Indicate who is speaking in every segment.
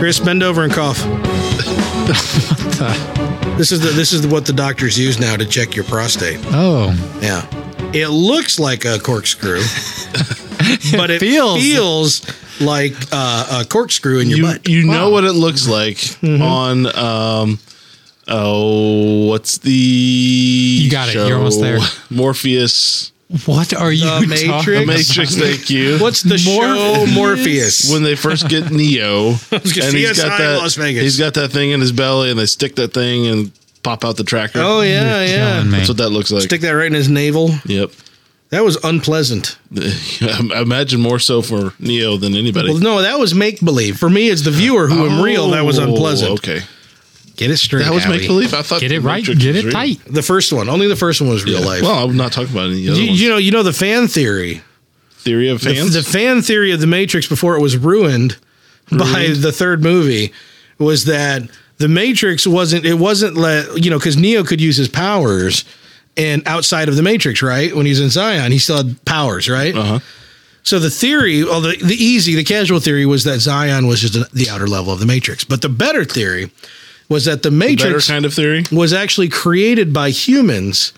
Speaker 1: Just bend over and cough. This is the this is what the doctors use now to check your prostate.
Speaker 2: Oh,
Speaker 1: Yeah. It looks like a corkscrew, but it feels,
Speaker 2: feels-
Speaker 1: like uh, a corkscrew in your
Speaker 3: you,
Speaker 1: butt.
Speaker 3: you know what it looks like
Speaker 1: Mm-hmm.
Speaker 3: on um oh what's the you
Speaker 2: got it. You're almost there.
Speaker 3: Morpheus
Speaker 2: what are you
Speaker 1: Matrix?
Speaker 2: talking?
Speaker 3: Matrix thank you
Speaker 1: What's the show? Morpheus.
Speaker 3: when they first get Neo and
Speaker 1: gonna say
Speaker 3: he's got
Speaker 1: CSI
Speaker 3: that
Speaker 1: Las Vegas.
Speaker 3: he's got that thing in his belly and they stick that thing and pop out the tracker
Speaker 1: oh yeah,
Speaker 2: Killing
Speaker 1: yeah.
Speaker 2: me.
Speaker 3: that's what that looks like
Speaker 1: Stick that right in his navel.
Speaker 3: yep
Speaker 1: That was unpleasant.
Speaker 3: I imagine more so for Neo than anybody
Speaker 1: Well, no, that was make believe. For me, it's the viewer who am real. That was
Speaker 3: Oh,
Speaker 1: unpleasant.
Speaker 3: okay
Speaker 1: Get it straight.
Speaker 3: that was
Speaker 1: Howie.
Speaker 3: make believe I thought
Speaker 2: Get it right.
Speaker 3: Matrix
Speaker 2: Get it
Speaker 3: was real.
Speaker 2: tight.
Speaker 1: The first one. Only the first one was real life.
Speaker 3: well I'm not talking about any other
Speaker 1: you,
Speaker 3: ones.
Speaker 1: you know, you know the fan theory.
Speaker 3: theory of
Speaker 1: The-
Speaker 3: fans
Speaker 1: The, fan theory of the Matrix before it was ruined, by the third movie was that the Matrix wasn't it wasn't let you know because Neo could use his powers and outside of the Matrix right when he's in Zion he still had powers right
Speaker 3: uh-huh
Speaker 1: so the theory well the, the easy the casual theory was that Zion was just the outer level of the Matrix but the better theory was that the
Speaker 3: better
Speaker 1: Matrix
Speaker 3: kind of theory
Speaker 1: was actually created by humans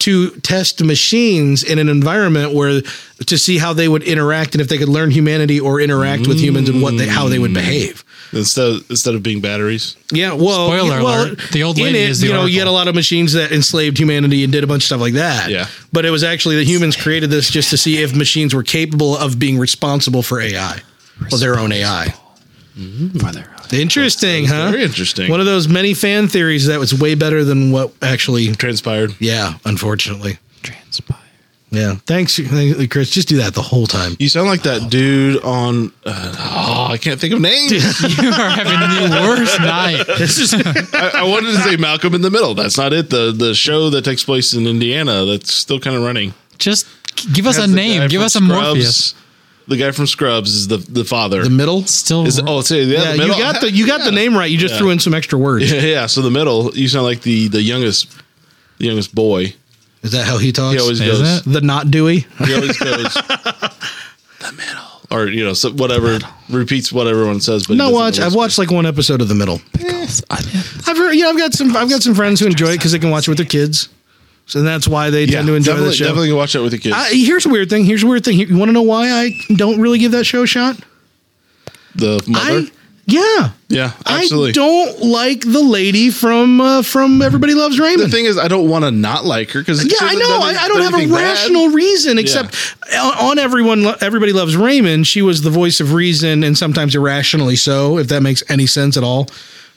Speaker 1: to test machines in an environment where to see how they would interact and if they could learn humanity or interact with humans and what they how
Speaker 2: Mm.
Speaker 1: they would behave.
Speaker 3: instead of, instead of being batteries.
Speaker 1: Yeah, well,
Speaker 2: Spoiler
Speaker 1: yeah, well,
Speaker 2: alert, the old
Speaker 1: in
Speaker 2: lady
Speaker 1: it,
Speaker 2: is the
Speaker 1: you know you had a
Speaker 2: Oracle.
Speaker 1: lot of machines that enslaved humanity and did a bunch of stuff like that.
Speaker 3: Yeah.
Speaker 1: but it was actually the humans created this just to see if machines were capable of being responsible for AI, well, their own AI. Interesting, huh?
Speaker 3: Very interesting.
Speaker 1: One of those many fan theories that was way better than what actually
Speaker 3: transpired.
Speaker 1: Yeah, unfortunately.
Speaker 2: Transpire.
Speaker 1: Yeah. Thanks, Chris. Just do that the whole time.
Speaker 3: You sound like that dude on. Uh, oh, I can't think of names.
Speaker 2: You are having the worst night.
Speaker 1: This is
Speaker 3: I, I wanted to say Malcolm in the Middle. That's not it. The the show that takes place in Indiana that's still kind of running.
Speaker 2: Just give us a
Speaker 3: Has the guy
Speaker 2: name. Give
Speaker 3: from
Speaker 2: us a
Speaker 3: Scrubs-
Speaker 2: Morpheus.
Speaker 3: The guy from Scrubs is the the father.
Speaker 1: the middle.
Speaker 2: Still,
Speaker 3: is oh, say yeah,
Speaker 1: Yeah,
Speaker 3: the
Speaker 1: you
Speaker 3: middle.
Speaker 1: got the you got the name right. You just threw in some extra words.
Speaker 3: yeah. So the middle. You sound like the the youngest the youngest boy.
Speaker 1: Is that how he talks?
Speaker 3: He always
Speaker 2: Is
Speaker 3: goes.
Speaker 2: it?
Speaker 1: the not Dewey.
Speaker 3: He always goes. the middle. Or you know, so whatever repeats what everyone says. But
Speaker 1: No,
Speaker 3: he doesn't
Speaker 1: watch. I've
Speaker 3: whisper.
Speaker 1: watched like one episode of the middle. I've heard, you know, I've got some I've got some friends who enjoy it because they can watch it with their kids, so that's why they tend to enjoy
Speaker 3: definitely,
Speaker 1: the show.
Speaker 3: Definitely watch that with your kids.
Speaker 1: I, here's a weird thing. Here's a weird thing. You want to know why I don't really give that show a shot?
Speaker 3: the mother.
Speaker 1: I yeah,
Speaker 3: yeah, absolutely.
Speaker 1: I don't like the lady from uh, from Everybody Loves Raymond.
Speaker 3: the thing is, I don't want to not like her because
Speaker 1: Yeah, I know. I, I don't have a rational reason except uh, on on everyone. Lo- Everybody loves Raymond. She was the voice of reason and sometimes irrationally so, if that makes any sense at all.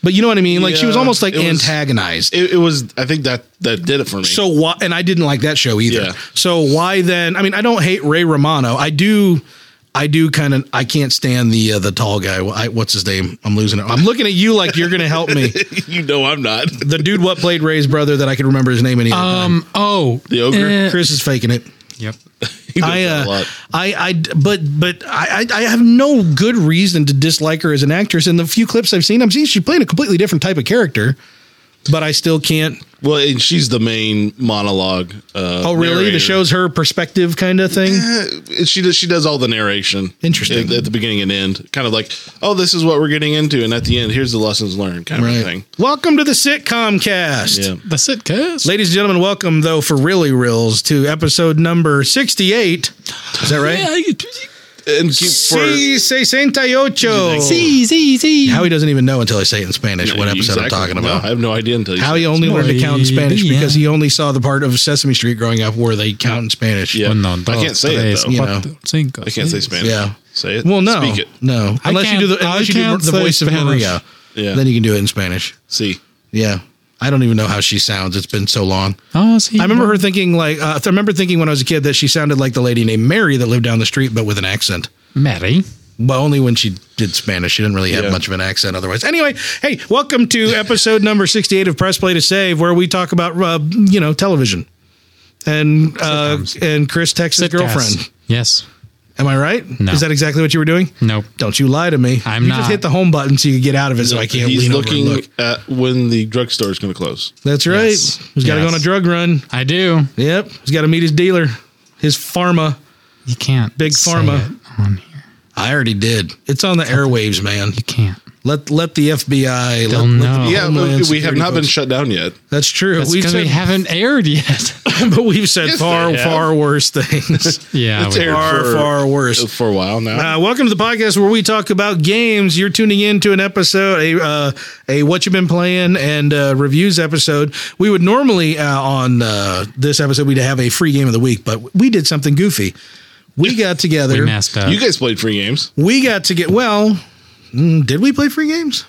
Speaker 1: But you know what I mean. Like she was
Speaker 3: Yeah,
Speaker 1: almost like
Speaker 3: it was-
Speaker 1: antagonized.
Speaker 3: It, it was. I think that that did it for me.
Speaker 1: so why? And I didn't like that show either.
Speaker 3: Yeah.
Speaker 1: So why then? I mean, I don't hate Ray Romano. I do. I do kind of. I can't stand the uh, the tall guy. I, what's his name? I'm losing it. I'm looking at you like you're going to help me.
Speaker 3: you know, I'm not
Speaker 1: The dude what played Ray's brother that I can remember his name any other time.
Speaker 2: um. Oh,
Speaker 3: the ogre.
Speaker 2: eh,
Speaker 1: Chris is faking it.
Speaker 2: Yep.
Speaker 3: He does
Speaker 1: I,
Speaker 3: that a
Speaker 1: uh,
Speaker 3: lot.
Speaker 1: I, I, but, but I, I I have no good reason to dislike her as an actress. In the few clips I've seen, I'm seeing she's playing a completely different type of character, but I still can't.
Speaker 3: Well, and she's the main monologue. Uh,
Speaker 1: Oh, really? The
Speaker 3: narrator.
Speaker 1: show's her perspective kind of thing.
Speaker 3: Eh, She does. She does all the narration.
Speaker 1: Interesting.
Speaker 3: At, at the beginning and end, kind of like, oh, this is what we're getting into, and at the end, here's the lessons learned, kind of
Speaker 1: Right.
Speaker 3: thing.
Speaker 1: Welcome to the sitcom cast.
Speaker 3: Yeah.
Speaker 2: That's it, guys.
Speaker 1: Ladies and gentlemen, welcome though for really reels to episode number 68. Is that right?
Speaker 3: Oh. And keep
Speaker 1: Si,
Speaker 3: Si.
Speaker 1: 68. Howie doesn't even know until I say it in Spanish what episode
Speaker 3: Exactly.
Speaker 1: I'm talking about.
Speaker 3: No, I have no idea until you
Speaker 1: How
Speaker 3: say
Speaker 1: he
Speaker 3: it.
Speaker 1: only learned to count in Spanish
Speaker 2: Moralidad.
Speaker 1: because he only saw the part of Sesame Street growing up where they count in Spanish.
Speaker 3: Yeah.
Speaker 2: Uno,
Speaker 3: I
Speaker 2: dos,
Speaker 3: can't say it,
Speaker 2: tres,
Speaker 3: though. You
Speaker 1: know.
Speaker 2: cuatro, cinco,
Speaker 3: I can't say
Speaker 2: seis.
Speaker 3: Spanish.
Speaker 1: Yeah.
Speaker 3: Say it.
Speaker 1: Well, no,
Speaker 3: Speak it.
Speaker 1: no.
Speaker 2: I
Speaker 1: unless you
Speaker 2: can't-
Speaker 1: do the
Speaker 2: I
Speaker 1: unless you do
Speaker 2: can't
Speaker 1: the
Speaker 2: say
Speaker 1: voice of
Speaker 2: Spanish.
Speaker 1: Maria,
Speaker 3: Yeah.
Speaker 1: then you can do it in Spanish.
Speaker 3: See.
Speaker 1: Yeah, I don't even know how she sounds. It's been so long.
Speaker 2: Oh, sí,
Speaker 1: I remember her thinking like uh, I remember thinking when I was a kid that she sounded like the lady named Mary that lived down the street, but with an accent.
Speaker 2: Mary.
Speaker 1: But only when she did Spanish. She didn't really have
Speaker 3: Yeah.
Speaker 1: much of an accent otherwise. Anyway, hey, welcome to episode number 68 of Press Play to Save, where we talk about, uh, you know, television. And uh, and Chris texts his girlfriend.
Speaker 2: Yes. Yes.
Speaker 1: Am I right?
Speaker 2: No.
Speaker 1: Is that exactly what you were doing?
Speaker 2: Nope.
Speaker 1: Don't you lie to me.
Speaker 2: I'm
Speaker 1: you just
Speaker 2: not.
Speaker 1: hit the home button so you can get out of it so I can't
Speaker 3: He's
Speaker 1: lean
Speaker 3: looking
Speaker 1: over and look.
Speaker 3: at when the drugstore is going to close.
Speaker 1: That's right.
Speaker 2: Yes.
Speaker 1: He's got to go
Speaker 2: Yes.
Speaker 1: on a drug run.
Speaker 2: I do.
Speaker 1: Yep. He's got to meet his dealer, his pharma.
Speaker 2: You can't.
Speaker 1: Big
Speaker 2: say
Speaker 1: pharma.
Speaker 2: it on here.
Speaker 1: I already did. It's on the airwaves, man.
Speaker 2: You can't.
Speaker 1: Let let the FBI. Let,
Speaker 2: They'll
Speaker 1: let the
Speaker 2: know.
Speaker 3: yeah,
Speaker 1: Homeland
Speaker 3: but we have
Speaker 1: Security
Speaker 3: not been
Speaker 1: folks-
Speaker 3: shut down yet.
Speaker 1: That's true.
Speaker 2: That's
Speaker 1: we've
Speaker 2: because we
Speaker 1: said,
Speaker 2: haven't aired yet.
Speaker 1: but we've said
Speaker 3: Yes,
Speaker 1: far
Speaker 3: they have.
Speaker 1: far worse things.
Speaker 2: yeah.
Speaker 3: It's
Speaker 2: we-
Speaker 3: aired
Speaker 1: far
Speaker 3: for-
Speaker 1: far worse.
Speaker 3: for a while now.
Speaker 1: Uh, welcome to the podcast where we talk about games. You're tuning in to an episode, a uh, a what you've been playing and uh, reviews episode. We would normally uh, on uh, this episode we'd have a free game of the week, but we did something goofy. We got
Speaker 2: we
Speaker 1: together. We,
Speaker 2: messed up.
Speaker 3: you guys played free games.
Speaker 1: got to get well. mm, Did we play free games?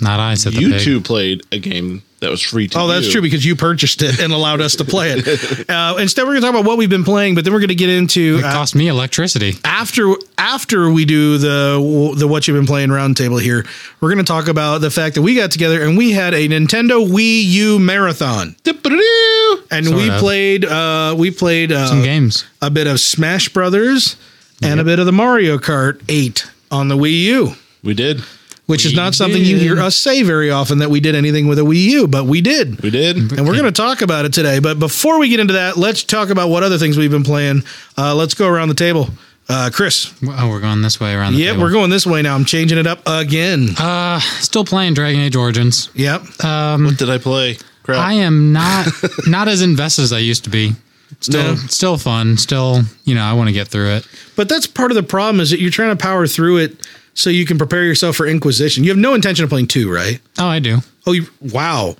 Speaker 2: Not I said the
Speaker 3: You
Speaker 2: pig.
Speaker 3: two played a game that was free to
Speaker 1: Oh, that's
Speaker 3: you.
Speaker 1: true because you purchased it and allowed us to play it. Uh, instead, we're going to talk about what we've been playing, but then we're going to get into
Speaker 2: It
Speaker 1: uh,
Speaker 2: cost me electricity.
Speaker 1: after after we do the the what you've been playing roundtable here, we're going to talk about the fact that we got together and we had a Nintendo Wii U marathon,
Speaker 3: Dip-a-doo.
Speaker 1: and
Speaker 2: Sort
Speaker 1: we
Speaker 2: of.
Speaker 1: played uh, we played
Speaker 2: Some
Speaker 1: uh,
Speaker 2: games.
Speaker 1: a bit of Smash Brothers and a bit of the Mario Kart Eight on the Wii U.
Speaker 3: We did.
Speaker 1: Which is
Speaker 2: We
Speaker 1: not something you
Speaker 2: did.
Speaker 1: hear us say very often that we did anything with a Wii U, but we did.
Speaker 3: We did.
Speaker 1: And we're going to talk about it today. But before we get into that, let's talk about what other things we've been playing. Uh, let's go around the table. Uh, Chris.
Speaker 2: Oh, we're going this way around the
Speaker 1: Yep,
Speaker 2: table.
Speaker 1: we're going this way now. I'm changing it up again.
Speaker 2: Uh, still playing Dragon Age Origins.
Speaker 1: Yep.
Speaker 2: Um,
Speaker 3: What did I play? Crap.
Speaker 2: I am not not as invested as I used to be. Still,
Speaker 1: No.
Speaker 2: still fun. Still, you know, I want to get through it.
Speaker 1: But that's part of the problem is that you're trying to power through it so you can prepare yourself for Inquisition. You have no intention of playing two, right?
Speaker 2: Oh, I do.
Speaker 1: Oh, you, wow.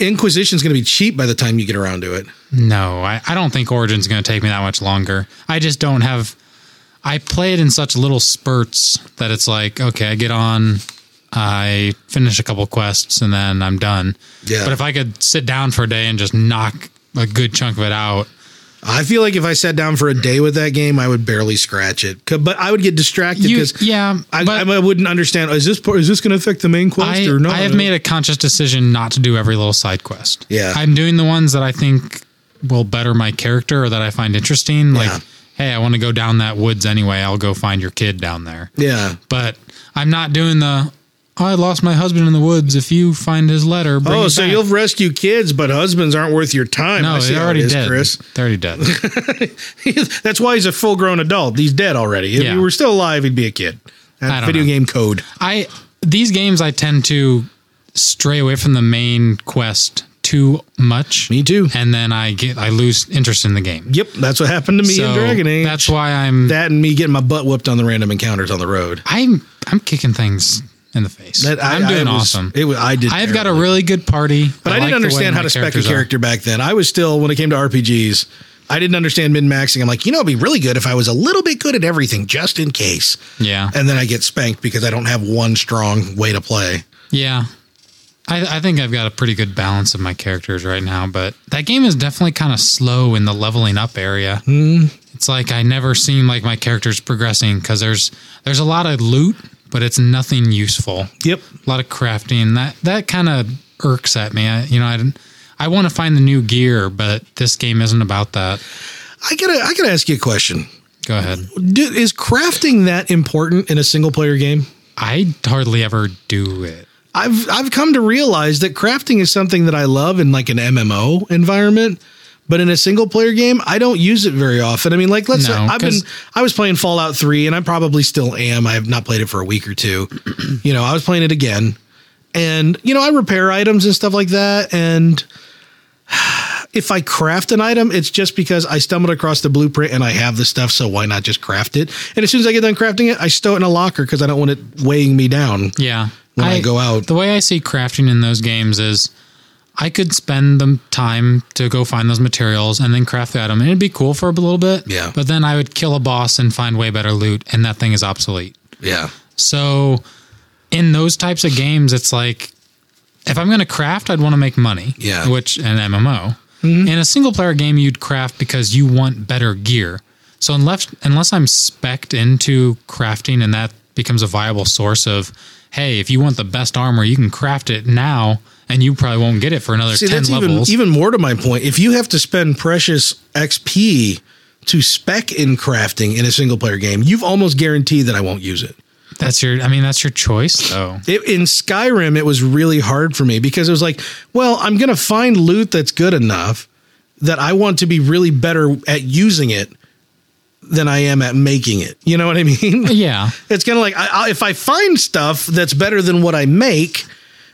Speaker 1: Inquisition's going to be cheap by the time you get around to it.
Speaker 2: No, I, I don't think Origin's going to take me that much longer. I just don't have. I play it in such little spurts that it's like, okay, I get on, I finish a couple quests, and then I'm done.
Speaker 1: Yeah.
Speaker 2: But if I could sit down for a day and just knock a good chunk of it out,
Speaker 1: I feel like if I sat down for a day with that game, I would barely scratch it. 'Cause- But I would get distracted
Speaker 2: you,
Speaker 1: because
Speaker 2: yeah,
Speaker 1: I,
Speaker 2: but
Speaker 1: I wouldn't understand. Is this is this going to affect the main quest
Speaker 2: I,
Speaker 1: or not?
Speaker 2: I have made a conscious decision not to do every little side quest.
Speaker 1: Yeah.
Speaker 2: I'm doing the ones that I think will better my character or that I find interesting. Like,
Speaker 1: Yeah.
Speaker 2: hey, I want to go down that woods anyway. I'll go find your kid down there.
Speaker 1: yeah.
Speaker 2: But I'm not doing the. "Oh, I lost my husband in the woods. If you find his letter, bring
Speaker 1: Oh,
Speaker 2: it
Speaker 1: so
Speaker 2: back."
Speaker 1: you'll rescue kids, but husbands aren't worth your time.
Speaker 2: No,
Speaker 1: I see
Speaker 2: they
Speaker 1: how it
Speaker 2: already
Speaker 1: is,
Speaker 2: dead.
Speaker 1: Chris.
Speaker 2: They already dead.
Speaker 1: That's why he's a full grown adult. He's dead already. If
Speaker 2: Yeah.
Speaker 1: he were still alive, he'd be a kid. That's
Speaker 2: I don't
Speaker 1: video
Speaker 2: know.
Speaker 1: game code.
Speaker 2: I these games I tend to stray away from the main quest too much.
Speaker 1: Me too.
Speaker 2: And then I get I lose interest in the game.
Speaker 1: Yep, that's what happened to me in
Speaker 2: So
Speaker 1: Dragon Age.
Speaker 2: that's why I'm
Speaker 1: that and me getting my butt whooped on the random encounters on the road.
Speaker 2: I'm I'm kicking things in the face.
Speaker 1: That I,
Speaker 2: I'm
Speaker 1: I
Speaker 2: doing
Speaker 1: was-
Speaker 2: awesome.
Speaker 1: It was, I did.
Speaker 2: I've got a
Speaker 1: terribly.
Speaker 2: really good party,
Speaker 1: But I,
Speaker 2: like
Speaker 1: didn't
Speaker 2: the way
Speaker 1: understand
Speaker 2: my
Speaker 1: how to spec a
Speaker 2: characters are.
Speaker 1: character back then. I was still when it came to RPGs. I didn't understand min maxing. I'm like, you know, it'd be really good if I was a little bit good at everything, just in case.
Speaker 2: Yeah,
Speaker 1: And then I get spanked because I don't have one strong way to play.
Speaker 2: yeah. I, I think I've got a pretty good balance of my characters right now, but that game is definitely kind of slow in the leveling up area. Mm. It's like I never seem like my character's progressing because there's there's a lot of loot, but it's nothing useful.
Speaker 1: Yep.
Speaker 2: a lot of crafting. That that kind of irks at me. I, you know, I didn't. I want to find the new gear, but this game isn't about that.
Speaker 1: I gotta, I gotta ask you a question.
Speaker 2: Go ahead.
Speaker 1: Do, is crafting that important in a single player game?
Speaker 2: I hardly ever do it.
Speaker 1: I've I've come to realize that crafting is something that I love in like an MMO environment, but in a single player game, I don't use it very often. I mean, like let's
Speaker 2: No,
Speaker 1: say I've been
Speaker 2: 'cause-
Speaker 1: I was playing Fallout 3 and I probably still am. I have not played it for a week or two. you know, I was playing it again. And you know, I repair items and stuff like that and if I craft an item, it's just because I stumbled across the blueprint and I have the stuff, so why not just craft it? And as soon as I get done crafting it, I stow it in a locker because I don't want it weighing me down.
Speaker 2: Yeah.
Speaker 1: When I go out.
Speaker 2: The way I see crafting in those games is I could spend the time to go find those materials and then craft the item. And it'd be cool for a little bit.
Speaker 1: Yeah.
Speaker 2: But then I would kill a boss and find way better loot, and that thing is obsolete.
Speaker 1: Yeah.
Speaker 2: So in those types of games, it's like if I'm going to craft, I'd want to make money.
Speaker 1: Yeah. Mm-hmm.
Speaker 2: Which an MMO. In a single player game, you'd craft because you want better gear. So unless unless I'm specced into crafting and that becomes a viable source of, hey, if you want the best armor, you can craft it now, and you probably won't get it for another
Speaker 1: See,
Speaker 2: ten
Speaker 1: that's
Speaker 2: levels.
Speaker 1: even even more to my point. If you have to spend precious XP to spec in crafting in a single player game, you've almost guaranteed that I won't use it.
Speaker 2: that's your, I mean, that's your choice though.
Speaker 1: it. In Skyrim, it was really hard for me because it was like, well, I'm going to find loot that's good enough that I want to be really better at using it than I am at making it. You know what I mean?
Speaker 2: Yeah.
Speaker 1: It's kind of like I, I, if I find stuff that's better than what I make,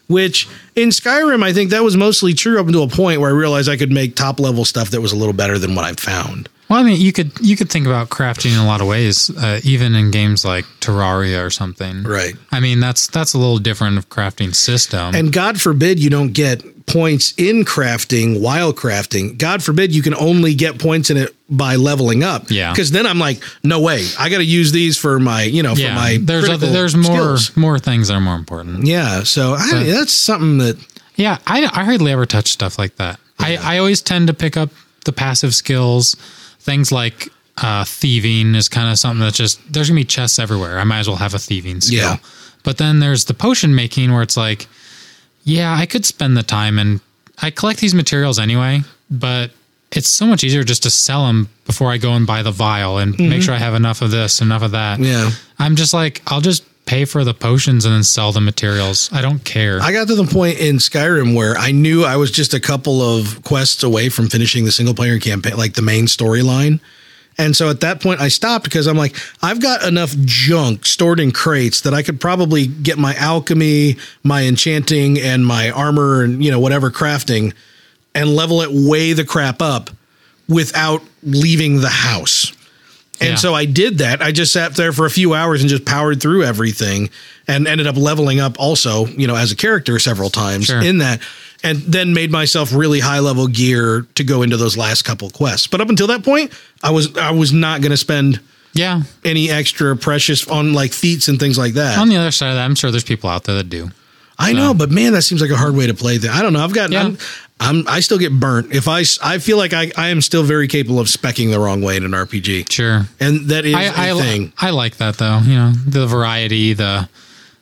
Speaker 1: which in Skyrim, I think that was mostly true up until a point where I realized I could make top level stuff that was a little better than what I found.
Speaker 2: Well, I mean, you could you could think about crafting in a lot of ways, uh, even in games like Terraria or something.
Speaker 1: Right.
Speaker 2: I mean, that's that's a little different of crafting system.
Speaker 1: And God forbid you don't get points in crafting while crafting. God forbid you can only get points in it by leveling up.
Speaker 2: Yeah.
Speaker 1: Because then I'm like, no way. I got to use these for my, you know,
Speaker 2: yeah.
Speaker 1: for my.
Speaker 2: there's
Speaker 1: critical
Speaker 2: other, there's more
Speaker 1: skills.
Speaker 2: more things that are more important.
Speaker 1: Yeah. So I, that's something that.
Speaker 2: Yeah, I, I hardly ever touch stuff like that. I, I always tend to pick up the passive skills, things like uh, thieving is kind of something that's just there's gonna be chests everywhere. I might as well have a thieving skill.
Speaker 1: Yeah.
Speaker 2: But then there's the potion making where it's like, yeah, I could spend the time and I collect these materials anyway, but it's so much easier just to sell them before I go and buy the vial and make sure I have enough of this, enough of that.
Speaker 1: Mm-hmm. Yeah.
Speaker 2: I'm just like, I'll just pay for the potions and then sell the materials. I don't care.
Speaker 1: I got to the point in Skyrim where I knew I was just a couple of quests away from finishing the single player campaign, like the main storyline. And so at that point, I stopped because I'm like, I've got enough junk stored in crates that I could probably get my alchemy, my enchanting, and my armor, and you know whatever crafting, and level it way the crap up without leaving the house. And
Speaker 2: Yeah.
Speaker 1: so I did that. I just sat there for a few hours and just powered through everything and ended up leveling up also, you know, as a character several times
Speaker 2: Sure.
Speaker 1: in that. And then made myself really high level gear to go into those last couple quests. But up until that point, I was I was not going to spend
Speaker 2: yeah.
Speaker 1: any extra precious on like feats and things like that.
Speaker 2: on the other side of that, I'm sure there's people out there that do.
Speaker 1: I know, but man, that seems like a hard way to play. That I don't know. I've got.
Speaker 2: Yeah.
Speaker 1: I'm, I'm. I still get burnt if I. s- I feel like I. I am still very capable of specking the wrong way in an RPG,
Speaker 2: Sure.
Speaker 1: and that is a
Speaker 2: I, I,
Speaker 1: thing.
Speaker 2: li- I like that though. You know, the variety, the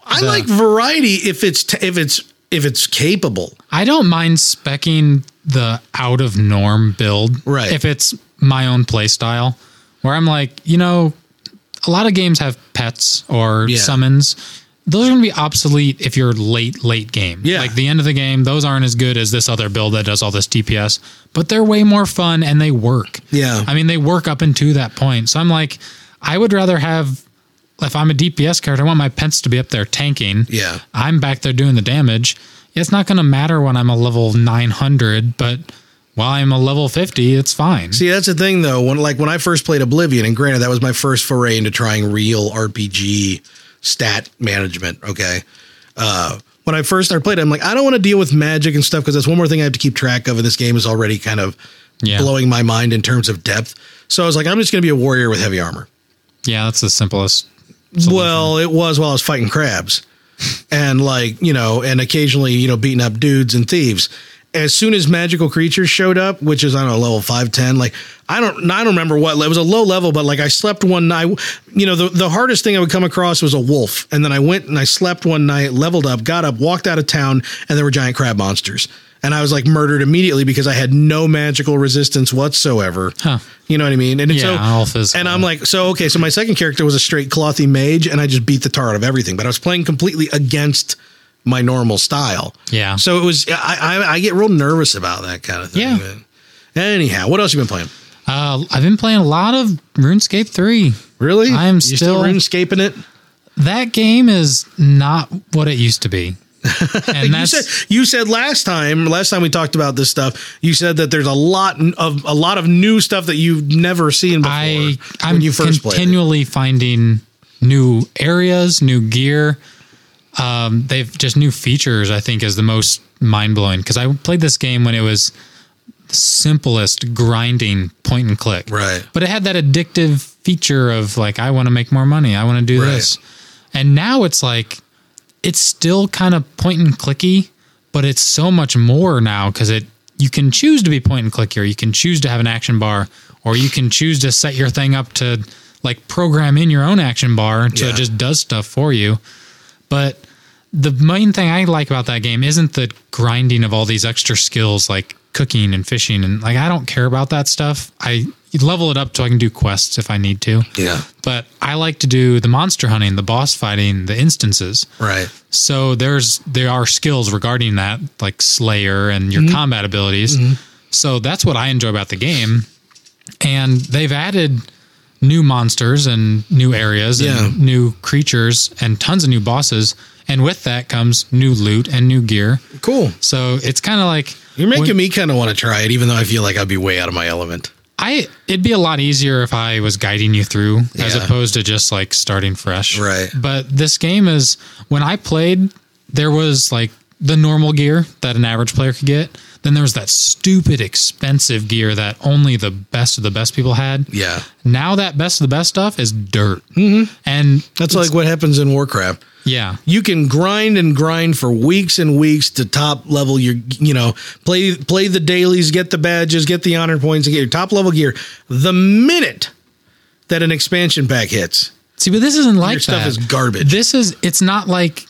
Speaker 1: I like variety if it's t- if it's if it's capable.
Speaker 2: I don't mind specking the out of norm build.
Speaker 1: Right.
Speaker 2: If it's my own play style, where I'm like, you know, a lot of games have pets or
Speaker 1: Yeah.
Speaker 2: summons. Those are going to be obsolete if you're late, late game.
Speaker 1: Yeah.
Speaker 2: Like the end of the game, those aren't as good as this other build that does all this DPS, but they're way more fun and they work.
Speaker 1: Yeah.
Speaker 2: I mean, they work up into that point. So I'm like, I would rather have, if I'm a DPS character, I want my pets to be up there tanking.
Speaker 1: Yeah.
Speaker 2: I'm back there doing the damage. It's not going to matter when I'm a level 900, but while I'm a level 50, it's fine.
Speaker 1: See, that's the thing though. When like when I first played Oblivion, and granted that was my first foray into trying real RPG stat management. Okay. Uh, when I first started playing, it, I'm like, I don't want to deal with magic and stuff because that's one more thing I have to keep track of, and this game is already kind of
Speaker 2: Yeah.
Speaker 1: blowing my mind in terms of depth. So I was like, I'm just going to be a warrior with heavy armor.
Speaker 2: yeah, that's the simplest.
Speaker 1: Well, it was while I was fighting crabs and like, you know, and occasionally, you know, beating up dudes and thieves. As soon as magical creatures showed up, which is I don't know level five ten, like I don't I don't remember what it was a low level, but like I slept one night. You know the the hardest thing I would come across was a wolf, and then I went and I slept one night, leveled up, got up, walked out of town, and there were giant crab monsters, and I was like murdered immediately because I had no magical resistance whatsoever.
Speaker 2: Huh.
Speaker 1: You know what I mean? And
Speaker 2: Yeah, all physical.
Speaker 1: and I'm like, so okay, so my second character was a straight clothy mage, and I just beat the tar out of everything. But I was playing completely against my normal style.
Speaker 2: Yeah.
Speaker 1: So it was. I I, I get real nervous about that kind of thing.
Speaker 2: Yeah.
Speaker 1: man. Anyhow, what else you been playing?
Speaker 2: Uh, I've been playing a lot of RuneScape 3.
Speaker 1: Really?
Speaker 2: I am
Speaker 1: You still
Speaker 2: still-
Speaker 1: RuneScaping it.
Speaker 2: That game is not what it used to be. And
Speaker 1: You
Speaker 2: that's
Speaker 1: said you said last time. Last time we talked about this stuff, you said that there's a lot of a lot of new stuff that you've never seen before.
Speaker 2: I
Speaker 1: when
Speaker 2: I'm
Speaker 1: you first played it.
Speaker 2: continually finding new areas, new gear. Um, they've just new features. I think is the most mind blowing because I played this game when it was the simplest grinding point and click,
Speaker 1: Right.
Speaker 2: But it had that addictive feature of like I want to make more money, I want to do
Speaker 1: Right.
Speaker 2: this, and now it's like it's still kind of point and clicky, but it's so much more now because it you can choose to be point and click here. You can choose to have an action bar, or you can choose to set your thing up to like program in your own action bar so
Speaker 1: Yeah.
Speaker 2: it just does stuff for you. But the main thing I like about that game isn't the grinding of all these extra skills like cooking and fishing and like I don't care about that stuff. I level it up so I can do quests if I need to.
Speaker 1: Yeah.
Speaker 2: But I like to do the monster hunting, the boss fighting, the instances.
Speaker 1: Right.
Speaker 2: So there's there are skills regarding that, like Slayer and your combat abilities. So that's what I enjoy about the game. And they've added new monsters and new areas
Speaker 1: Yeah.
Speaker 2: and new creatures and tons of new bosses. And with that comes new loot and new gear.
Speaker 1: Cool.
Speaker 2: So it's kind of like
Speaker 1: You're making
Speaker 2: when-
Speaker 1: me kind of want to try it, even though I feel like I'd be way out of my element.
Speaker 2: I it'd be a lot easier if I was guiding you through as
Speaker 1: Yeah.
Speaker 2: opposed to just like starting fresh.
Speaker 1: Right.
Speaker 2: But this game is when I played, there was like the normal gear that an average player could get. Then there was that stupid expensive gear that only the best of the best people had.
Speaker 1: Yeah.
Speaker 2: Now that best of the best stuff is dirt. Mm-hmm. And
Speaker 1: That's like what happens in Warcraft.
Speaker 2: yeah.
Speaker 1: You can grind and grind for weeks and weeks to top level your, you know, play play the dailies, get the badges, get the honor points, and get your top level gear. The minute that an expansion pack hits,
Speaker 2: See, but this isn't like
Speaker 1: your stuff
Speaker 2: that.
Speaker 1: is garbage.
Speaker 2: This is it's not like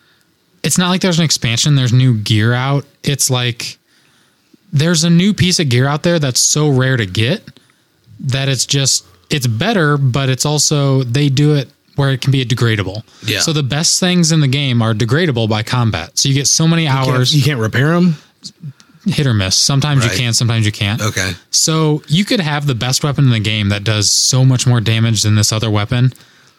Speaker 2: it's not like there's an expansion, there's new gear out. It's like there's a new piece of gear out there that's so rare to get that it's just it's better, but it's also they do it where it can be a degradable.
Speaker 1: Yeah.
Speaker 2: So the best things in the game are degradable by combat. So you get so many
Speaker 1: Can't-
Speaker 2: hours
Speaker 1: you can't repair them.
Speaker 2: hit or miss. Sometimes
Speaker 1: Right.
Speaker 2: you can, sometimes you can't.
Speaker 1: Okay.
Speaker 2: So you could have the best weapon in the game that does so much more damage than this other weapon,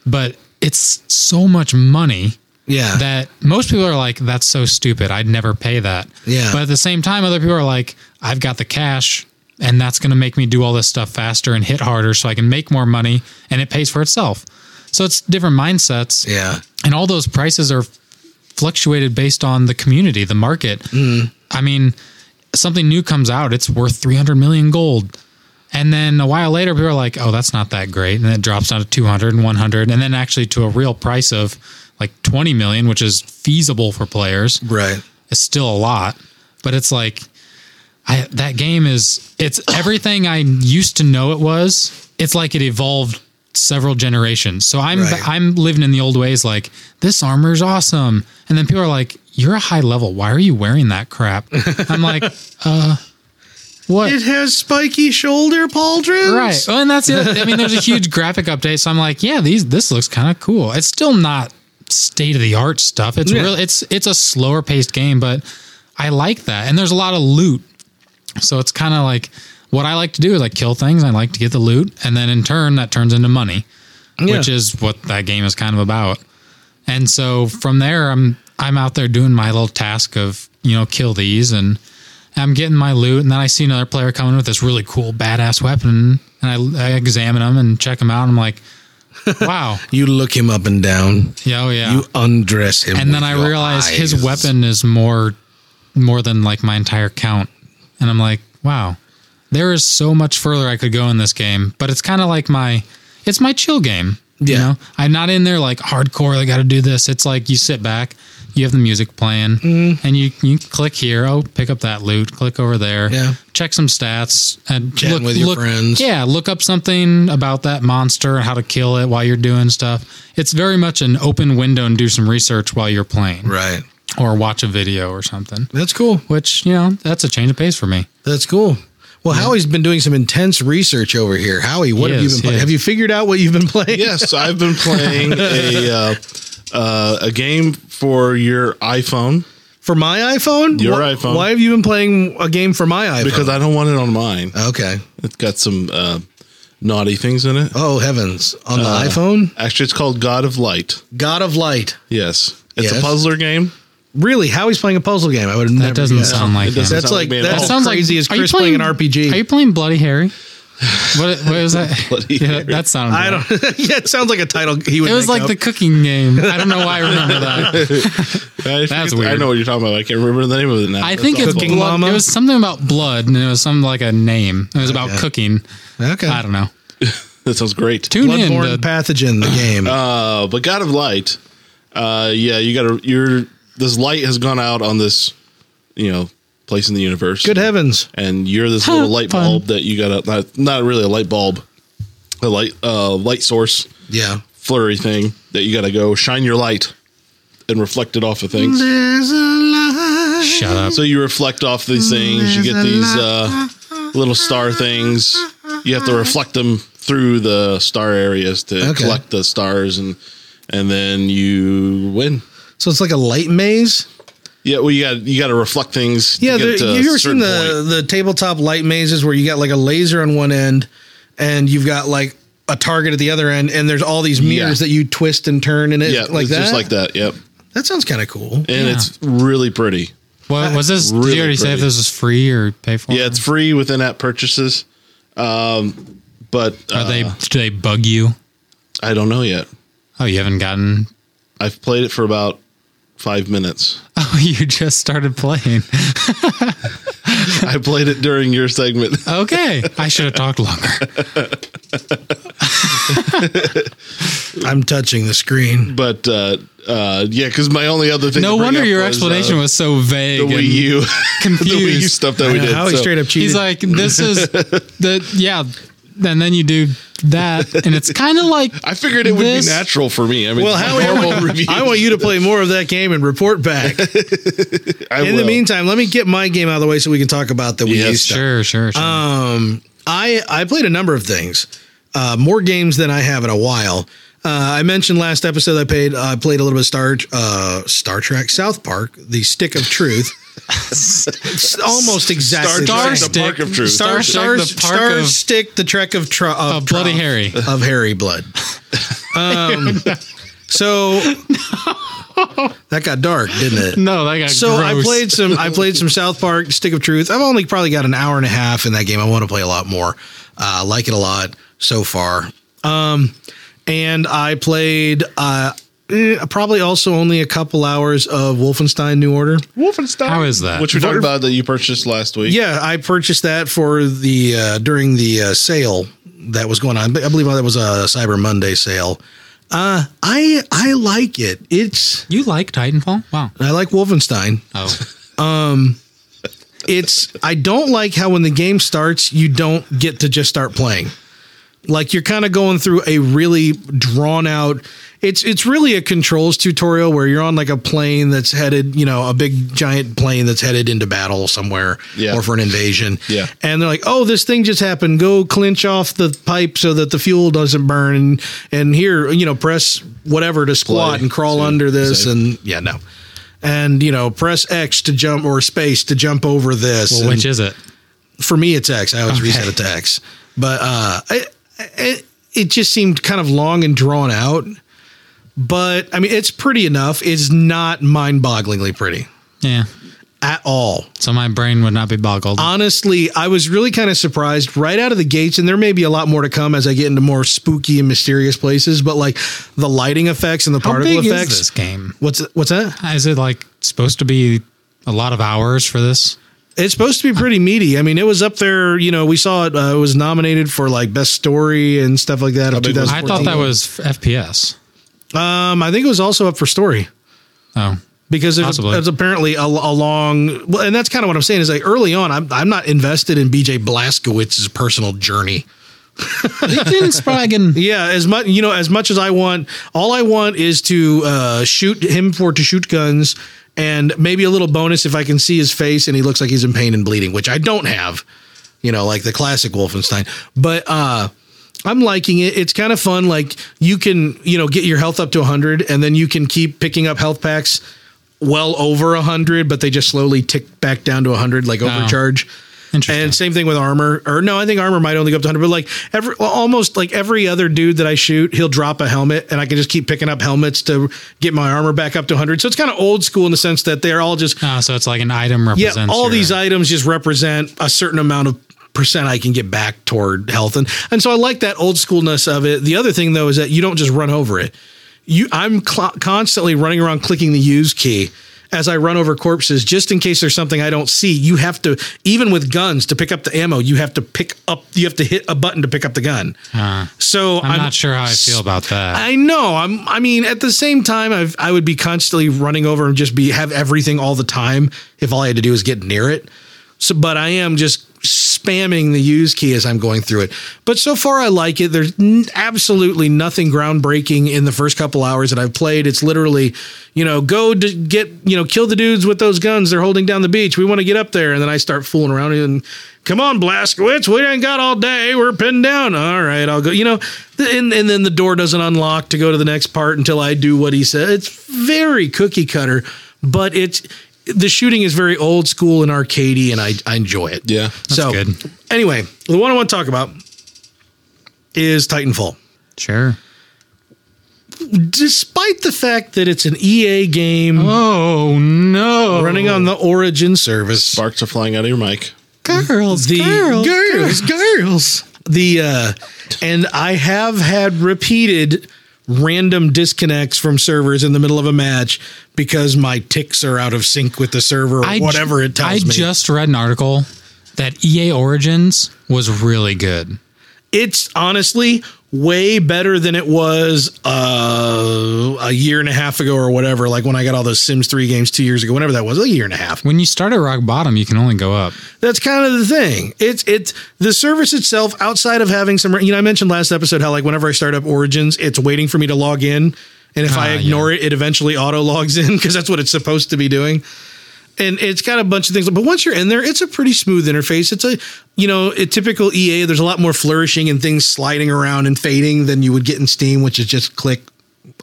Speaker 2: but it's so much money
Speaker 1: Yeah.
Speaker 2: that most people are like, that's so stupid. I'd never pay that.
Speaker 1: Yeah.
Speaker 2: But at the same time, other people are like, I've got the cash and that's going to make me do all this stuff faster and hit harder so I can make more money and it pays for itself. So it's different mindsets
Speaker 1: yeah.
Speaker 2: and all those prices are fluctuated based on the community, the market. I mean, something new comes out, it's worth 300 million gold. And then a while later, people are like, oh, that's not that great. And then it drops down to 200 and 100, and then actually to a real price of like 20 million, which is feasible for players.
Speaker 1: Right.
Speaker 2: It's still a lot, but it's like, I, that game is, it's everything I used to know it was. It's like it evolved several generations. So I'm,
Speaker 1: Right.
Speaker 2: I'm living in the old ways like this armor is awesome. And then people are like, you're a high level. Why are you wearing that crap? I'm like, uh, what?
Speaker 1: It has spiky shoulder pauldrons.
Speaker 2: Right. Oh, and that's the other, I mean, there's a huge graphic update, so I'm like, yeah, these this looks kind of cool. It's still not state of the art stuff. It's
Speaker 1: Yeah.
Speaker 2: real. It's it's a slower paced game, but I like that. And there's a lot of loot, so it's kind of like what I like to do is I kill things. I like to get the loot, and then in turn that turns into money,
Speaker 1: Yeah.
Speaker 2: which is what that game is kind of about. And so from there, I'm I'm out there doing my little task of you know kill these, and I'm getting my loot, and then I see another player coming with this really cool badass weapon, and I, I examine them and check them out, and I'm like, wow,
Speaker 1: You look him up and down.
Speaker 2: yeah, oh, yeah.
Speaker 1: You undress him.
Speaker 2: and then
Speaker 1: with
Speaker 2: I
Speaker 1: your
Speaker 2: realize his
Speaker 1: eyes.
Speaker 2: weapon is more more than like my entire count, and I'm like, wow, there is so much further I could go in this game, but it's kind of like my it's my chill game. You
Speaker 1: Yeah.
Speaker 2: know, I'm not in there like hardcore. I got to do this. It's like you sit back, you have the music playing,
Speaker 1: Mm-hmm.
Speaker 2: and you you click here. Oh, pick up that loot. Click over there.
Speaker 1: Yeah.
Speaker 2: Check some stats and
Speaker 1: Chatting with your friends.
Speaker 2: Yeah, look up something about that monster and how to kill it while you're doing stuff. It's very much an open window and do some research while you're playing,
Speaker 1: Right.
Speaker 2: or watch a video or something.
Speaker 1: That's cool.
Speaker 2: Which you know, that's a change of pace for me.
Speaker 1: That's cool. Well, Howie's been doing some intense research over here. Howie, what
Speaker 2: He
Speaker 1: have you
Speaker 2: is,
Speaker 1: been
Speaker 2: he
Speaker 1: playing?
Speaker 2: is.
Speaker 1: Have you figured out what you've been playing?
Speaker 3: yes, I've been playing a uh, uh, a game for your iPhone
Speaker 1: For my iPhone?
Speaker 3: Your
Speaker 1: Why-
Speaker 3: iPhone.
Speaker 1: Why have you been playing a game for my iPhone?
Speaker 3: because I don't want it on mine.
Speaker 1: okay.
Speaker 3: It's got some uh, naughty things in it.
Speaker 1: Oh heavens! On the
Speaker 2: Uh.
Speaker 1: iPhone,
Speaker 3: Uh, Actually, it's called God of Light.
Speaker 1: God of Light.
Speaker 3: Yes, it's
Speaker 1: Yes.
Speaker 3: a puzzler game.
Speaker 1: Really? Howie's playing a puzzle game? I would have never.
Speaker 2: doesn't
Speaker 1: guessed.
Speaker 2: sound like
Speaker 3: it doesn't
Speaker 2: him.
Speaker 1: That's
Speaker 3: sound
Speaker 1: like-
Speaker 3: like me at
Speaker 1: that's-
Speaker 3: all.
Speaker 2: sounds
Speaker 1: Oh, crazy as
Speaker 2: are you
Speaker 1: Chris playing an RPG.
Speaker 2: Are you playing Bloody Harry? What, what is that?
Speaker 3: Bloody
Speaker 2: yeah,
Speaker 3: Harry.
Speaker 2: that sounded.
Speaker 1: I
Speaker 2: right.
Speaker 1: don't. yeah, it sounds like a title. He would.
Speaker 2: It was
Speaker 1: make
Speaker 2: like
Speaker 1: up.
Speaker 2: the cooking game. I don't know why I remember that.
Speaker 3: I
Speaker 2: That's
Speaker 3: forget- I
Speaker 2: weird.
Speaker 3: know what you're talking about. I can't remember the name of it now.
Speaker 2: I
Speaker 3: That's
Speaker 2: think it's
Speaker 3: awful.
Speaker 1: Cooking
Speaker 2: blood.
Speaker 1: Llama?
Speaker 2: It was something about blood, and it was something like a name. It was about
Speaker 1: Okay.
Speaker 2: cooking.
Speaker 1: okay.
Speaker 2: I don't know.
Speaker 3: that sounds great.
Speaker 2: Tune in.
Speaker 1: Bloodborne
Speaker 2: to-
Speaker 1: pathogen. The game.
Speaker 3: Uh, but God of Light, uh, yeah, you got to. You're this light has gone out on this, you know, place in the universe.
Speaker 1: Good heavens!
Speaker 3: and you're this little
Speaker 2: Huh,
Speaker 3: light
Speaker 2: fun.
Speaker 3: bulb that you got a not, not really a light bulb, a light uh, light source
Speaker 1: Yeah.
Speaker 3: flurry thing that you got to go shine your light and reflect it off of things.
Speaker 1: There's a light.
Speaker 2: Shut up.
Speaker 3: So you reflect off these things. You get these uh, little star things. You have to reflect them through the star areas to
Speaker 1: Okay.
Speaker 3: collect the stars, and and then you win.
Speaker 1: So it's like a light maze.
Speaker 3: Yeah, well, you got you got to reflect things. to
Speaker 1: Yeah,
Speaker 3: get
Speaker 1: there,
Speaker 3: to a
Speaker 1: you ever seen
Speaker 3: certain
Speaker 1: the the tabletop light mazes where you got like a laser on one end, and you've got like a target at the other end, and there's all these mirrors
Speaker 3: Yeah.
Speaker 1: that you twist and turn in it
Speaker 3: Yeah,
Speaker 1: like
Speaker 3: it's
Speaker 1: that.
Speaker 3: just like that. Yep,
Speaker 1: That sounds kind of cool.
Speaker 3: and
Speaker 2: Yeah.
Speaker 3: it's really pretty.
Speaker 2: What was this? did
Speaker 3: Really
Speaker 2: you already say if
Speaker 3: pretty.
Speaker 2: this was free or pay for?
Speaker 3: Yeah, it's free with in-app purchases. Um, but
Speaker 2: Are
Speaker 3: uh,
Speaker 2: they? Do they bug you?
Speaker 3: I don't know yet.
Speaker 2: Oh, you haven't gotten.
Speaker 3: I've played it for about five minutes.
Speaker 2: Oh, you just started playing.
Speaker 3: I played it during your segment.
Speaker 2: Okay, I should have talked longer.
Speaker 1: I'm touching the screen.
Speaker 3: But uh, uh, yeah, because my only other thing.
Speaker 2: No
Speaker 3: to bring
Speaker 2: wonder
Speaker 3: up
Speaker 2: your
Speaker 3: was,
Speaker 2: explanation
Speaker 3: uh,
Speaker 2: was so vague.
Speaker 3: the Wii
Speaker 2: and-
Speaker 3: U, the Wii U
Speaker 2: confused.
Speaker 3: stuff that we
Speaker 1: Yeah,
Speaker 3: did.
Speaker 1: how he
Speaker 3: so-
Speaker 1: straight up cheated.
Speaker 2: He's like, this is the yeah, and then you do that, and it's kind of like
Speaker 3: I figured it would
Speaker 2: this-
Speaker 3: be natural for me. I mean,
Speaker 1: Well,
Speaker 3: it's a
Speaker 1: Howie, I
Speaker 3: normal
Speaker 1: want,
Speaker 3: review.
Speaker 1: I want you to play more of that game and report back.
Speaker 3: I
Speaker 1: In the
Speaker 3: will.
Speaker 1: meantime, let me get my game out of the way so we can talk about the Wii U
Speaker 3: Yes,
Speaker 1: stuff.
Speaker 2: sure, sure, sure.
Speaker 1: Um, I I played a number of things, uh, more games than I have in a while. Uh, I mentioned last episode I played I played a little bit of Star uh, Star Trek South Park, the Stick of Truth. It's almost exactly
Speaker 3: Star
Speaker 1: the
Speaker 3: Trek,
Speaker 1: same.
Speaker 3: the Park of Truth.
Speaker 1: Star,
Speaker 2: Star
Speaker 1: Star,
Speaker 2: Trek, the
Speaker 1: Star,
Speaker 2: Park of-
Speaker 1: Stick, the Trek of, tr- of,
Speaker 2: Of Bloody
Speaker 1: Trump,
Speaker 2: Harry.
Speaker 1: of Harry Blood. Um, so that got dark, didn't it?
Speaker 2: no, that got
Speaker 1: So I
Speaker 2: gross.
Speaker 1: played some. I played some South Park Stick of Truth. I've only probably got an hour and a half in that game. I want to play a lot more. Uh, like it a lot so far. Um, and I played uh, eh, probably also only a couple hours of Wolfenstein New Order.
Speaker 3: Wolfenstein.
Speaker 2: How is that?
Speaker 3: Which we talked about that you purchased last week.
Speaker 1: Yeah, I purchased that for the uh, during the uh, sale that was going on. I believe that was a Cyber Monday sale. Uh, I I like it. It's
Speaker 2: You like Titanfall? Wow.
Speaker 1: I like Wolfenstein. Um,
Speaker 2: Oh,
Speaker 1: it's I don't like how when the game starts, you don't get to just start playing. Like you're kind of going through a really drawn out. It's it's really a controls tutorial where you're on like a plane that's headed, you know, a big giant plane that's headed into battle somewhere
Speaker 3: Yeah.
Speaker 1: or for an invasion.
Speaker 3: Yeah.
Speaker 1: And they're like, "Oh, this thing just happened. Go clinch off the pipe so that the fuel doesn't burn and and here, you know, press whatever to squat
Speaker 3: Play.
Speaker 1: and crawl
Speaker 3: Save.
Speaker 1: under this
Speaker 3: Save.
Speaker 1: and yeah, no." and you know press x to jump or space to jump over this
Speaker 2: well, which
Speaker 1: And
Speaker 2: is it?
Speaker 1: for me it's x i always
Speaker 2: Okay.
Speaker 1: reset it to x but uh I, I, it just seemed kind of long and drawn out but i mean it's pretty enough it's not mind-bogglingly pretty
Speaker 2: Yeah.
Speaker 1: at all
Speaker 2: So my brain would not be boggled.
Speaker 1: honestly, I was really kind of surprised right out of the gates, and there may be a lot more to come as I get into more spooky and mysterious places. But like the lighting effects and the
Speaker 2: How
Speaker 1: particle
Speaker 2: big
Speaker 1: effects,
Speaker 2: is this game?
Speaker 1: what's what's that?
Speaker 2: Is it like supposed to be a lot of hours for this?
Speaker 1: It's supposed to be pretty meaty. I mean, it was up there. You know, we saw it. Uh, it was nominated for like best story and stuff like that. Of
Speaker 3: big was-
Speaker 2: I thought
Speaker 1: 2014.
Speaker 2: that was f- FPS.
Speaker 1: Um, I think it was also up for story
Speaker 2: Oh,
Speaker 1: because there's,
Speaker 2: Possibly.
Speaker 1: there's apparently a, a long. Well, and that's kind of what I'm saying is like early on, I'm I'm not invested in BJ Blazkowicz's personal journey.
Speaker 2: it didn't spark and
Speaker 1: Yeah, as much you know, as much as I want, all I want is to uh, shoot him for to shoot guns, and maybe a little bonus if I can see his face and he looks like he's in pain and bleeding, which I don't have. You know, like the classic Wolfenstein. But uh, I'm liking it. It's kind of fun. Like you can you know get your health up to 100, and then you can keep picking up health packs well over 100, but they just slowly tick back down to 100, like overcharge.
Speaker 2: Interesting.
Speaker 1: And same thing with armor. Or no, I think armor might only go up to 100, but like every almost like every other dude that I shoot, he'll drop a helmet and I can just keep picking up helmets to get my armor back up to 100. So it's kind of old school in the sense that they're all just
Speaker 2: Oh, so it's like an item
Speaker 1: yeah,
Speaker 2: represents.
Speaker 1: all
Speaker 2: your-
Speaker 1: these items just represent a certain amount of percent I can get back toward health, and and so I like that old schoolness of it. The other thing though is that you don't just run over it. You, I'm cl- constantly running around clicking the use key as I run over corpses, just in case there's something I don't see. You have to, even with guns, to pick up the ammo, you have to pick up, you have to hit a button to pick up the gun.
Speaker 2: Uh,
Speaker 1: So
Speaker 2: I'm, not sure how I feel about that.
Speaker 1: I know. I'm. I mean, at the same time, I've, I would be constantly running over and just be have everything all the time if all I had to do is get near it. So, but I am just spamming the use key as I'm going through it. But so far, I like it. There's n- absolutely nothing groundbreaking in the first couple hours that I'i've played. It's literally, you know, go to get, you know, kill the dudes with those guns they're holding down the beach. We want to get up there, and then I start fooling around and. Come on, Blaskowitz. We ain't got all day. We're pinned down. All right, I'll go. You know, th- and, and then the door doesn't unlock to go to the next part until I do what he said. It's very cookie cutter, but it's the shooting is very old school and arcadey, and I, I enjoy it.
Speaker 3: Yeah.
Speaker 1: so
Speaker 2: good.
Speaker 1: anyway, the one I want to talk about is Titanfall.
Speaker 2: Sure.
Speaker 1: Despite the fact that it's an EA game
Speaker 2: Oh no!
Speaker 1: running on the Origin service,
Speaker 3: Sparks are flying out of your mic.
Speaker 2: girls,
Speaker 1: the
Speaker 2: girls,
Speaker 1: girls, girls. The uh, and I have had repeated random disconnects from servers in the middle of a match because my ticks are out of sync with the server or
Speaker 2: I ju-
Speaker 1: whatever it tells
Speaker 2: I
Speaker 1: me.
Speaker 2: just read an article that EA Origins was really good.
Speaker 1: it's honestly way better than it was uh, a year and a half ago or whatever. Like when I got all those Sims 3 games two years ago, whenever that was, a year and a half.
Speaker 2: When you start at rock bottom, you can only go up.
Speaker 1: That's kind of the thing. It's it's the service itself outside of having some. You know, I mentioned last episode how like whenever I start up Origins, it's waiting for me to log in, and if I
Speaker 2: Ah, yeah.
Speaker 1: ignore it, it eventually auto logs in because that's what it's supposed to be doing. And it's got a bunch of things, but once you're in there, it's a pretty smooth interface. It's a you know a typical EA. There's a lot more flourishing and things sliding around and fading than you would get in Steam, which is just click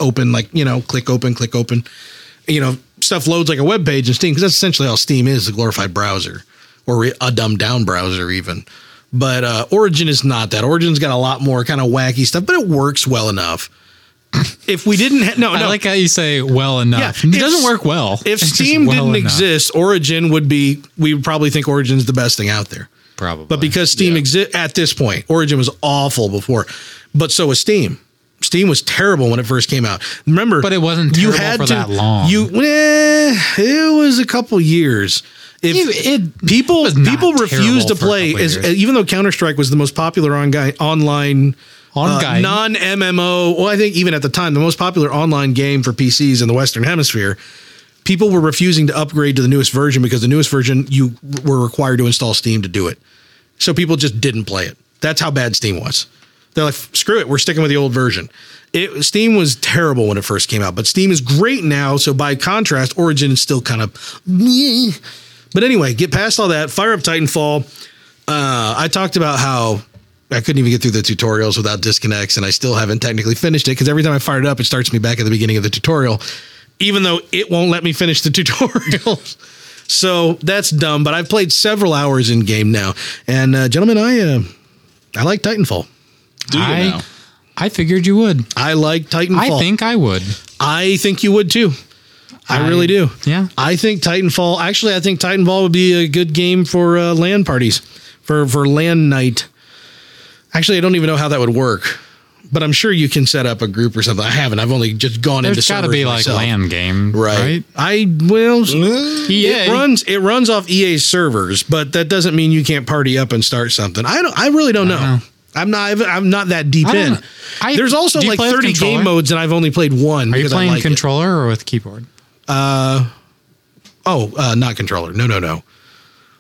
Speaker 1: open, like you know, click open, click open you know stuff loads like a web page in Steam because that's essentially all Steam is—a glorified browser or a dumbed down browser even. But uh, Origin is not that. Origin's got a lot more kind of wacky stuff, but it works well enough. If we didn't, ha- no,
Speaker 2: I
Speaker 1: no.
Speaker 2: like how you say well enough.
Speaker 1: Yeah,
Speaker 2: it
Speaker 1: if-
Speaker 2: doesn't work well.
Speaker 1: if
Speaker 2: It's just
Speaker 1: Steam
Speaker 2: well
Speaker 1: didn't
Speaker 2: enough,
Speaker 1: exist, Origin would be. We would probably think Origin's the best thing out there.
Speaker 2: probably.
Speaker 1: But because Steam exi- at this point, Origin was awful before, but so was Steam. Steam was terrible when it first came out. Remember,
Speaker 2: But it wasn't terrible for that long.
Speaker 1: You, eh, it was a couple years. If
Speaker 2: You- it-
Speaker 1: people
Speaker 2: it was not
Speaker 1: people refused
Speaker 2: terrible
Speaker 1: to
Speaker 2: for a
Speaker 1: play,
Speaker 2: couple
Speaker 1: as,
Speaker 2: years.
Speaker 1: even though Counter Strike was the most popular on guy, online uh,
Speaker 2: On guy.
Speaker 1: non MMO. Well, I think even at the time, the most popular online game for PCs in the Western Hemisphere. People were refusing to upgrade to the newest version because the newest version you were required to install Steam to do it. So people just didn't play it. That's how bad Steam was. They're like, screw it, we're sticking with the old version. It, Steam was terrible when it first came out, but Steam is great now. So by contrast, Origin is still kind of. meh. But anyway, get past all that. Fire up Titanfall. Uh, I talked about how I couldn't even get through the tutorials without disconnects, and I still haven't technically finished it because every time I fire it up, it starts me back at the beginning of the tutorial, even though it won't let me finish the tutorial. so that's dumb. But I've played several hours in game now, and uh, gentlemen, I uh, I like Titanfall.
Speaker 3: Do you
Speaker 2: I,
Speaker 3: now?
Speaker 2: I figured you would.
Speaker 1: I like Titanfall.
Speaker 2: I think I would.
Speaker 1: I think you would too. I, really do.
Speaker 2: yeah.
Speaker 1: I think Titanfall. Actually, I think Titanfall would be a good game for uh, LAN parties, for for LAN night. Actually, I don't even know how that would work, but I'm sure you can set up a group or something. I haven't. I've only just gone
Speaker 2: There's
Speaker 1: into.
Speaker 2: got to
Speaker 1: servers
Speaker 2: be like
Speaker 1: myself.
Speaker 2: land game,
Speaker 1: right?
Speaker 2: right?
Speaker 1: I well, it
Speaker 2: EA.
Speaker 1: runs it runs off EA's servers, but that doesn't mean you can't party up and start something. I don't. I really don't know.
Speaker 2: know.
Speaker 1: I'm not. I've- I'm not that deep
Speaker 2: I don't
Speaker 1: in.
Speaker 2: know. I-
Speaker 1: There's also
Speaker 2: do you
Speaker 1: like
Speaker 2: play with
Speaker 1: 30 game
Speaker 2: controller?
Speaker 1: modes, and I've only played one.
Speaker 2: Are you
Speaker 1: because I
Speaker 2: playing
Speaker 1: like it.
Speaker 2: controller or with keyboard?
Speaker 1: Oh, uh, not controller. No, no, no.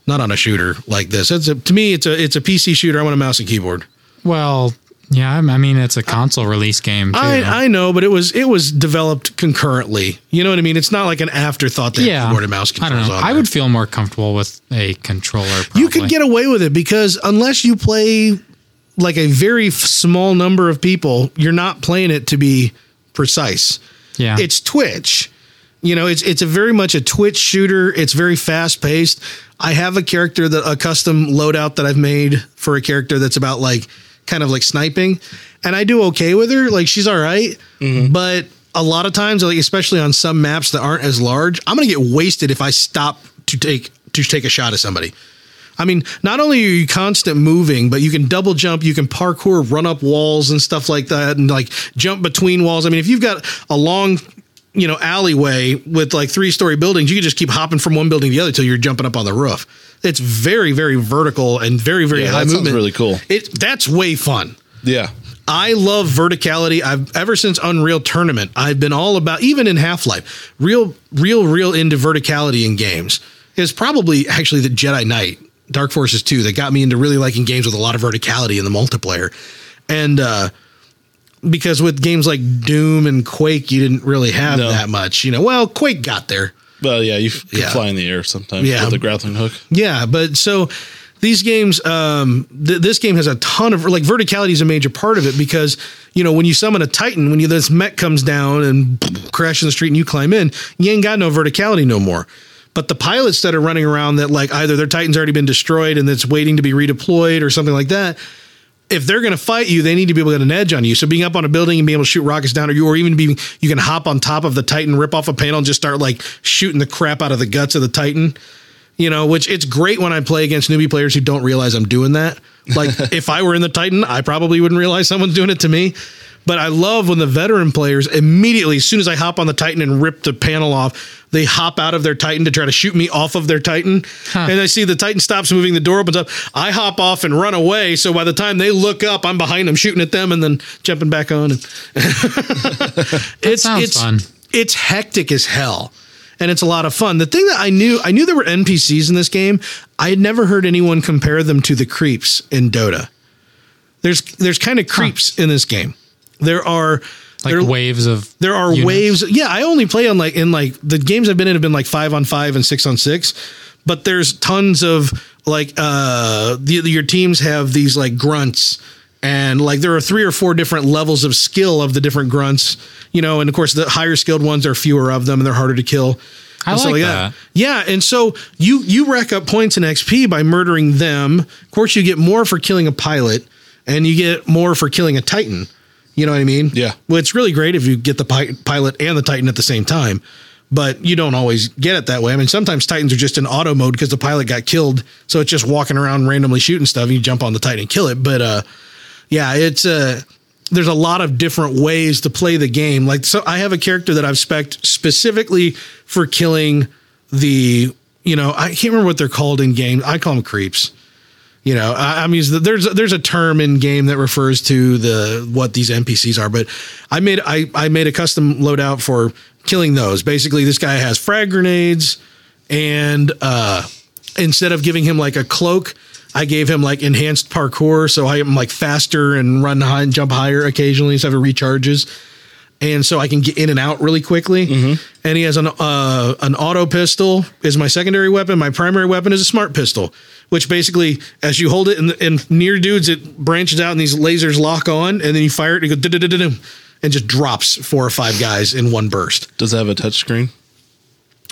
Speaker 1: Not on a shooter like this. It's a, to me, it's a it's a PC shooter. I want a mouse and keyboard.
Speaker 2: Well, yeah. I I mean, it's a console release game. Too.
Speaker 1: I, I know, but it was it was developed concurrently. You know what I mean? It's not like an afterthought that
Speaker 2: yeah.
Speaker 1: keyboard and mouse
Speaker 2: I
Speaker 1: controls
Speaker 2: don't know.
Speaker 1: on.
Speaker 2: I
Speaker 1: there.
Speaker 2: would feel more comfortable with a controller. Probably.
Speaker 1: You could get away with it because unless you play like a very f- small number of people, you're not playing it to be precise.
Speaker 2: Yeah.
Speaker 1: It's Twitch. You know, it's it's a very much a Twitch shooter. It's very fast paced. I have a character that a custom loadout that I've made for a character that's about like kind of like sniping, and I do okay with her. Like she's all right,
Speaker 2: Mm-hmm.
Speaker 1: but a lot of times, like especially on some maps that aren't as large, I'm gonna get wasted if I stop to take to take a shot at somebody. I mean, not only are you constant moving, but you can double jump, you can parkour, run up walls and stuff like that, and like jump between walls. I mean, if you've got a long, you know, alleyway with like three story buildings, you can just keep hopping from one building to the other till you're jumping up on the roof. It's very, very vertical and very, very
Speaker 3: Yeah,
Speaker 1: high
Speaker 3: that sounds
Speaker 1: movement.
Speaker 3: really cool.
Speaker 1: It that's way fun.
Speaker 3: Yeah.
Speaker 1: I love verticality. I've ever since Unreal Tournament, I've been all about even in Half Life, real, real, real into verticality in games. Is probably actually the Jedi Knight, Dark Forces Two, that got me into really liking games with a lot of verticality in the multiplayer, and uh, because with games like Doom and Quake, you didn't really have
Speaker 3: No.
Speaker 1: that much. You know, well, Quake got there,
Speaker 3: Well, yeah, you f- could
Speaker 1: Yeah.
Speaker 3: fly in the air sometimes
Speaker 1: Yeah.
Speaker 3: with a grappling hook.
Speaker 1: Yeah, but so these games, um, th- this game has a ton of like verticality is a major part of it because you know when you summon a Titan, when you this mech comes down and crash in the street and you climb in, you ain't got no verticality no more. But the pilots that are running around that like either their Titan's already been destroyed and it's waiting to be redeployed or something like that, if they're going to fight you, they need to be able to get an edge on you. So being up on a building and being able to shoot rockets down, or you, or even being you can hop on top of the Titan, rip off a panel, and just start like shooting the crap out of the guts of the Titan. You know, which it's great when I play against newbie players who don't realize I'm doing that. Like if I were in the Titan, I probably wouldn't realize someone's doing it to me. But I love when the veteran players immediately, as soon as I hop on the Titan and rip the panel off, they hop out of their Titan to try to shoot me off of their Titan. And I see the Titan stops moving, the door opens up. I hop off and run away. So by the time they look up, I'm behind them, shooting at them, and then jumping back on. And it's
Speaker 2: sounds
Speaker 1: it's
Speaker 2: fun.
Speaker 1: it's hectic as hell. And it's a lot of fun. The thing that I knew, I knew there were NPCs in this game. I had never heard anyone compare them to the creeps in Dota. There's there's kind of creeps in this game. There are
Speaker 2: Like
Speaker 1: there,
Speaker 2: waves of
Speaker 1: there are
Speaker 2: units.
Speaker 1: waves. Yeah, I only play on like in like the games I've been in have been like five on five and six on six, but there's tons of like uh the, your teams have these like grunts and like there are three or four different levels of skill of the different grunts, you know, and of course the higher skilled ones are fewer of them and they're harder to kill.
Speaker 2: I
Speaker 1: and stuff
Speaker 2: like that.
Speaker 1: Yeah, and so you you rack up points and XP by murdering them. Of course, you get more for killing a pilot, and you get more for killing a Titan. You know what I mean?
Speaker 3: Yeah.
Speaker 1: Well, it's really great if you get the pi- pilot and the Titan at the same time, but you don't always get it that way. I mean, sometimes Titans are just in auto mode because the pilot got killed, so it's just walking around randomly shooting stuff. And you jump on the Titan and kill it, but uh, yeah, it's uh, there's a lot of different ways to play the game. Like, so I have a character that I've spec specifically for killing the, you know, I can't remember what they're called in game. I call them creeps. You know, I, I'm using the, there's there's a term in game that refers to the what these NPCs are, but I made I I made a custom loadout for killing those. Basically, this guy has frag grenades, and uh, instead of giving him like a cloak, I gave him like enhanced parkour, so I am like faster and run high and jump higher occasionally, so it recharges, and so I can get in and out really quickly. And he has an uh, an auto pistol is my secondary weapon. My primary weapon is a smart pistol, which basically as you hold it and, and near dudes, it branches out and these lasers lock on, and then you fire it and you go da-da-da-da-dum, and just drops four or five guys in one burst.
Speaker 3: Does it have a touchscreen?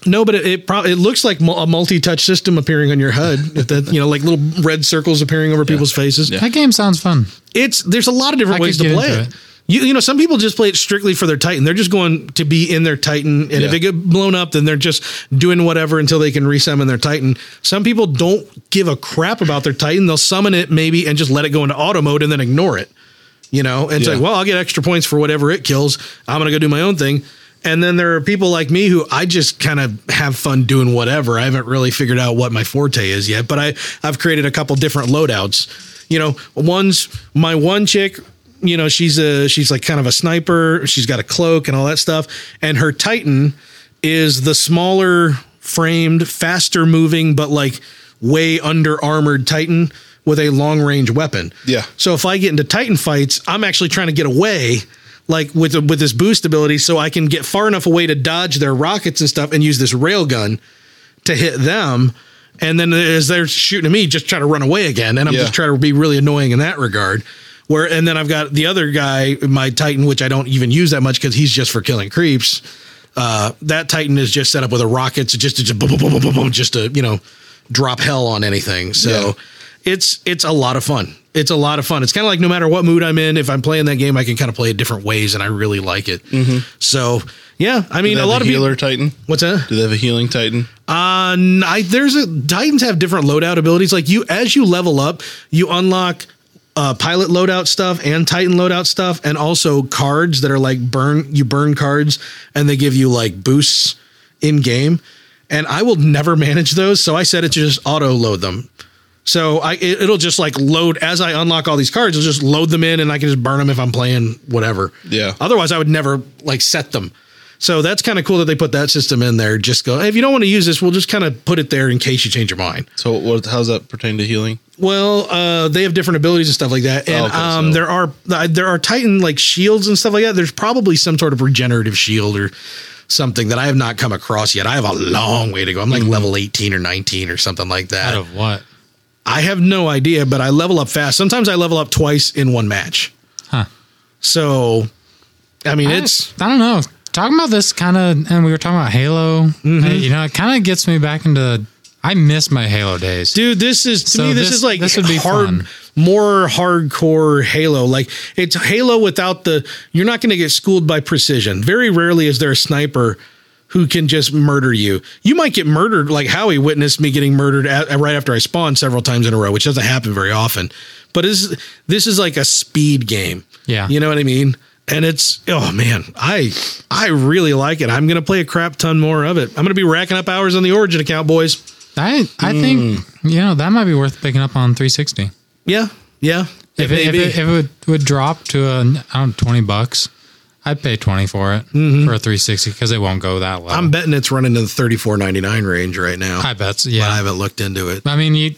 Speaker 1: No, but it it, prob- it looks like mul- a multi-touch system appearing on your HUD. If that you know, like little red circles appearing over people's faces.
Speaker 3: Yeah.
Speaker 2: That game sounds fun.
Speaker 1: It's there's a lot of different
Speaker 2: I
Speaker 1: ways
Speaker 2: could
Speaker 1: to
Speaker 2: get
Speaker 1: play
Speaker 2: into
Speaker 1: it.
Speaker 2: it.
Speaker 1: You, you know, some people just play it strictly for their Titan. They're just going to be in their Titan, and
Speaker 3: Yeah.
Speaker 1: if they get blown up, then they're just doing whatever until they can resummon their Titan. Some people don't give a crap about their Titan. They'll summon it maybe and just let it go into auto mode and then ignore it. You know, and it's
Speaker 3: Yeah.
Speaker 1: like, well, I'll get extra points for whatever it kills. I'm gonna go do my own thing. And then there are people like me who I just kind of have fun doing whatever. I haven't really figured out what my forte is yet, but I I've created a couple different loadouts. You know, one's my one chick. You know, she's a she's like kind of a sniper. She's got a cloak and all that stuff. And her Titan is the smaller framed, faster moving, but like way under armored Titan with a long range weapon.
Speaker 3: Yeah.
Speaker 1: So if I get into Titan fights, I'm actually trying to get away, like with the, with this boost ability, so I can get far enough away to dodge their rockets and stuff, and use this rail gun to hit them. And then as they're shooting at me, just try to run away again, and I'm
Speaker 3: Yeah.
Speaker 1: just trying to be really annoying in that regard. Where and then I've got the other guy, my Titan, which I don't even use that much because he's just for killing creeps. Uh, that Titan is just set up with a rocket, so just to just, boom, boom, boom, boom, boom, boom, just to you know drop hell on anything. So
Speaker 3: Yeah.
Speaker 1: it's it's a lot of fun. It's a lot of fun. It's kind of like no matter what mood I'm in, if I'm playing that game, I can kind of play it different ways, and I really like it.
Speaker 3: Mm-hmm.
Speaker 1: So yeah, I mean,
Speaker 3: Does it
Speaker 1: a
Speaker 3: have
Speaker 1: lot of people.
Speaker 3: healer Titan.
Speaker 1: What's that?
Speaker 3: Do they have a healing Titan?
Speaker 1: Uh, n- I, there's a Titans have different loadout abilities. Like you, as you level up, you unlock uh, pilot loadout stuff and Titan loadout stuff, and also cards that are like burn. You burn cards, and they give you like boosts in game. And I will never manage those, so I set it to just auto load them. So I it, it'll just like load as I unlock all these cards. It'll just load them in, and I can just burn them if I'm playing whatever.
Speaker 3: Yeah.
Speaker 1: Otherwise, I would never like set them. So that's kind of cool that they put that system in there. Just go hey, if you don't want to use this, we'll just kind of put it there in case you change your mind.
Speaker 3: So what? How's that pertain to healing?
Speaker 1: Well, uh, they have different abilities and stuff like that, and
Speaker 3: Oh, okay,
Speaker 1: um,
Speaker 3: so-
Speaker 1: there are there are Titan like shields and stuff like that. There's probably some sort of regenerative shield or something that I have not come across yet. I have a long way to go. I'm
Speaker 3: Mm-hmm.
Speaker 1: like level 18 or 19 or something like that.
Speaker 2: Out of what?
Speaker 1: I have no idea, but I level up fast. Sometimes I level up twice in one match.
Speaker 2: Huh.
Speaker 1: So, I mean,
Speaker 2: I-
Speaker 1: it's
Speaker 2: I, don't know. Talking about this kind of, and we were talking about Halo.
Speaker 1: Mm-hmm.
Speaker 2: I- you know, it kind of gets me back into. I miss my Halo days.
Speaker 1: dude this is to
Speaker 2: So
Speaker 1: me this,
Speaker 2: this-
Speaker 1: is like
Speaker 2: this would be
Speaker 1: hard
Speaker 2: fun.
Speaker 1: more hardcore Halo. Like it's Halo without the you're not going to get schooled by precision. Very rarely is there a sniper who can just murder you. You might get murdered like Howie witnessed me getting murdered at, right after I spawned several times in a row, which doesn't happen very often. But this this is like a speed game.
Speaker 2: Yeah.
Speaker 1: You know what I mean? And it's oh man, I I really like it. I'm gonna play a crap ton more of it. I'm gonna be racking up hours on the Origin account, boys.
Speaker 2: I I think you know that might be worth picking up on 360.
Speaker 1: mm. Yeah, yeah.
Speaker 2: If it, if
Speaker 1: maybe.
Speaker 2: it, if it would, would drop to a, I don't know, 20 bucks, I'd pay 20 for it for a 360 because it won't go that low.
Speaker 1: Mm-hmm. I'm betting it's running in the 34.99 range right now.
Speaker 2: I bet. so,
Speaker 1: But I
Speaker 2: Yeah.
Speaker 1: haven't looked into it.
Speaker 2: I mean, you,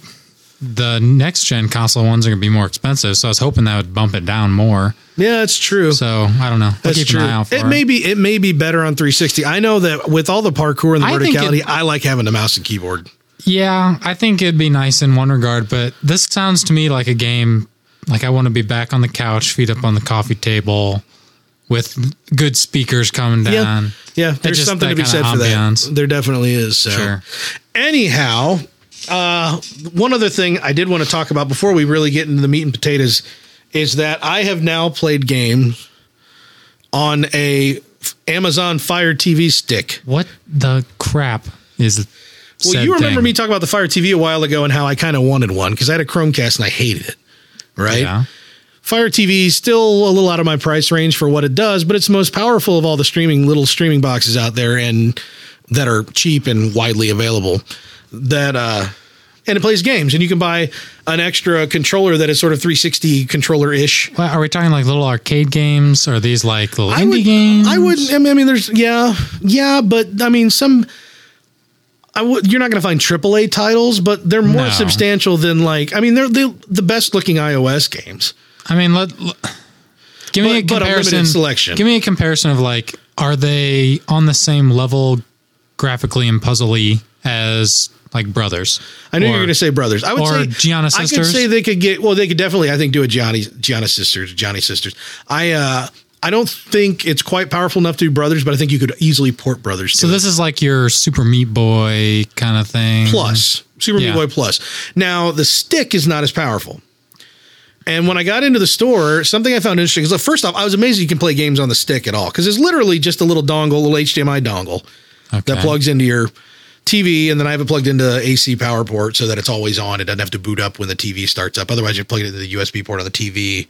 Speaker 2: the next gen console ones are going to be more expensive. So I was hoping that would bump it down more.
Speaker 1: Yeah, it's true.
Speaker 2: So I don't know. I'll
Speaker 1: That's
Speaker 2: keep
Speaker 1: true.
Speaker 2: an eye out for
Speaker 1: It may be it may be better on 360. I know that with all the parkour and the
Speaker 2: I think
Speaker 1: verticality,
Speaker 2: it-
Speaker 1: I like having the mouse and keyboard.
Speaker 2: Yeah, I think it'd be nice in one regard, but this sounds to me like a game like I want to be back on the couch, feet up on the coffee table with good speakers coming down.
Speaker 1: Yeah, yeah. There's
Speaker 2: Um, just
Speaker 1: something
Speaker 2: that
Speaker 1: to be
Speaker 2: kinda
Speaker 1: said for that.
Speaker 2: ambiance.
Speaker 1: There definitely is. So.
Speaker 2: Sure.
Speaker 1: Anyhow, uh, one other thing I did want to talk about before we really get into the meat and potatoes is that I have now played games on a f- Amazon Fire TV stick.
Speaker 2: What the crap is
Speaker 1: Well,
Speaker 2: said
Speaker 1: you remember
Speaker 2: thing?
Speaker 1: me talking about the Fire TV a while ago and how I kind of wanted one because I had a Chromecast and I hated it. Right?
Speaker 2: Yeah.
Speaker 1: Fire TV is still a little out of my price range for what it does, but it's the most powerful of all the streaming little streaming boxes out there and that are cheap and widely available. That uh and it plays games and you can buy an extra controller that is sort of 360 controller ish.
Speaker 2: Well, are we talking like little arcade games or these like little indie
Speaker 1: would,
Speaker 2: games?
Speaker 1: I would I mean, I mean there's yeah, yeah, but I mean some I would you're not going to find AAA titles, but they're more
Speaker 2: No.
Speaker 1: substantial than like I mean they're, they're the best looking iOS games.
Speaker 2: I mean, let, l- give me
Speaker 1: But- but a limited
Speaker 2: a comparison.
Speaker 1: selection.
Speaker 2: Give me a comparison of like, are they on the same level graphically and puzzly as like Brothers?
Speaker 1: I knew you
Speaker 2: Or-
Speaker 1: were going to say brothers. I would
Speaker 2: or
Speaker 1: say
Speaker 2: Gianna
Speaker 1: I could
Speaker 2: Sisters?
Speaker 1: say they could get well. They could definitely, I think, do a Johnny Gianna sisters, Johnny sisters. I uh, I don't think it's quite powerful enough to do brothers, but I think you could easily port brothers. To
Speaker 2: So this is like your Super Meat Boy kind of thing.
Speaker 1: plus Super
Speaker 2: Yeah.
Speaker 1: Meat Boy Plus. Now the stick is not as powerful. And when I got into the store, something I found interesting is like, first off, I was amazed you can play games on the stick at all because it's literally just a little dongle, little HDMI dongle that
Speaker 2: Okay.
Speaker 1: plugs into your TV, and then I have it plugged into AC power port so that it's always on. It doesn't have to boot up when the TV starts up. Otherwise, you plug it into the USB port on the TV,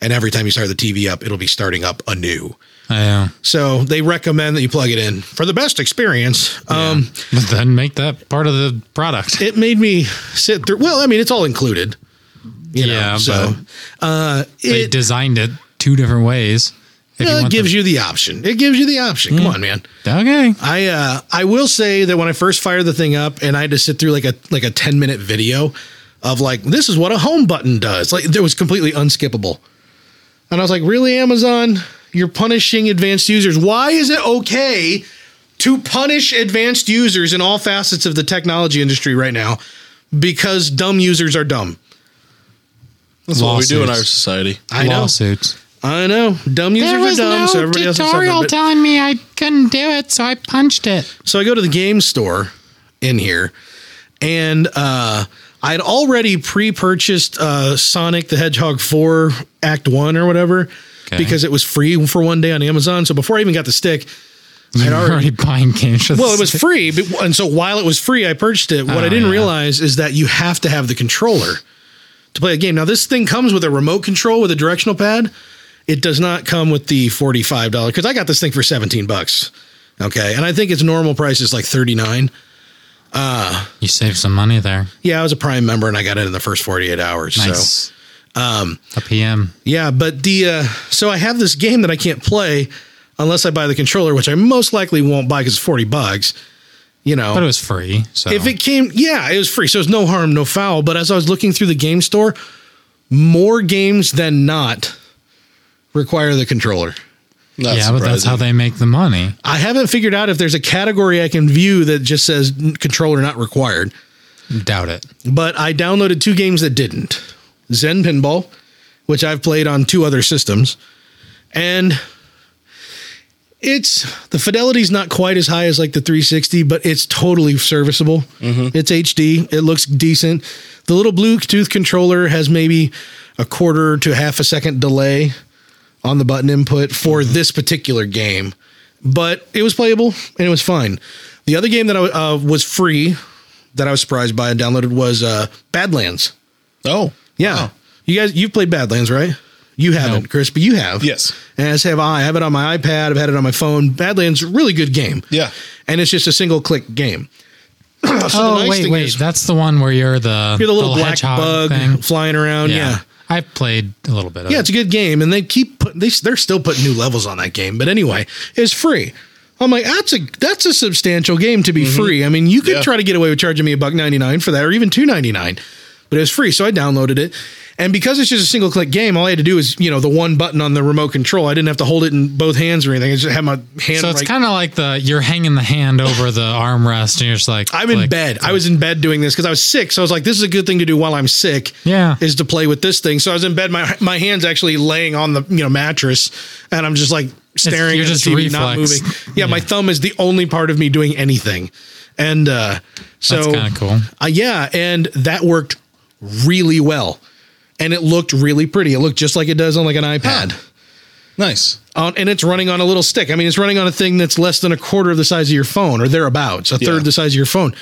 Speaker 1: and every time you start the TV up, it'll be starting up anew.
Speaker 2: Yeah.
Speaker 1: So they recommend that you plug it in for the best experience. Um,
Speaker 2: But then make that part of the product.
Speaker 1: it made me sit through. Well, I mean, it's all included. You
Speaker 2: Yeah,
Speaker 1: know, so uh,
Speaker 2: they
Speaker 1: it
Speaker 2: designed it two different ways. If
Speaker 1: uh,
Speaker 2: want Hmm.
Speaker 1: gives you the option. It gives you the option. Come on, man.
Speaker 2: the, okay.
Speaker 1: I uh, I will say that when I first fired the thing up and I had to sit through like a like a ten minute video of like this is what a home button does. Like it was completely unskippable, and I was like, really, Amazon, you're punishing advanced users. Why is it okay to punish advanced users in all facets of the technology industry right now? Because dumb users are dumb.
Speaker 3: That's what we do in our
Speaker 2: Lawsuits.
Speaker 3: society.
Speaker 1: I know.
Speaker 2: Lawsuits.
Speaker 1: I know. Dumb users are dumb. so everybody else is suffering, but-
Speaker 2: telling me I couldn't do it, so I punched it.
Speaker 1: So I go to the game store in here, and uh, I'd already pre-purchased uh, Sonic the Hedgehog four Act one or whatever
Speaker 2: Okay.
Speaker 1: because it was free for one day on Amazon. So before I even got the stick,
Speaker 2: You
Speaker 1: I'd
Speaker 2: were already
Speaker 1: already.
Speaker 2: buying games. for
Speaker 1: Well, it
Speaker 2: this.
Speaker 1: was free, but, and so while it was free, I purchased it. What I
Speaker 2: Oh,
Speaker 1: didn't
Speaker 2: yeah.
Speaker 1: realize is that you have to have the controller to play a game. Now, this thing comes with a remote control with a directional pad. It does not come with the forty-five dollar because I got this thing for seventeen bucks. Okay, and I think its normal price is like thirty-nine.
Speaker 2: You saved some money there.
Speaker 1: Yeah, I was a Prime member and I got it in the first 48 hours. So,
Speaker 2: Nice. Um, a PM.
Speaker 1: yeah, but the uh, so I have this game that I can't play unless I buy the controller, which I most likely won't buy because it's 40 bucks. You know,
Speaker 2: But it was free. So
Speaker 1: if it came, yeah, it was free. So it's no harm, no foul. But as I was looking through the game store, more games than not require the controller.
Speaker 3: Not
Speaker 2: yeah, but that's
Speaker 3: surprising.
Speaker 2: how they make the money.
Speaker 1: I haven't figured out if there's a category I can view that just says "N- controller not required.
Speaker 2: Doubt it.
Speaker 1: but I downloaded two games that didn't Zen Pinball, which I've played on two other systems, and it's the fidelity's not quite as high as like the 360, but it's totally serviceable. It's HD. It looks decent. The little Bluetooth controller has maybe a quarter to half a second delay on the button input for this particular game, but it was playable and it was fine. The other game that I, uh, was free that I was surprised by and downloaded was uh, Badlands.
Speaker 3: Oh,
Speaker 1: Yeah.
Speaker 3: Wow.
Speaker 1: You guys, you've played Badlands, right? You haven't, Chris, but you have.
Speaker 3: Yes.
Speaker 1: And as have I. I have it on my iPad. I've had it on my phone. Badlands, really good game.
Speaker 3: Yeah.
Speaker 1: And it's just a single click game. So the
Speaker 2: oh
Speaker 1: nice
Speaker 2: wait,
Speaker 1: thing
Speaker 2: wait,
Speaker 1: is
Speaker 2: that's the one where you're the
Speaker 1: you're the little, black
Speaker 2: hedgehog
Speaker 1: bug
Speaker 2: thing.
Speaker 1: flying around. Yeah. yeah.
Speaker 2: I've played a little bit. Of
Speaker 1: it's a good game, and they keep put, they they're still putting new levels on that game. But anyway, it's free. I'm like that's a that's a substantial game to be
Speaker 2: Mm-hmm.
Speaker 1: free. I mean, you could
Speaker 3: Yeah.
Speaker 1: try to get away with charging me a buck ninety nine for that, or even two ninety nine, but it was free, so I downloaded it. And because it's just a single click game, all I had to do is you know the one button on the remote control. I didn't have to hold it in both hands or anything. I just had my hand.
Speaker 2: So it's
Speaker 1: right-
Speaker 2: kind of like the you're hanging the hand over the armrest and you're just like
Speaker 1: I'm in
Speaker 2: like,
Speaker 1: bed. I was in bed doing this because I was sick. So I was like, this is a good thing to do while I'm sick.
Speaker 2: Yeah.
Speaker 1: Is to play with this thing. So I was in bed, my my hands actually laying on the you know mattress, and I'm just like staring
Speaker 2: you're
Speaker 1: at the
Speaker 2: just
Speaker 1: TV, not
Speaker 2: reflex.
Speaker 1: moving. Yeah, my thumb is the only part of me doing anything. And uh
Speaker 2: That's
Speaker 1: so
Speaker 2: kind of cool.
Speaker 1: uh, yeah, and that worked really well. And it looked really pretty. It looked just like it does on like an iPad.
Speaker 3: nice.
Speaker 1: On, and it's running on a little stick. I mean, it's running on a thing that's less than a quarter of the size of your phone or thereabouts, a third the size of your phone.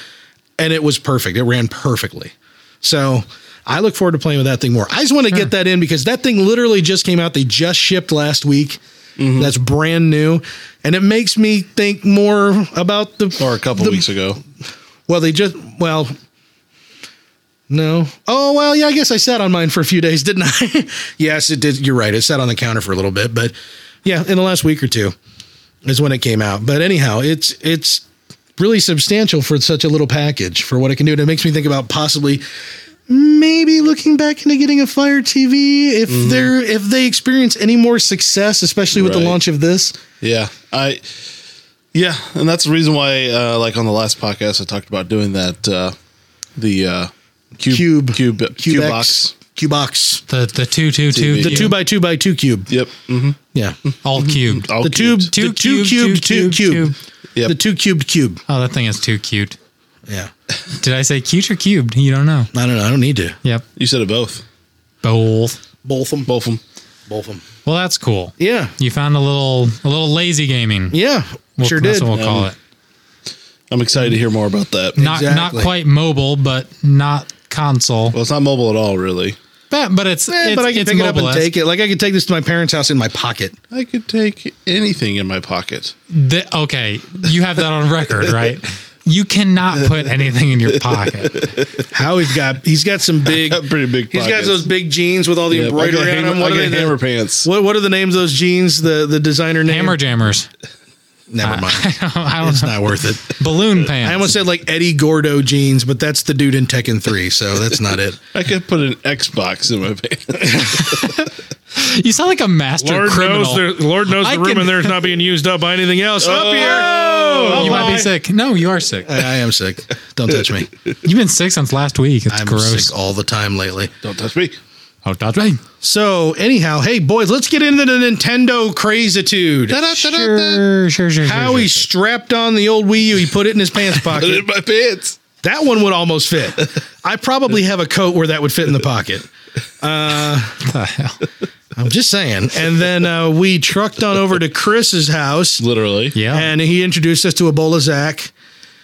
Speaker 1: And it was perfect. It ran perfectly. So I look forward to playing with that thing more. I just want to get that in because that thing literally just came out. They just shipped last week.
Speaker 3: Mm-hmm.
Speaker 1: That's brand new. And it makes me think more about the
Speaker 3: Or a couple
Speaker 1: the-
Speaker 3: weeks ago.
Speaker 1: Well, they just well no. Oh well, yeah, I guess I sat on mine for a few days, didn't I? yes, it did. You're right. It sat on the counter for a little bit, but yeah, in the last week or two is when it came out. But anyhow, it's it's really substantial for such a little package for what it can do. And it makes me think about possibly maybe looking back into getting a Fire TV if they're if they experience any more success, especially with the
Speaker 3: Mm-hmm. Right.
Speaker 1: launch of this.
Speaker 3: Yeah, I. Yeah, and that's the reason why, uh, like on the last podcast, I talked about doing that. Uh, the uh,
Speaker 1: Cube.
Speaker 3: cube, cube, uh, cube,
Speaker 1: Cubex.
Speaker 3: box.
Speaker 1: Cubox.
Speaker 2: The the two two two
Speaker 3: TV.
Speaker 1: The
Speaker 2: cube,
Speaker 1: two by two by two cube.
Speaker 3: Yep. Mm-hmm.
Speaker 1: Yeah.
Speaker 2: all cubed.
Speaker 3: All
Speaker 1: the tube,
Speaker 3: cubed.
Speaker 1: two the two cubed, two cube,
Speaker 3: Yep.
Speaker 1: the two cubed cube.
Speaker 2: Oh, that thing is too cute.
Speaker 1: Yeah,
Speaker 2: Did I say cute or cubed? You don't know.
Speaker 1: I don't know. I don't need to.
Speaker 2: Yep.
Speaker 3: You said it both.
Speaker 2: Both.
Speaker 1: Both them,
Speaker 3: Both of them.
Speaker 1: both them.
Speaker 2: Well, that's cool.
Speaker 1: Yeah,
Speaker 2: You found a little a little lazy gaming.
Speaker 1: yeah,
Speaker 2: We'll-
Speaker 1: sure
Speaker 2: that's
Speaker 1: did.
Speaker 2: what we'll call it.
Speaker 3: I'm excited to hear more about that.
Speaker 2: Not
Speaker 1: exactly.
Speaker 2: not quite mobile, but not console.
Speaker 3: Well, it's not mobile at all, really.
Speaker 2: But, but it's,
Speaker 1: Eh,
Speaker 2: it's
Speaker 1: but I can
Speaker 2: it's
Speaker 1: pick it up and
Speaker 2: mobile-esque.
Speaker 1: take it. Like I could take this to my parents' house in my pocket.
Speaker 3: I could take anything in my pocket.
Speaker 2: The, okay, you have that on record, right? You cannot put anything in your pocket.
Speaker 1: Howie's got he's got some big,
Speaker 3: Got pretty big
Speaker 1: He's got
Speaker 3: pockets.
Speaker 1: those big jeans with all the
Speaker 3: Yep, I got
Speaker 1: embroidery on
Speaker 3: hammer-
Speaker 1: them.
Speaker 3: I
Speaker 1: What are
Speaker 3: got
Speaker 1: they? the-
Speaker 3: hammer pants.
Speaker 1: What, what are the names of those jeans? The the designer name?
Speaker 2: Hammer jammers.
Speaker 1: Never mind.
Speaker 2: I don't
Speaker 1: it's
Speaker 2: know.
Speaker 1: not worth it.
Speaker 2: Balloon pants.
Speaker 1: I almost said like Eddie Gordo jeans, but that's the dude in Tekken Three, so that's not it.
Speaker 3: I could put an Xbox in my pants.
Speaker 2: you sound like a master criminal.
Speaker 1: Lord knows
Speaker 2: I the room can- Oh. in there
Speaker 1: is not being used up by anything else. Up
Speaker 2: you
Speaker 1: here.
Speaker 2: might be sick. No, you are sick.
Speaker 1: I, I am sick. Don't touch me.
Speaker 2: You've been sick since last week. It's
Speaker 1: I'm
Speaker 2: gross.
Speaker 1: sick all the time lately.
Speaker 3: Don't touch me.
Speaker 2: Oh, that's right.
Speaker 1: So, anyhow, hey boys, let's get into the Nintendo crazitude.
Speaker 2: Sure, sure, sure.
Speaker 1: How he strapped on the old Wii U, he put it in his pants
Speaker 3: Put it in
Speaker 1: pocket.
Speaker 3: my pants.
Speaker 1: That one would almost fit. I probably have a coat where that would fit in the pocket. Uh,
Speaker 2: the hell?
Speaker 1: I'm just saying. And then uh, we trucked on over to Chris's house,
Speaker 3: Literally.
Speaker 2: Yeah.
Speaker 1: and he introduced us to Ebola Zach.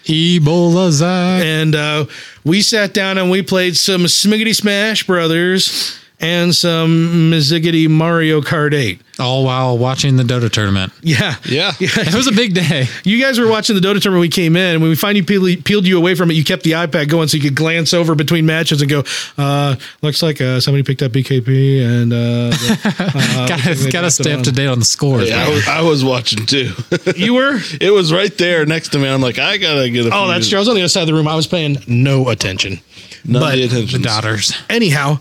Speaker 2: Ebola Zach.
Speaker 1: and uh, we sat down and we played some Smiggity Smash Brothers and some Mizzigity Mario Kart 8.
Speaker 2: All while watching the Dota tournament.
Speaker 1: Yeah.
Speaker 3: Yeah.
Speaker 2: It was a big day.
Speaker 1: You guys were watching the Dota tournament when we came in. When we finally peeled, peeled you away from it, you kept the iPad going so you could glance over between matches and go, uh, looks like uh, somebody picked up BKP and. Uh,
Speaker 2: gotta
Speaker 1: they
Speaker 2: gotta
Speaker 1: dropped it
Speaker 2: stay up
Speaker 1: on.
Speaker 2: to date on the scores.
Speaker 3: Yeah, I
Speaker 2: man.
Speaker 3: was, I was watching too.
Speaker 1: you were?
Speaker 3: it was right there next to me. I'm like, I gotta get a.
Speaker 1: Oh, that's true. I was on the other side of the room. I was paying no attention.
Speaker 3: None of
Speaker 1: But
Speaker 3: the
Speaker 2: the
Speaker 3: attention.
Speaker 2: daughters.
Speaker 1: Anyhow,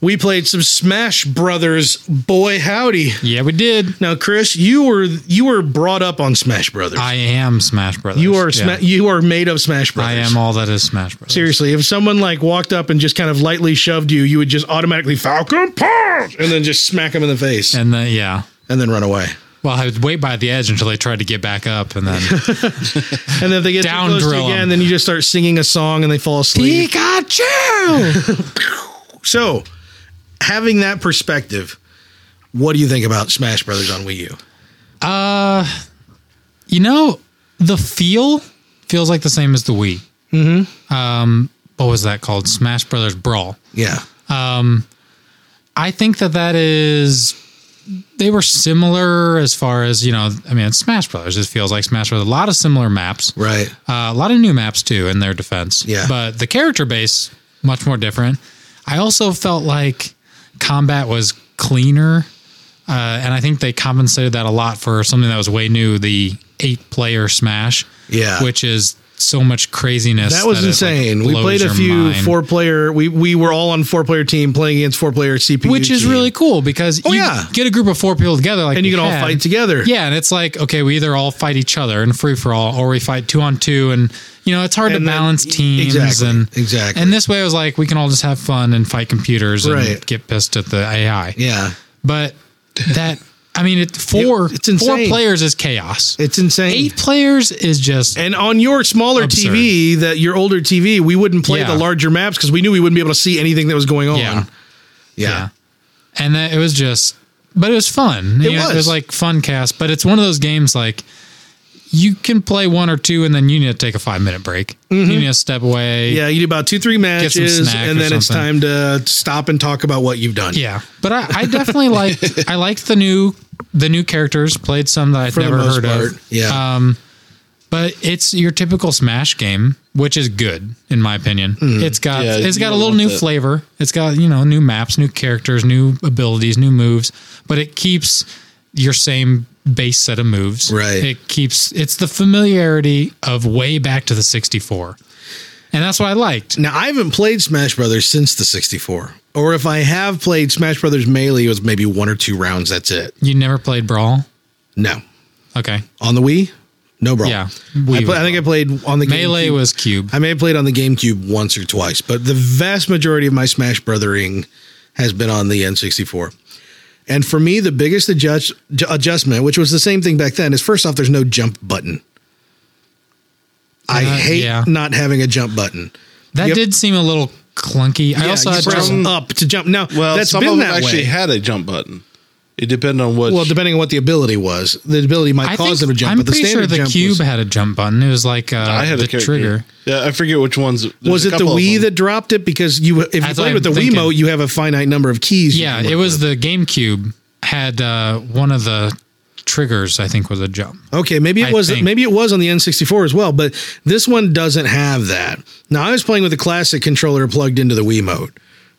Speaker 1: we played some Smash Brothers. Boy, howdy.
Speaker 2: Yeah, we did.
Speaker 1: Now, Chris, you were you were brought up on Smash Brothers.
Speaker 2: I am Smash Brothers.
Speaker 1: you are
Speaker 2: Yeah.
Speaker 1: sma- you are made of Smash
Speaker 2: I
Speaker 1: Brothers.
Speaker 2: am all that is Smash Brothers.
Speaker 1: Seriously, if someone like walked up and just kind of lightly shoved you, you would just automatically Falcon Punch and then just smack them in the face
Speaker 2: And the, yeah,
Speaker 1: and then run away.
Speaker 2: Well, I'd wait by the edge until they tried to get back up, and then
Speaker 1: And then if they get
Speaker 2: Down
Speaker 1: too close to
Speaker 2: drill
Speaker 1: you again,
Speaker 2: 'em.
Speaker 1: then you just start singing a song and they fall asleep.
Speaker 2: Pikachu.
Speaker 1: So, having that perspective, what do you think about Smash Brothers on Wii U?
Speaker 2: You know, the feel feels like the same as the Wii. Mm-hmm. Um, what was that called? Smash Brothers Brawl.
Speaker 1: Yeah.
Speaker 2: I think that that is they were similar as far as you know. I mean, it's Smash Brothers. It feels like Smash Brothers. A lot of similar maps,
Speaker 1: Right.
Speaker 2: uh, a lot of new maps too in their defense.
Speaker 1: Yeah.
Speaker 2: but the character base much more different. I also felt like combat was cleaner, uh, and I think they compensated that a lot for something that was way new. The eight-player Smash,
Speaker 1: Yeah.
Speaker 2: which is so much craziness.
Speaker 1: That was
Speaker 2: it, like,
Speaker 1: insane. we
Speaker 2: blows
Speaker 1: played a
Speaker 2: your
Speaker 1: few
Speaker 2: mind.
Speaker 1: four player. We we were all on four player team playing against four player CPU,
Speaker 2: which is
Speaker 1: team.
Speaker 2: really cool because you
Speaker 1: Oh, yeah.
Speaker 2: get a group of four people together, like
Speaker 1: and you
Speaker 2: we
Speaker 1: can all
Speaker 2: had.
Speaker 1: fight together.
Speaker 2: Yeah, and it's like okay, we either all fight each other in free for all, or we fight two on two, and you know it's hard
Speaker 1: And
Speaker 2: to
Speaker 1: then- e-,
Speaker 2: balance teams.
Speaker 1: exactly,
Speaker 2: and
Speaker 1: exactly.
Speaker 2: And this way, it was like we can all just have fun and fight computers and
Speaker 1: Right.
Speaker 2: get pissed at the AI.
Speaker 1: yeah,
Speaker 2: But that, I mean, it, four
Speaker 1: It- it's
Speaker 2: four
Speaker 1: insane.
Speaker 2: players is chaos.
Speaker 1: it's insane.
Speaker 2: Eight players is just
Speaker 1: and on your smaller
Speaker 2: Absurd.
Speaker 1: TV, that your older TV, we wouldn't play
Speaker 2: Yeah.
Speaker 1: the larger maps because we knew we wouldn't be able to see anything that was going on.
Speaker 2: Yeah.
Speaker 1: yeah.
Speaker 2: And that it was just, but it was fun.
Speaker 1: It
Speaker 2: You know,
Speaker 1: was.
Speaker 2: It was like fun cast, but it's one of those games like you can play one or two and then you need to take a five minute break. You need to step away.
Speaker 1: Mm-hmm. Yeah, you do about two, three
Speaker 2: some
Speaker 1: matches,
Speaker 2: snack
Speaker 1: and
Speaker 2: or
Speaker 1: then it's time
Speaker 2: something.
Speaker 1: to stop and talk about what you've done.
Speaker 2: Yeah. But I, I definitely liked, I liked the new, the new characters played some that I'd
Speaker 1: for
Speaker 2: never
Speaker 1: the most
Speaker 2: heard
Speaker 1: part.
Speaker 2: of.
Speaker 1: Yeah,
Speaker 2: Um, But it's your typical Smash game, which is good in my opinion.
Speaker 1: Hmm.
Speaker 2: It's got
Speaker 3: Yeah,
Speaker 2: it's
Speaker 3: you
Speaker 2: got a
Speaker 3: don't
Speaker 2: little
Speaker 3: want
Speaker 2: new
Speaker 3: that.
Speaker 2: flavor. It's got you know new maps, new characters, new abilities, new moves. But it keeps your same base set of moves.
Speaker 1: Right.
Speaker 2: It keeps it's the familiarity of way back to the sixty four, and that's what I liked.
Speaker 1: now I haven't played Smash Brothers since the '64, or if I have played Smash Brothers Melee, it was maybe one or two rounds. That's it.
Speaker 2: You never played Brawl,
Speaker 1: No,
Speaker 2: okay?
Speaker 1: on the Wii, no brawl.
Speaker 2: Yeah,
Speaker 1: I,
Speaker 2: Wii
Speaker 1: pla- I think I played on the
Speaker 2: Melee
Speaker 1: GameCube.
Speaker 2: was Cube.
Speaker 1: I may have played on the GameCube once or twice, but the vast majority of my Smash Brothering has been on the N64. And for me, the biggest adjust, ju- adjustment, which was the same thing back then, is first off, there's no jump button. I
Speaker 2: Uh,
Speaker 1: hate
Speaker 2: yeah.
Speaker 1: not having a jump button.
Speaker 2: That
Speaker 1: Yep.
Speaker 2: did seem a little clunky. I
Speaker 1: Yeah,
Speaker 2: also
Speaker 1: you
Speaker 2: had
Speaker 1: press
Speaker 2: trouble.
Speaker 1: up to jump. Now,
Speaker 3: Well,
Speaker 1: that's
Speaker 3: some
Speaker 1: been
Speaker 3: of them
Speaker 1: that
Speaker 3: actually
Speaker 1: way.
Speaker 3: had a jump button. It depended on what.
Speaker 1: well, depending on what the ability was, the ability might
Speaker 2: I
Speaker 1: cause
Speaker 2: think
Speaker 1: them to jump.
Speaker 2: I'm
Speaker 1: but the
Speaker 2: pretty sure
Speaker 1: standard
Speaker 2: the
Speaker 1: jump
Speaker 2: cube
Speaker 1: was,
Speaker 2: had a jump button. It was like uh,
Speaker 3: I had
Speaker 2: the
Speaker 3: a character.
Speaker 2: trigger.
Speaker 3: Yeah, I forget which ones. there's
Speaker 1: was
Speaker 3: a
Speaker 1: it the
Speaker 3: couple of
Speaker 1: Wii
Speaker 3: them.
Speaker 1: that dropped it? Because you, if you
Speaker 2: That's what
Speaker 1: played with the
Speaker 2: I'm thinking.
Speaker 1: Wiimote, you have a finite number of keys. you
Speaker 2: Yeah,
Speaker 1: can
Speaker 2: it
Speaker 1: work
Speaker 2: was
Speaker 1: with.
Speaker 2: the GameCube had uh, one of the triggers. I think was a jump.
Speaker 1: Okay, maybe it
Speaker 2: I
Speaker 1: was
Speaker 2: think.
Speaker 1: maybe it was on the N64 as well, but this one doesn't have that. Now I was playing with a classic controller plugged into the Wiimote,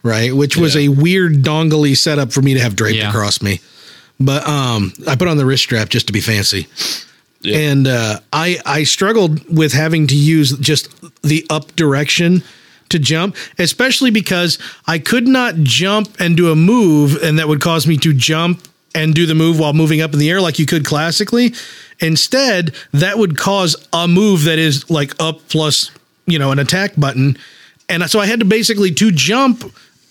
Speaker 1: right? Which was
Speaker 3: Yeah.
Speaker 1: a weird dongly setup for me to have draped
Speaker 2: Yeah.
Speaker 1: across me. But um I put on the wrist strap just to be fancy.
Speaker 3: Yeah.
Speaker 1: And uh I I struggled with having to use just the up direction to jump, especially because I could not jump and do a move and that would cause me to jump and do the move while moving up in the air like you could classically. Instead, that would cause a move that is like up plus, you know, an attack button. And so I had to basically to jump,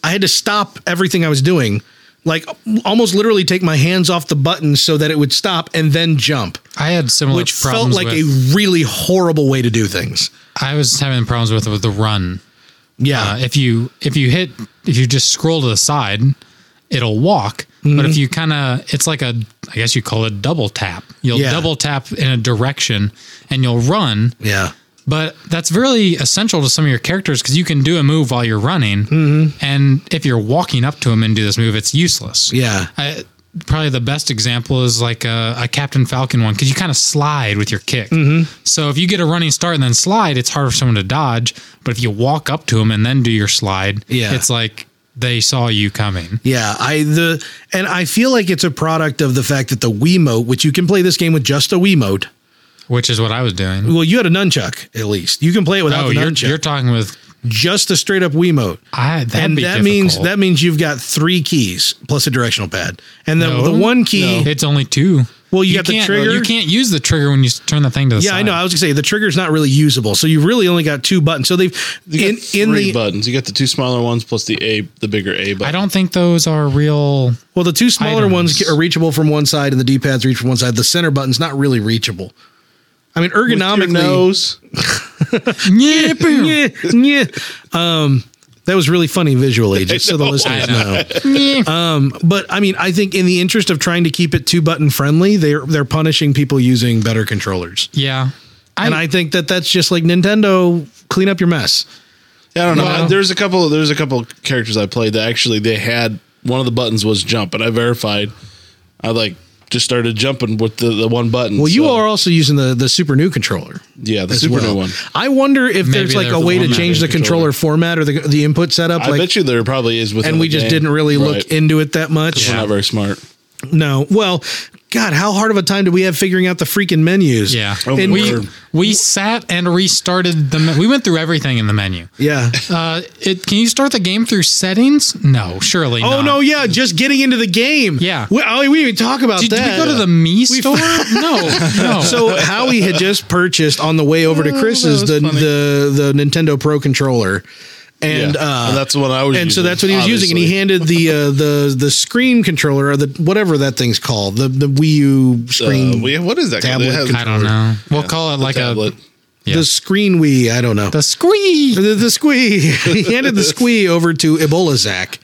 Speaker 1: I had to stop everything I was doing. Like almost literally take my hands off the button so that it would stop and then jump,
Speaker 2: I had similar
Speaker 1: which felt
Speaker 2: problems.
Speaker 1: like
Speaker 2: with,
Speaker 1: a really horrible way to do things.
Speaker 2: I was having problems with with the run.
Speaker 1: Yeah.
Speaker 2: Uh, if you if you hit if you just scroll to the side, it'll walk.
Speaker 1: Mm-hmm.
Speaker 2: But if you kind of it's like a I guess you call it double tap. You'll
Speaker 1: Yeah.
Speaker 2: double tap in a direction and you'll run.
Speaker 1: yeah.
Speaker 2: But that's really essential to some of your characters because you can do a move while you're running,
Speaker 1: Mm-hmm.
Speaker 2: and if you're walking up to them and do this move, it's useless.
Speaker 1: Yeah.
Speaker 2: I, probably the best example is like a, a Captain Falcon one because you kind of slide with your kick.
Speaker 1: Mm-hmm.
Speaker 2: So if you get a running start and then slide, it's harder for someone to dodge. But if you walk up to them and then do your slide,
Speaker 1: Yeah.
Speaker 2: it's like they saw you coming.
Speaker 1: Yeah, I the and I feel like it's a product of the fact that the Wiimote, which you can play this game with just a Wiimote.
Speaker 2: Which is what I was doing.
Speaker 1: Well, you had a nunchuck at least. You can play it without
Speaker 2: Oh,
Speaker 1: the
Speaker 2: you're,
Speaker 1: nunchuck.
Speaker 2: you're talking with
Speaker 1: just a straight up Wiimote.
Speaker 2: I. That'd
Speaker 1: and
Speaker 2: be
Speaker 1: that means
Speaker 2: difficult.
Speaker 1: that means you've got three keys plus a directional pad. And the,
Speaker 2: No.
Speaker 1: the one key
Speaker 2: it's only two.
Speaker 1: Well, you,
Speaker 2: You
Speaker 1: got the
Speaker 2: can't,
Speaker 1: trigger.
Speaker 2: you can't use the trigger when you s- turn the thing to the
Speaker 1: yeah,
Speaker 2: side.
Speaker 1: I know. I was gonna say the trigger's not really usable, so you really only got two buttons. So they've
Speaker 3: You
Speaker 1: in
Speaker 3: got
Speaker 1: in
Speaker 3: three
Speaker 1: the
Speaker 3: buttons. You got the two smaller ones plus the A, the bigger A button.
Speaker 2: I don't think those are real.
Speaker 1: well, the two smaller
Speaker 2: Items.
Speaker 1: ones are reachable from one side, and the D pads reach from one side. The center button's not really reachable. I mean, ergonomically,
Speaker 3: Your nose.
Speaker 2: Yeah, boom.
Speaker 1: yeah, yeah. Um, that was really funny visually, just so the listeners know.
Speaker 2: Yeah.
Speaker 1: Um, but I mean, I think in the interest of trying to keep it two button friendly, they're they're punishing people using better controllers,
Speaker 2: yeah. I,
Speaker 1: and I think that that's just like Nintendo clean up your mess.
Speaker 3: Yeah, I don't know.
Speaker 2: Well-
Speaker 3: There's a couple. There's a couple characters I played that actually they had one of the buttons was jump, and I verified. I like just started jumping with the, the one button.
Speaker 1: Well, you
Speaker 3: so-
Speaker 1: are also using the the Super New controller.
Speaker 3: yeah the
Speaker 1: as
Speaker 3: super
Speaker 1: well.
Speaker 3: new one.
Speaker 1: I wonder if there's like
Speaker 2: there's
Speaker 1: a
Speaker 2: a
Speaker 1: way to
Speaker 2: format
Speaker 1: change the
Speaker 3: in
Speaker 1: controller
Speaker 3: controller.
Speaker 1: format or the the input setup.
Speaker 3: I
Speaker 1: like,
Speaker 3: bet you there probably is with
Speaker 1: and we just didn't really look into it that much.
Speaker 3: We're not very smart.
Speaker 1: No. Well, God, how hard of a time did we have figuring out the freaking menus?
Speaker 2: yeah.
Speaker 3: Oh,
Speaker 1: And-
Speaker 2: we
Speaker 3: Lord.
Speaker 2: we sat and restarted the. Me- we went through everything in the menu.
Speaker 1: Yeah.
Speaker 2: Uh, it can you start the game through settings? No, surely.
Speaker 1: Oh
Speaker 2: not.
Speaker 1: no, yeah, just getting into the game.
Speaker 2: Yeah.
Speaker 1: We, oh, we didn't even talk about
Speaker 2: Did, did
Speaker 1: that. uh,
Speaker 2: we go to the me store? no, no.
Speaker 1: so Howie had just purchased on the way over to Chris's
Speaker 3: was
Speaker 1: the,
Speaker 3: funny.
Speaker 1: the the Nintendo Pro controller, and
Speaker 3: Yeah.
Speaker 1: uh,
Speaker 3: And that's what I was
Speaker 1: and
Speaker 3: using,
Speaker 1: so that's what he was using, and he
Speaker 3: obviously.
Speaker 1: handed the uh, the the screen controller or the whatever that thing's called the the Wii U
Speaker 3: Uh,
Speaker 1: screen
Speaker 3: we, what is that? called?
Speaker 1: tablet
Speaker 3: It has-
Speaker 1: control.
Speaker 2: I don't know. We'll call it
Speaker 3: the
Speaker 2: like
Speaker 3: tablet.
Speaker 2: a yeah.
Speaker 1: the screen Wii I don't know
Speaker 2: the squee.
Speaker 1: the, the squee he handed the squee over to Ebola Zach,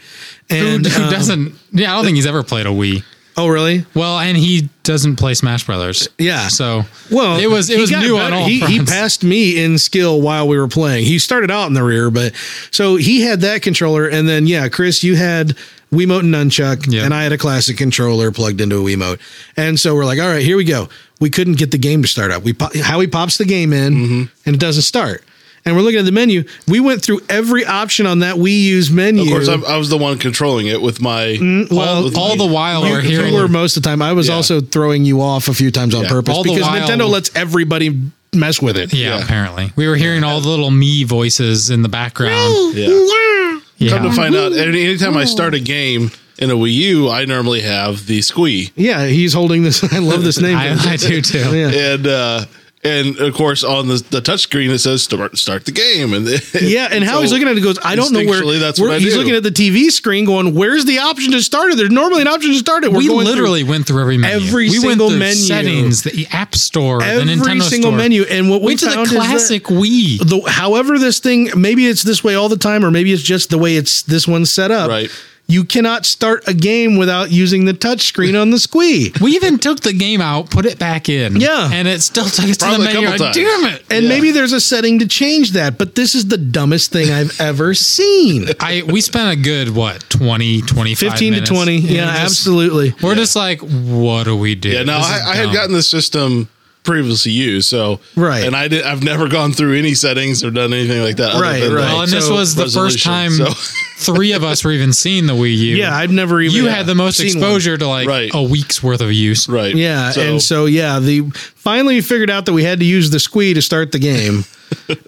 Speaker 2: Who,
Speaker 1: and
Speaker 2: who
Speaker 1: um,
Speaker 2: doesn't? Yeah, I don't think he's ever played a Wii.
Speaker 1: oh really
Speaker 2: Well, and he doesn't play Smash Brothers.
Speaker 1: Yeah.
Speaker 2: So
Speaker 1: Well,
Speaker 2: it was it
Speaker 1: he
Speaker 2: was
Speaker 1: got
Speaker 2: new on
Speaker 1: better.
Speaker 2: all
Speaker 1: he, he
Speaker 2: fronts.
Speaker 1: passed me in skill while we were playing. He started out in the rear, but so he had that controller, and then yeah, Chris, you had Wiimote and nunchuck,
Speaker 2: Yeah.
Speaker 1: and I had a classic controller plugged into a Wiimote, and so we're like, all right, here we go. We couldn't get the game to start up. We pop, Howie pops the game in,
Speaker 2: Mm-hmm.
Speaker 1: and it doesn't start. And we're looking at the menu. We went through every option on that Wii U's menu.
Speaker 3: Of course, I'm, I was the one controlling it with my.
Speaker 1: well,
Speaker 3: with
Speaker 2: all
Speaker 3: my-
Speaker 2: the while
Speaker 1: you,
Speaker 2: we're
Speaker 1: you
Speaker 2: hearing
Speaker 1: were most of the time. I was
Speaker 3: Yeah.
Speaker 1: also throwing you off a few times on
Speaker 3: Yeah.
Speaker 1: purpose
Speaker 2: All the
Speaker 1: because
Speaker 2: while-
Speaker 1: Nintendo lets everybody mess with it.
Speaker 2: yeah,
Speaker 3: yeah.
Speaker 2: apparently. We were hearing all the little me voices in the background.
Speaker 3: Yeah.
Speaker 1: mm,
Speaker 2: Yeah.
Speaker 3: Come to find out, any, anytime I start a game in a Wii U, I normally have the squee,
Speaker 1: Yeah, he's holding this. I love this name.
Speaker 2: I, I do too.
Speaker 1: yeah.
Speaker 3: and uh, and of course on the the touch screen it says start start the game, and
Speaker 1: Yeah, and how he's looking at it goes, I don't know where.
Speaker 3: Instinctually, that's
Speaker 1: where-
Speaker 3: what I
Speaker 1: he's
Speaker 3: do.
Speaker 1: looking at the TV screen, going, "Where's the option to start it? There's normally an option to start it." We're
Speaker 2: we
Speaker 1: going through
Speaker 2: literally went through every menu.
Speaker 1: every
Speaker 2: we
Speaker 1: single
Speaker 2: went through
Speaker 1: menu.
Speaker 2: settings, the App Store, the
Speaker 1: every
Speaker 2: Nintendo
Speaker 1: single
Speaker 2: Store.
Speaker 1: menu, and what we
Speaker 2: Went to the
Speaker 1: found is that-
Speaker 2: classic Wii.
Speaker 1: the, however this thing maybe it's this way all the time or maybe it's just the way it's this one's set up
Speaker 3: Right.
Speaker 1: you cannot start a game without using the touch screen on the squee
Speaker 2: We even took the game out, put it back in.
Speaker 1: Yeah.
Speaker 2: And it still took us to the
Speaker 3: Probably a
Speaker 2: menu.
Speaker 3: couple
Speaker 2: Like,
Speaker 3: times.
Speaker 2: Damn it.
Speaker 1: and maybe there's a setting to change that but this is the dumbest thing i've ever seen
Speaker 2: I we spent a good what 20 25
Speaker 1: 15 to
Speaker 2: minutes.
Speaker 1: 20
Speaker 2: And
Speaker 1: yeah
Speaker 2: we just-
Speaker 1: absolutely
Speaker 2: We're just like what do we do?
Speaker 3: yeah. Now
Speaker 2: This is
Speaker 3: I, I had
Speaker 2: dumb.
Speaker 3: gotten the system previously used, so
Speaker 1: Right.
Speaker 3: and I did. I've never gone through any settings or done anything like that. other
Speaker 1: Right,
Speaker 3: than
Speaker 1: right.
Speaker 3: that
Speaker 2: Well, and this
Speaker 1: so
Speaker 2: was the first
Speaker 3: resolution,
Speaker 2: time
Speaker 3: so-
Speaker 2: three of us were even seeing the Wii U.
Speaker 1: yeah i've never even
Speaker 2: you had the most
Speaker 1: seen one.
Speaker 2: exposure to like
Speaker 3: Right.
Speaker 2: a week's worth of use.
Speaker 3: right.
Speaker 1: yeah and so yeah the finally we figured out that we had to use the squee to start the game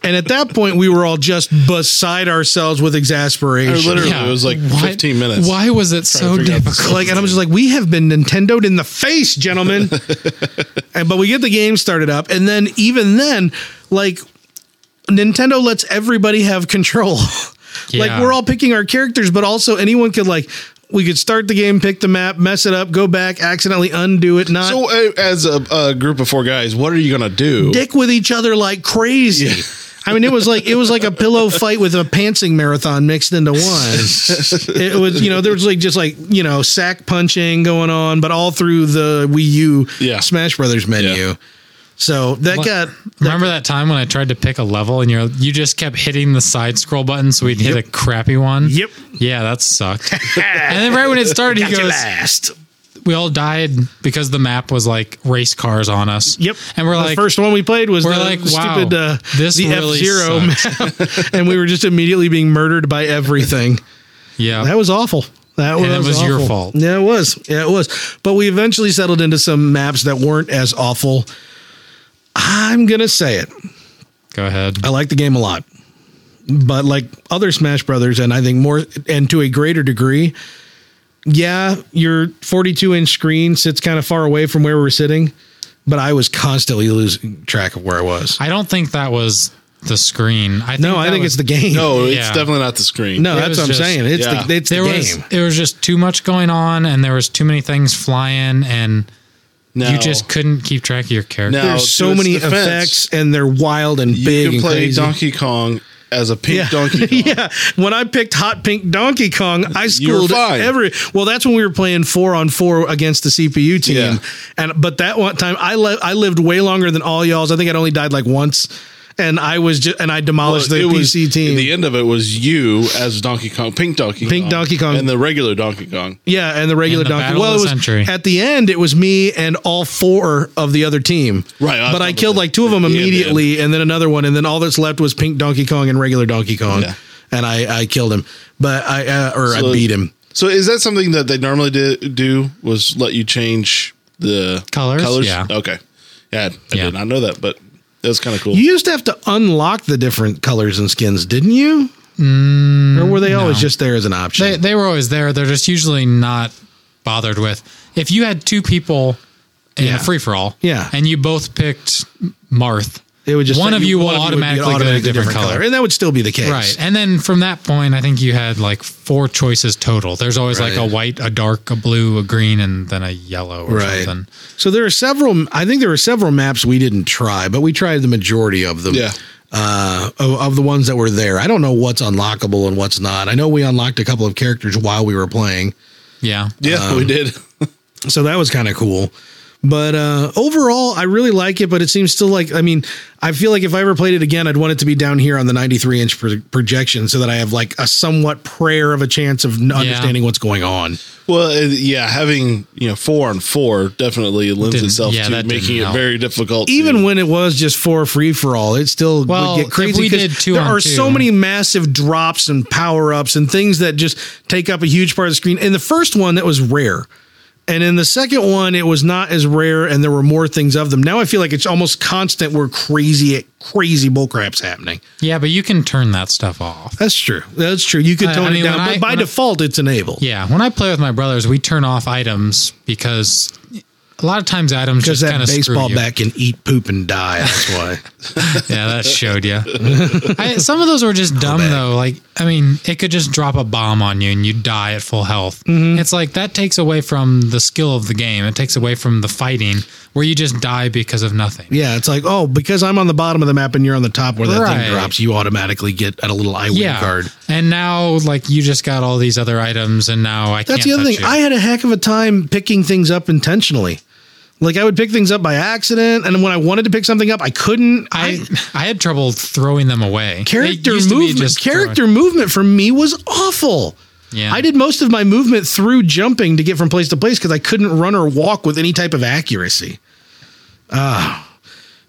Speaker 1: and at that point we were all just beside ourselves with
Speaker 3: Or
Speaker 1: exasperation
Speaker 3: literally, it was like
Speaker 2: Why-
Speaker 3: 15 minutes.
Speaker 2: Why was it so
Speaker 3: figure out the
Speaker 2: difficult?
Speaker 1: like, and I'm just like, we have been Nintendoed in the face, gentlemen. and but we get the game started up, and then even then, like, Nintendo lets everybody have control.
Speaker 2: Yeah.
Speaker 1: Like we're all picking our characters, but also anyone could like we could start the game, pick the map, mess it up, go back, accidentally undo it, not
Speaker 3: So, uh, as a, a group of four guys, what are you gonna do?
Speaker 1: dick with each other like crazy. I mean, it was like it was like a pillow fight with a pantsing marathon mixed into one. It was, you know, there was like just like you know sack punching going on, but all through the Wii U
Speaker 3: Yeah.
Speaker 1: Smash Brothers menu.
Speaker 3: Yeah.
Speaker 1: So that
Speaker 2: What-
Speaker 1: got
Speaker 2: Remember that time when I tried to pick a level and you're you just kept hitting the side scroll button so we'd hit a crappy one?
Speaker 1: Yep.
Speaker 2: Yeah, that sucked. and then right when it started, he
Speaker 1: got you
Speaker 2: goes,
Speaker 1: last.
Speaker 2: "We all died because the map was like race cars on us."
Speaker 1: Yep,
Speaker 2: And we're
Speaker 1: the
Speaker 2: like,
Speaker 1: first one we played was
Speaker 2: we're
Speaker 1: the
Speaker 2: like, wow,
Speaker 1: stupid uh,
Speaker 2: this
Speaker 1: the
Speaker 2: really
Speaker 1: F Zero map, and we were just immediately being murdered by everything.
Speaker 2: "Yeah,
Speaker 1: That was awful. That was,
Speaker 2: it was your
Speaker 1: awful.
Speaker 2: fault.
Speaker 1: Yeah, it was. Yeah, it was. But we eventually settled into some maps that weren't as awful. I'm gonna say it.
Speaker 2: go ahead."
Speaker 1: I like the game a lot, but like other Smash Brothers, and I think more, and to a greater degree, yeah, your 42 inch screen sits kind of far away from where we were sitting, but I was constantly losing track of where I was.
Speaker 2: I don't think that was the screen. I think
Speaker 1: no, I
Speaker 2: that
Speaker 1: think
Speaker 2: was-
Speaker 1: it's the game.
Speaker 3: No, it's
Speaker 2: Yeah.
Speaker 3: definitely not the screen.
Speaker 1: no,
Speaker 2: it
Speaker 1: that's
Speaker 2: was
Speaker 1: what I'm
Speaker 2: just-
Speaker 1: saying. It's
Speaker 3: yeah.
Speaker 1: the it's
Speaker 2: there
Speaker 1: the
Speaker 2: was
Speaker 1: game.
Speaker 2: there was just too much going on, and there was too many things flying, and
Speaker 3: no.
Speaker 2: you just couldn't keep track of your character.
Speaker 3: No.
Speaker 1: There's
Speaker 3: to
Speaker 1: so
Speaker 3: its
Speaker 1: many
Speaker 3: defense,
Speaker 1: effects, and they're wild and
Speaker 3: you
Speaker 1: big
Speaker 3: can
Speaker 1: and
Speaker 3: play
Speaker 1: crazy.
Speaker 3: Donkey Kong as a pink
Speaker 1: yeah.
Speaker 3: Donkey Kong.
Speaker 1: yeah. When I picked Hot Pink Donkey Kong, I
Speaker 3: You were
Speaker 1: schooled
Speaker 3: fine.
Speaker 1: every. Well, that's when we were playing four on four against the CPU team,
Speaker 3: Yeah.
Speaker 1: and but that one time I le- I lived way longer than all y'all's. I think I'd only died like once, and I was just and I demolished
Speaker 3: Well,
Speaker 1: the
Speaker 3: it was-
Speaker 1: PC team.
Speaker 3: The end of it was you as Donkey Kong, Pink Donkey,
Speaker 1: Pink Donkey Kong.
Speaker 3: and the regular Donkey Kong.
Speaker 1: yeah, and the regular
Speaker 2: And the
Speaker 1: Donkey.
Speaker 2: Battle
Speaker 1: Well,
Speaker 2: of
Speaker 1: it
Speaker 2: the
Speaker 1: was
Speaker 2: Century.
Speaker 1: at the end. It was me and all four of the other team.
Speaker 3: Right, I
Speaker 1: but I
Speaker 3: thought
Speaker 1: killed
Speaker 3: that-
Speaker 1: like two of them
Speaker 3: yeah, the end.
Speaker 1: immediately, and then another one, and then all that's left was Pink Donkey Kong and regular Donkey Kong,
Speaker 3: Yeah.
Speaker 1: and I I killed him, but I uh, or I
Speaker 3: So-
Speaker 1: beat him.
Speaker 3: So is that something that they normally do, do was let you change the
Speaker 2: Colors? Yeah.
Speaker 3: Okay. Yeah, I
Speaker 2: Yeah.
Speaker 3: did not know that, but that was kind of cool.
Speaker 1: You used to have to unlock the different colors and skins, didn't you? or were they always just there as an option?
Speaker 2: Mm, They, they were always there. They're just usually not bothered with. If you had two people in
Speaker 1: Yeah.
Speaker 2: a free for all,
Speaker 1: Yeah.
Speaker 2: and you both picked Marth,
Speaker 1: it would just
Speaker 2: one
Speaker 1: say
Speaker 2: of you will
Speaker 1: would
Speaker 2: automatically
Speaker 1: get
Speaker 2: go to a different color.
Speaker 1: and that would still be the case,
Speaker 2: right? And then from that point, I think you had like four choices total. There's always like
Speaker 1: Right.
Speaker 2: a white, a dark, a blue, a green, and then a yellow or
Speaker 1: Right.
Speaker 2: something.
Speaker 1: So there are several. I think there were several maps we didn't try, but we tried the majority of them.
Speaker 3: Yeah.
Speaker 1: Uh, of, of the ones that were there, I don't know what's unlockable and what's not. I know we unlocked a couple of characters while we were playing,
Speaker 2: Yeah,
Speaker 3: yeah,
Speaker 1: Um,
Speaker 3: we did.
Speaker 1: so that was kind of cool. But uh, overall, I really like it. But it seems still like I mean, I feel like if I ever played it again, I'd want it to be down here on the 93 inch pro- projection, so that I have like a somewhat prayer of a chance of n- understanding what's going on.
Speaker 3: Well, uh, yeah, having you know four on four definitely lends
Speaker 2: Didn't-
Speaker 3: itself
Speaker 2: yeah,
Speaker 3: to
Speaker 2: that didn't
Speaker 3: making it
Speaker 2: help.
Speaker 3: very difficult.
Speaker 1: even
Speaker 3: to,
Speaker 1: when it was just for free for all, it still
Speaker 2: Well,
Speaker 1: would
Speaker 2: if
Speaker 1: get crazy.
Speaker 2: we
Speaker 1: 'cause
Speaker 2: did two
Speaker 1: there
Speaker 2: on
Speaker 1: are so
Speaker 2: two.
Speaker 1: many massive drops and power ups and things that just take up a huge part of the screen. In the first one, that was rare. And in the second one, it was not as rare, and there were more things of them. Now I feel like it's almost constant where crazy, crazy bullcrap's happening.
Speaker 2: yeah, but you can turn that stuff off.
Speaker 1: That's true. That's true. You could
Speaker 2: I-
Speaker 1: tone
Speaker 2: I mean,
Speaker 1: it down,
Speaker 2: when
Speaker 1: but
Speaker 2: I-
Speaker 1: by
Speaker 2: when I-
Speaker 1: default, it's enabled.
Speaker 2: Yeah, when I play with my brothers, we turn off items because a lot of times items
Speaker 1: Because
Speaker 2: just kind
Speaker 1: that
Speaker 2: of
Speaker 1: baseball
Speaker 2: you.
Speaker 1: bat can eat, poop, and die. That's why.
Speaker 2: Yeah, that showed you. I, some of those were just dumb
Speaker 1: bad.
Speaker 2: though. Like, I mean, it could just drop a bomb on you and you die at full health.
Speaker 1: Mm-hmm.
Speaker 2: It's like that takes away from the skill of the game. It takes away from the fighting where you just die because of nothing.
Speaker 1: Yeah, it's like, oh, because I'm on the bottom of the map and you're on the top where that
Speaker 2: Right.
Speaker 1: thing drops, you automatically get a little I win
Speaker 2: Yeah.
Speaker 1: card.
Speaker 2: And now, like, you just got all these other items, and now I
Speaker 1: That's
Speaker 2: can't.
Speaker 1: the other
Speaker 2: touch
Speaker 1: thing.
Speaker 2: you.
Speaker 1: I had a heck of a time picking things up intentionally. Like I would pick things up by accident, and when I wanted to pick something up, I couldn't. I,
Speaker 2: I I had trouble throwing them away.
Speaker 1: character
Speaker 2: They used to be
Speaker 1: movement.
Speaker 2: just
Speaker 1: Character
Speaker 2: throwing-
Speaker 1: movement for me was awful.
Speaker 2: Yeah.
Speaker 1: I did most of my movement through jumping to get from place to place because I couldn't run or walk with any type of accuracy. Ah,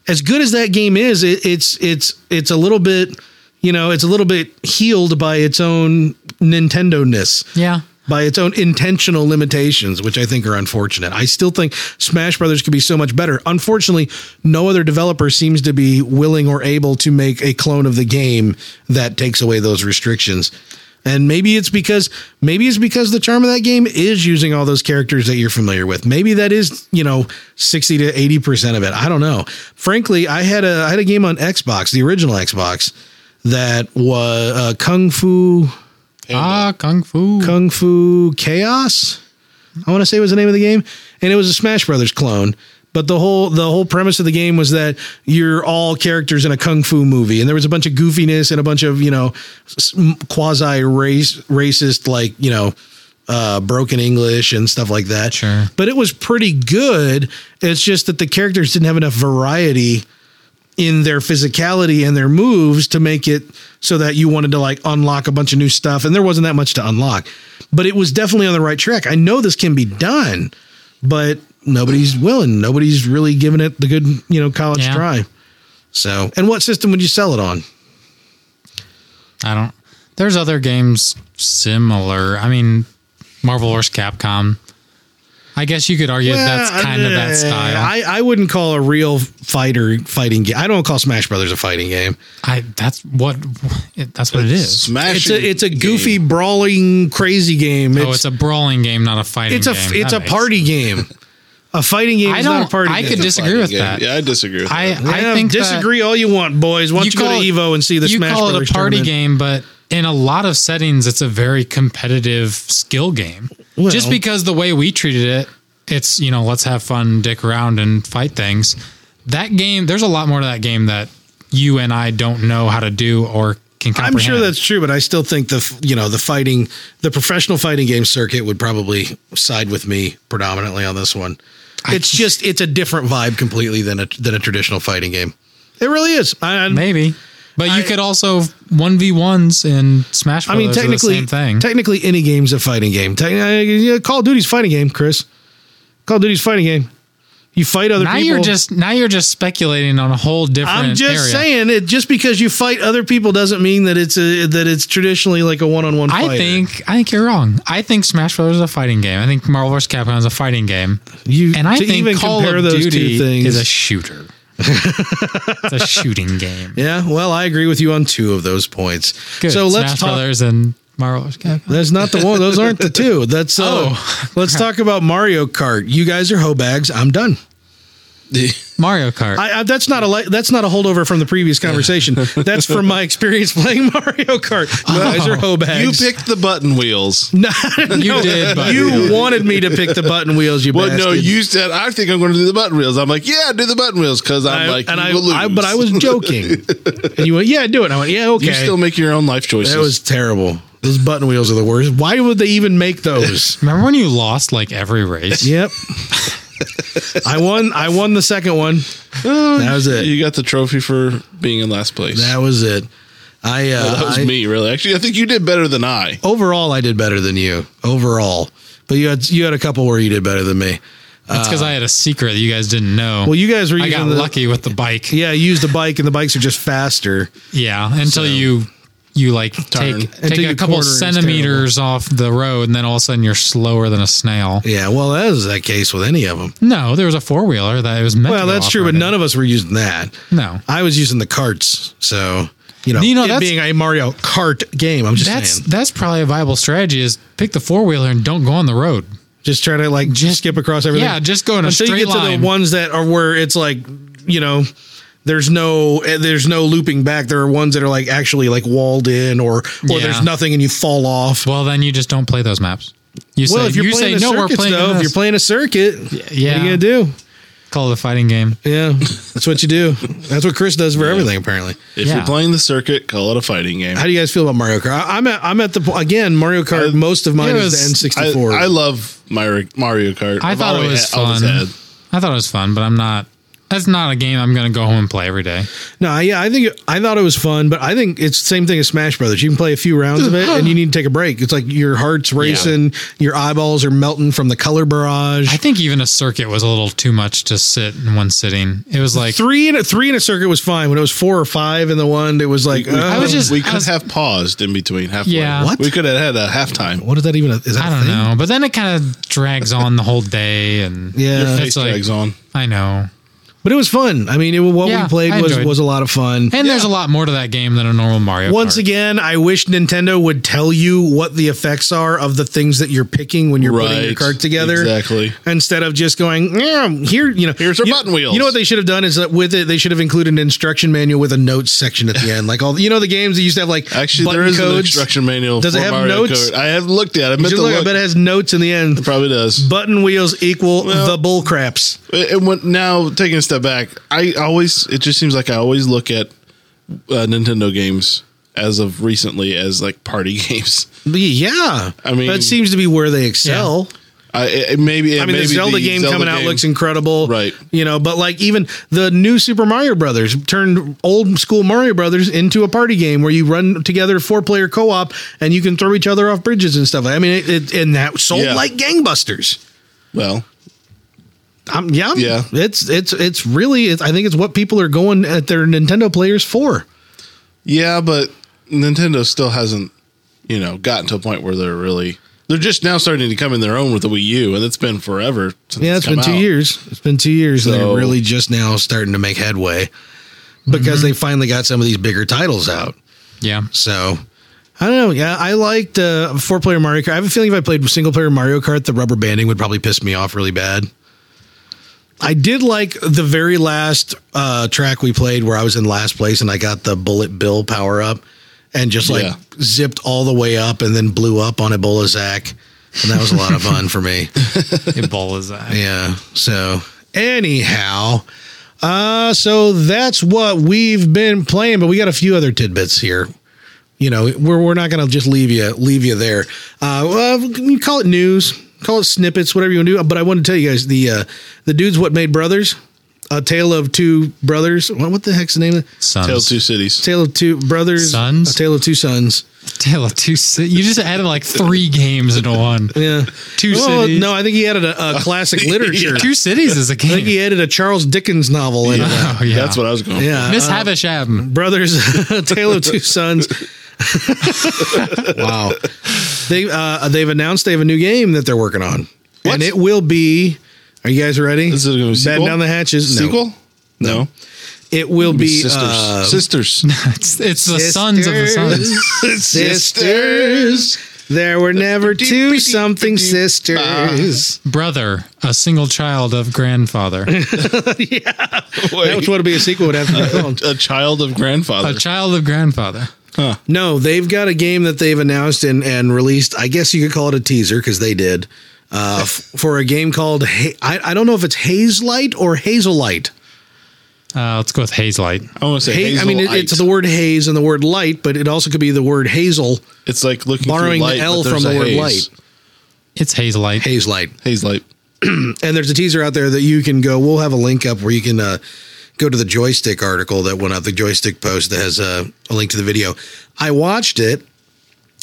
Speaker 1: as good as that game is, it, it's it's it's a little bit, you know, it's a little bit healed by its own Nintendo ness
Speaker 2: Yeah.
Speaker 1: by its own intentional limitations, which I think are unfortunate. I still think Smash Brothers could be so much better. Unfortunately, no other developer seems to be willing or able to make a clone of the game that takes away those restrictions. And maybe it's because maybe it's because the charm of that game is using all those characters that you're familiar with. Maybe that is, you know, 60 to 80% of it. I don't know. Frankly, I had a I had a game on Xbox, the original Xbox, that was uh, Kung Fu
Speaker 2: Ah, kung fu.
Speaker 1: Kung Fu Chaos. I want to say was the name of the game, and it was a Smash Brothers clone. But the whole the whole premise of the game was that you're all characters in a kung fu movie, and there was a bunch of goofiness and a bunch of you know quasi race racist like you know uh, broken English and stuff like that.
Speaker 2: Sure.
Speaker 1: but it was pretty good. It's just that the characters didn't have enough variety in their physicality and their moves to make it so that you wanted to like unlock a bunch of new stuff and there wasn't that much to unlock but it was definitely on the right track i know this can be done but nobody's willing nobody's really giving it the good you know college
Speaker 2: Yeah.
Speaker 1: try so and what system would you sell it on
Speaker 2: I don't. There's other games similar. I mean, Marvel vs. Capcom. I guess you could argue that's
Speaker 1: Well,
Speaker 2: kind of
Speaker 1: uh,
Speaker 2: that style.
Speaker 1: I, I wouldn't call a real fighter fighting game. I don't call Smash Brothers a fighting game.
Speaker 2: I, that's what it, that's what it is.
Speaker 1: It's
Speaker 3: Smash.
Speaker 1: a it's a goofy brawling crazy game. It's
Speaker 2: oh, it's a brawling game, not a fighting.
Speaker 1: it's a
Speaker 2: game.
Speaker 1: it's
Speaker 2: That
Speaker 1: a
Speaker 2: makes-
Speaker 1: party game. A fighting game
Speaker 2: I
Speaker 1: is not a
Speaker 2: don't-
Speaker 1: party.
Speaker 2: I
Speaker 1: game.
Speaker 2: could dis- disagree with that.
Speaker 3: Yeah, I disagree with
Speaker 2: I
Speaker 3: that.
Speaker 1: Yeah,
Speaker 2: I think uh, that-
Speaker 1: disagree all you want, boys. Why don't you, go to Evo and see the
Speaker 2: you
Speaker 1: Smash
Speaker 2: call
Speaker 1: Brothers
Speaker 2: it a party
Speaker 1: tournament?
Speaker 2: game, but in a lot of settings, it's a very competitive skill game.
Speaker 1: Well-
Speaker 2: Just because the way we treated it, it's you know let's have fun, dick around, and fight things. That game, there's a lot more to that game that you and I don't know how to do or can comprehend.
Speaker 1: I'm sure that's true, but I still think the f- you know the fighting the professional fighting game circuit would probably side with me predominantly on this one. It's just it's a different vibe completely than a than a traditional fighting game. It really is. I, I-
Speaker 2: maybe. But
Speaker 1: I-
Speaker 2: you could also one v ones in Smash.
Speaker 1: I mean,
Speaker 2: Brothers are
Speaker 1: technically,
Speaker 2: the same thing.
Speaker 1: technically, any game's a fighting game. Te- uh, yeah, Call of Duty's fighting game, Chris. Call of Duty's fighting game. You fight other
Speaker 2: now
Speaker 1: people.
Speaker 2: you're just now you're just speculating on a whole different.
Speaker 1: I'm just
Speaker 2: area.
Speaker 1: saying it. Just because you fight other people doesn't mean that it's a that it's traditionally like a one on one.
Speaker 2: I think I think you're wrong. I think Smash Bros is a fighting game. I think Marvel vs. Capcom is a fighting game,
Speaker 1: you
Speaker 2: and I
Speaker 1: to
Speaker 2: think
Speaker 1: even
Speaker 2: Call
Speaker 1: compare
Speaker 2: of
Speaker 1: those
Speaker 2: Duty
Speaker 1: two things
Speaker 2: is a shooter. it's a shooting game.
Speaker 1: Yeah, well, I agree with you on two of those points.
Speaker 2: Good.
Speaker 1: So let's
Speaker 2: Smash
Speaker 1: talk.
Speaker 2: Brothers and Marvel vs. Capcom.
Speaker 1: That's not the one. Those aren't the two. That's uh,
Speaker 2: Oh.
Speaker 1: let's talk about Mario Kart. You guys are hoe bags. I'm done.
Speaker 2: Mario Kart.
Speaker 1: I, I, that's not a li- that's not a holdover from the previous conversation. that's from my experience playing Mario Kart.
Speaker 2: Oh.
Speaker 1: You guys are hoe
Speaker 3: you
Speaker 1: bags.
Speaker 3: picked the button wheels.
Speaker 1: No,
Speaker 2: you did, but
Speaker 1: you wanted me to pick the button wheels. You
Speaker 3: Well,
Speaker 1: bastard.
Speaker 3: no, you said I think I'm going to do the button wheels. I'm like, yeah, do the button wheels because I'm
Speaker 1: I,
Speaker 3: like,
Speaker 1: and
Speaker 3: you
Speaker 1: I,
Speaker 3: will
Speaker 1: I,
Speaker 3: lose.
Speaker 1: but I was joking. and you went, yeah, do it. And I went, yeah, okay.
Speaker 3: You still make your own life choices.
Speaker 1: that was terrible. Those button wheels are the worst. Why would they even make those?
Speaker 2: Remember when you lost like every race?
Speaker 1: Yep. I won. I won the second one. That was it.
Speaker 3: you got the trophy for being in last place.
Speaker 1: That was it. I. Uh,
Speaker 3: That was
Speaker 1: I-
Speaker 3: me, really. Actually, I think you did better than I.
Speaker 1: Overall, I did better than you. Overall, but you had you had a couple where you did better than me.
Speaker 2: That's because I had a secret that you guys didn't know.
Speaker 1: Well, you guys were.
Speaker 2: I
Speaker 1: Using
Speaker 2: got
Speaker 1: the,
Speaker 2: lucky with the bike. Yeah,
Speaker 1: Yeah, I used the bike, and the bikes are just faster.
Speaker 2: until you you like
Speaker 3: Turn.
Speaker 2: take
Speaker 1: Until
Speaker 2: take
Speaker 1: you
Speaker 2: a couple
Speaker 1: corner is
Speaker 2: centimeters off the road, and then all of a sudden you're slower than a snail.
Speaker 1: Yeah. Well, that was that case with any of them.
Speaker 2: No, there was a four wheeler that it was meant.
Speaker 1: Well,
Speaker 2: to go
Speaker 1: that's true, but
Speaker 2: off-roading.
Speaker 1: none of us were using that.
Speaker 2: No,
Speaker 1: I was using the carts, so you know,
Speaker 2: You know,
Speaker 1: it
Speaker 2: that's-
Speaker 1: being a Mario Kart game, I'm just
Speaker 2: that's
Speaker 1: saying,
Speaker 2: that's probably a viable strategy: is pick the four wheeler and don't go on the road.
Speaker 1: just try to like just
Speaker 2: Just-
Speaker 1: skip across everything.
Speaker 2: Yeah, just go in a
Speaker 1: until you
Speaker 2: straight
Speaker 1: get to
Speaker 2: line.
Speaker 1: the ones that are where it's like you know there's no eh, there's no looping back there are ones that are like actually like walled in or or
Speaker 2: Yeah.
Speaker 1: there's nothing and you fall off
Speaker 2: well, then you just don't play those maps. You say
Speaker 1: well if you're
Speaker 2: you say
Speaker 1: playing
Speaker 2: no,
Speaker 1: a
Speaker 2: we're
Speaker 1: circuit
Speaker 2: playing.
Speaker 1: though if you're playing a circuit
Speaker 2: yeah.
Speaker 1: what are you gonna do
Speaker 2: call it a fighting game.
Speaker 1: yeah that's what you do that's what chris does for everything apparently
Speaker 3: If
Speaker 2: Yeah.
Speaker 3: you're playing the circuit, call it a fighting game.
Speaker 1: how do you guys feel about mario kart I, i'm at i'm at the po- again mario kart most of mine
Speaker 2: it
Speaker 1: is
Speaker 2: was-
Speaker 1: the
Speaker 3: I,
Speaker 1: n64
Speaker 3: I love Mario, Mario Kart.
Speaker 2: I
Speaker 3: I've
Speaker 2: thought it
Speaker 3: always-
Speaker 2: was
Speaker 3: always
Speaker 2: fun.
Speaker 3: had.
Speaker 2: I thought it was fun, but I'm not. That's not a game I'm going to go home and play every day.
Speaker 1: No, yeah, I think I thought it was fun, but I think it's the same thing as Smash Brothers. You can play a few rounds of it, and you need to take a break. It's like your heart's racing, your eyeballs are melting from the color barrage.
Speaker 2: I think even a circuit was a little too much to sit in one sitting. It was like
Speaker 1: three in a three in a circuit was fine. When it was four or five in the one, it was like uh,
Speaker 2: I was just-
Speaker 3: we
Speaker 2: I
Speaker 3: could
Speaker 2: was-
Speaker 3: have paused in between halfway.
Speaker 2: Yeah.
Speaker 1: What?
Speaker 3: We could have had a halftime.
Speaker 1: what is that even? A, is that
Speaker 2: I
Speaker 1: a
Speaker 2: don't
Speaker 1: thing?
Speaker 2: know, but then it kind of drags on the whole day, and
Speaker 1: Yeah.
Speaker 3: Your
Speaker 1: It's
Speaker 3: face
Speaker 2: like-
Speaker 3: drags on.
Speaker 2: I know.
Speaker 1: But it was fun. I mean, it, what
Speaker 2: Yeah,
Speaker 1: we played
Speaker 2: I
Speaker 1: was
Speaker 2: enjoyed it.
Speaker 1: was a lot of fun.
Speaker 2: And there's a lot more to that game than a normal Mario.
Speaker 1: Once
Speaker 2: Kart.
Speaker 1: again, I wish Nintendo would tell you what the effects are of the things that you're picking when you're putting your
Speaker 3: Right.
Speaker 1: card together.
Speaker 3: Exactly.
Speaker 1: Instead of just going, yeah, here, you know,
Speaker 3: Here's our
Speaker 1: you,
Speaker 3: button wheels.
Speaker 1: You know what they should have done is that with it, they should have included an instruction manual with a notes section at the end, like all you know the games that used to have like
Speaker 3: Actually,
Speaker 1: button
Speaker 3: there is
Speaker 1: codes.
Speaker 3: an instruction manual.
Speaker 1: Does it have notes?
Speaker 3: Kart. I haven't looked at. it. I
Speaker 1: You
Speaker 3: meant
Speaker 1: should
Speaker 3: to
Speaker 1: look,
Speaker 3: look.
Speaker 1: I bet it has notes in the end.
Speaker 3: Probably does.
Speaker 1: Button wheels equal
Speaker 3: Well-
Speaker 1: the bull craps.
Speaker 3: And when, now taking a step back, I always it just seems like I always look at uh, Nintendo games as of recently as like party games.
Speaker 1: But yeah,
Speaker 3: I mean-
Speaker 1: that seems to be where they excel.
Speaker 3: I it, it maybe
Speaker 1: I mean, the Zelda game coming out looks incredible,
Speaker 3: Right.
Speaker 1: You know, but like even the new Super Mario Brothers turned old school Mario Brothers into a party game where you run together four player co op and you can throw each other off bridges and stuff. I mean, it, it and that sold
Speaker 3: Yeah.
Speaker 1: like gangbusters.
Speaker 3: well.
Speaker 1: Um, yeah, I'm-
Speaker 3: Yeah.
Speaker 1: It's it's it's really it's, I think it's what people are going at their Nintendo players for.
Speaker 3: Yeah, but Nintendo still hasn't you know gotten to a point where they're really They're just now starting to come in their own with the Wii U, and it's been forever. Since
Speaker 1: Yeah, it's
Speaker 3: come
Speaker 1: been two
Speaker 3: out.
Speaker 1: years. It's been two years, and
Speaker 3: So-
Speaker 1: they're really just now starting to make headway because
Speaker 3: Mm-hmm.
Speaker 1: they finally got some of these bigger titles out.
Speaker 2: Yeah.
Speaker 1: So I don't know. Yeah, I liked uh, four player Mario Kart. I have a feeling if I played single player Mario Kart, the rubber banding would probably piss me off really bad. I did like the very last uh, track we played where I was in last place and I got the Bullet Bill power up and just like
Speaker 3: Yeah.
Speaker 1: zipped all the way up and then blew up on Ebola Zach. And that was a lot of fun for me.
Speaker 2: Ebola is that.
Speaker 1: Yeah. So, anyhow, uh, so that's what we've been playing, but we got a few other tidbits here. You know, we're we're not gonna just leave you leave you there. Uh, well, you call it news, call it snippets, whatever you want to do. But I want to tell you guys the uh, the dudes what made brothers, a tale of two brothers. What, what the heck's the name? of it?
Speaker 2: Sons.
Speaker 3: Tale of Two Cities.
Speaker 1: Tale of two brothers,
Speaker 2: Sons?
Speaker 1: a tale of two sons.
Speaker 2: Tale of two. Ci- You just added like three games into one.
Speaker 1: Yeah,
Speaker 2: Two
Speaker 1: Well,
Speaker 2: cities.
Speaker 1: no, I think he added a, a classic literature.
Speaker 2: Two cities is a
Speaker 1: I think
Speaker 2: game.
Speaker 1: he added a Charles Dickens novel in it.
Speaker 2: Oh yeah.
Speaker 3: That's what I was going.
Speaker 1: Yeah,
Speaker 2: Miss
Speaker 1: uh,
Speaker 2: Havisham.
Speaker 1: brothers, a Tale of Two Sons. wow, they uh, they've announced they have a new game that they're working on,
Speaker 3: What?
Speaker 1: and it will be. Are you guys ready?
Speaker 3: Is it gonna be a
Speaker 1: Batten
Speaker 3: sequel?
Speaker 1: down the hatches. No.
Speaker 3: Sequel? No.
Speaker 1: It will
Speaker 3: Be
Speaker 1: be
Speaker 3: sisters.
Speaker 1: uh,
Speaker 3: sisters.
Speaker 2: It's, it's the sons of the
Speaker 1: sisters.
Speaker 2: sons.
Speaker 1: sisters. There were never two something sisters.
Speaker 2: Brother, a single child of grandfather,
Speaker 3: Wait,
Speaker 1: Which would be a sequel? Would have to be called.
Speaker 3: a child of grandfather.
Speaker 2: a child of grandfather.
Speaker 1: No, they've got a game that they've announced and, and released. I guess you could call it a teaser because they did uh, f- for a game called Ha- I, I don't know if it's Haze Light or Hazel Light.
Speaker 2: Uh, let's go with Hazelight.
Speaker 3: I want to say.
Speaker 1: Ha- I mean, it,
Speaker 3: hazelite.
Speaker 1: it's the word haze and the word light, but it also could be the word hazel,
Speaker 3: It's like looking
Speaker 1: borrowing
Speaker 3: through light,
Speaker 1: the L
Speaker 3: but
Speaker 1: from
Speaker 3: there's
Speaker 1: the
Speaker 3: a
Speaker 1: word
Speaker 3: haze.
Speaker 1: light.
Speaker 2: It's Hazelight.
Speaker 1: Haze Light.
Speaker 3: Haze light.
Speaker 1: And there's a teaser out there that you can go. We'll have a link up where you can uh, go to the joystick article that went out, the joystick post that has uh, a link to the video. I watched it.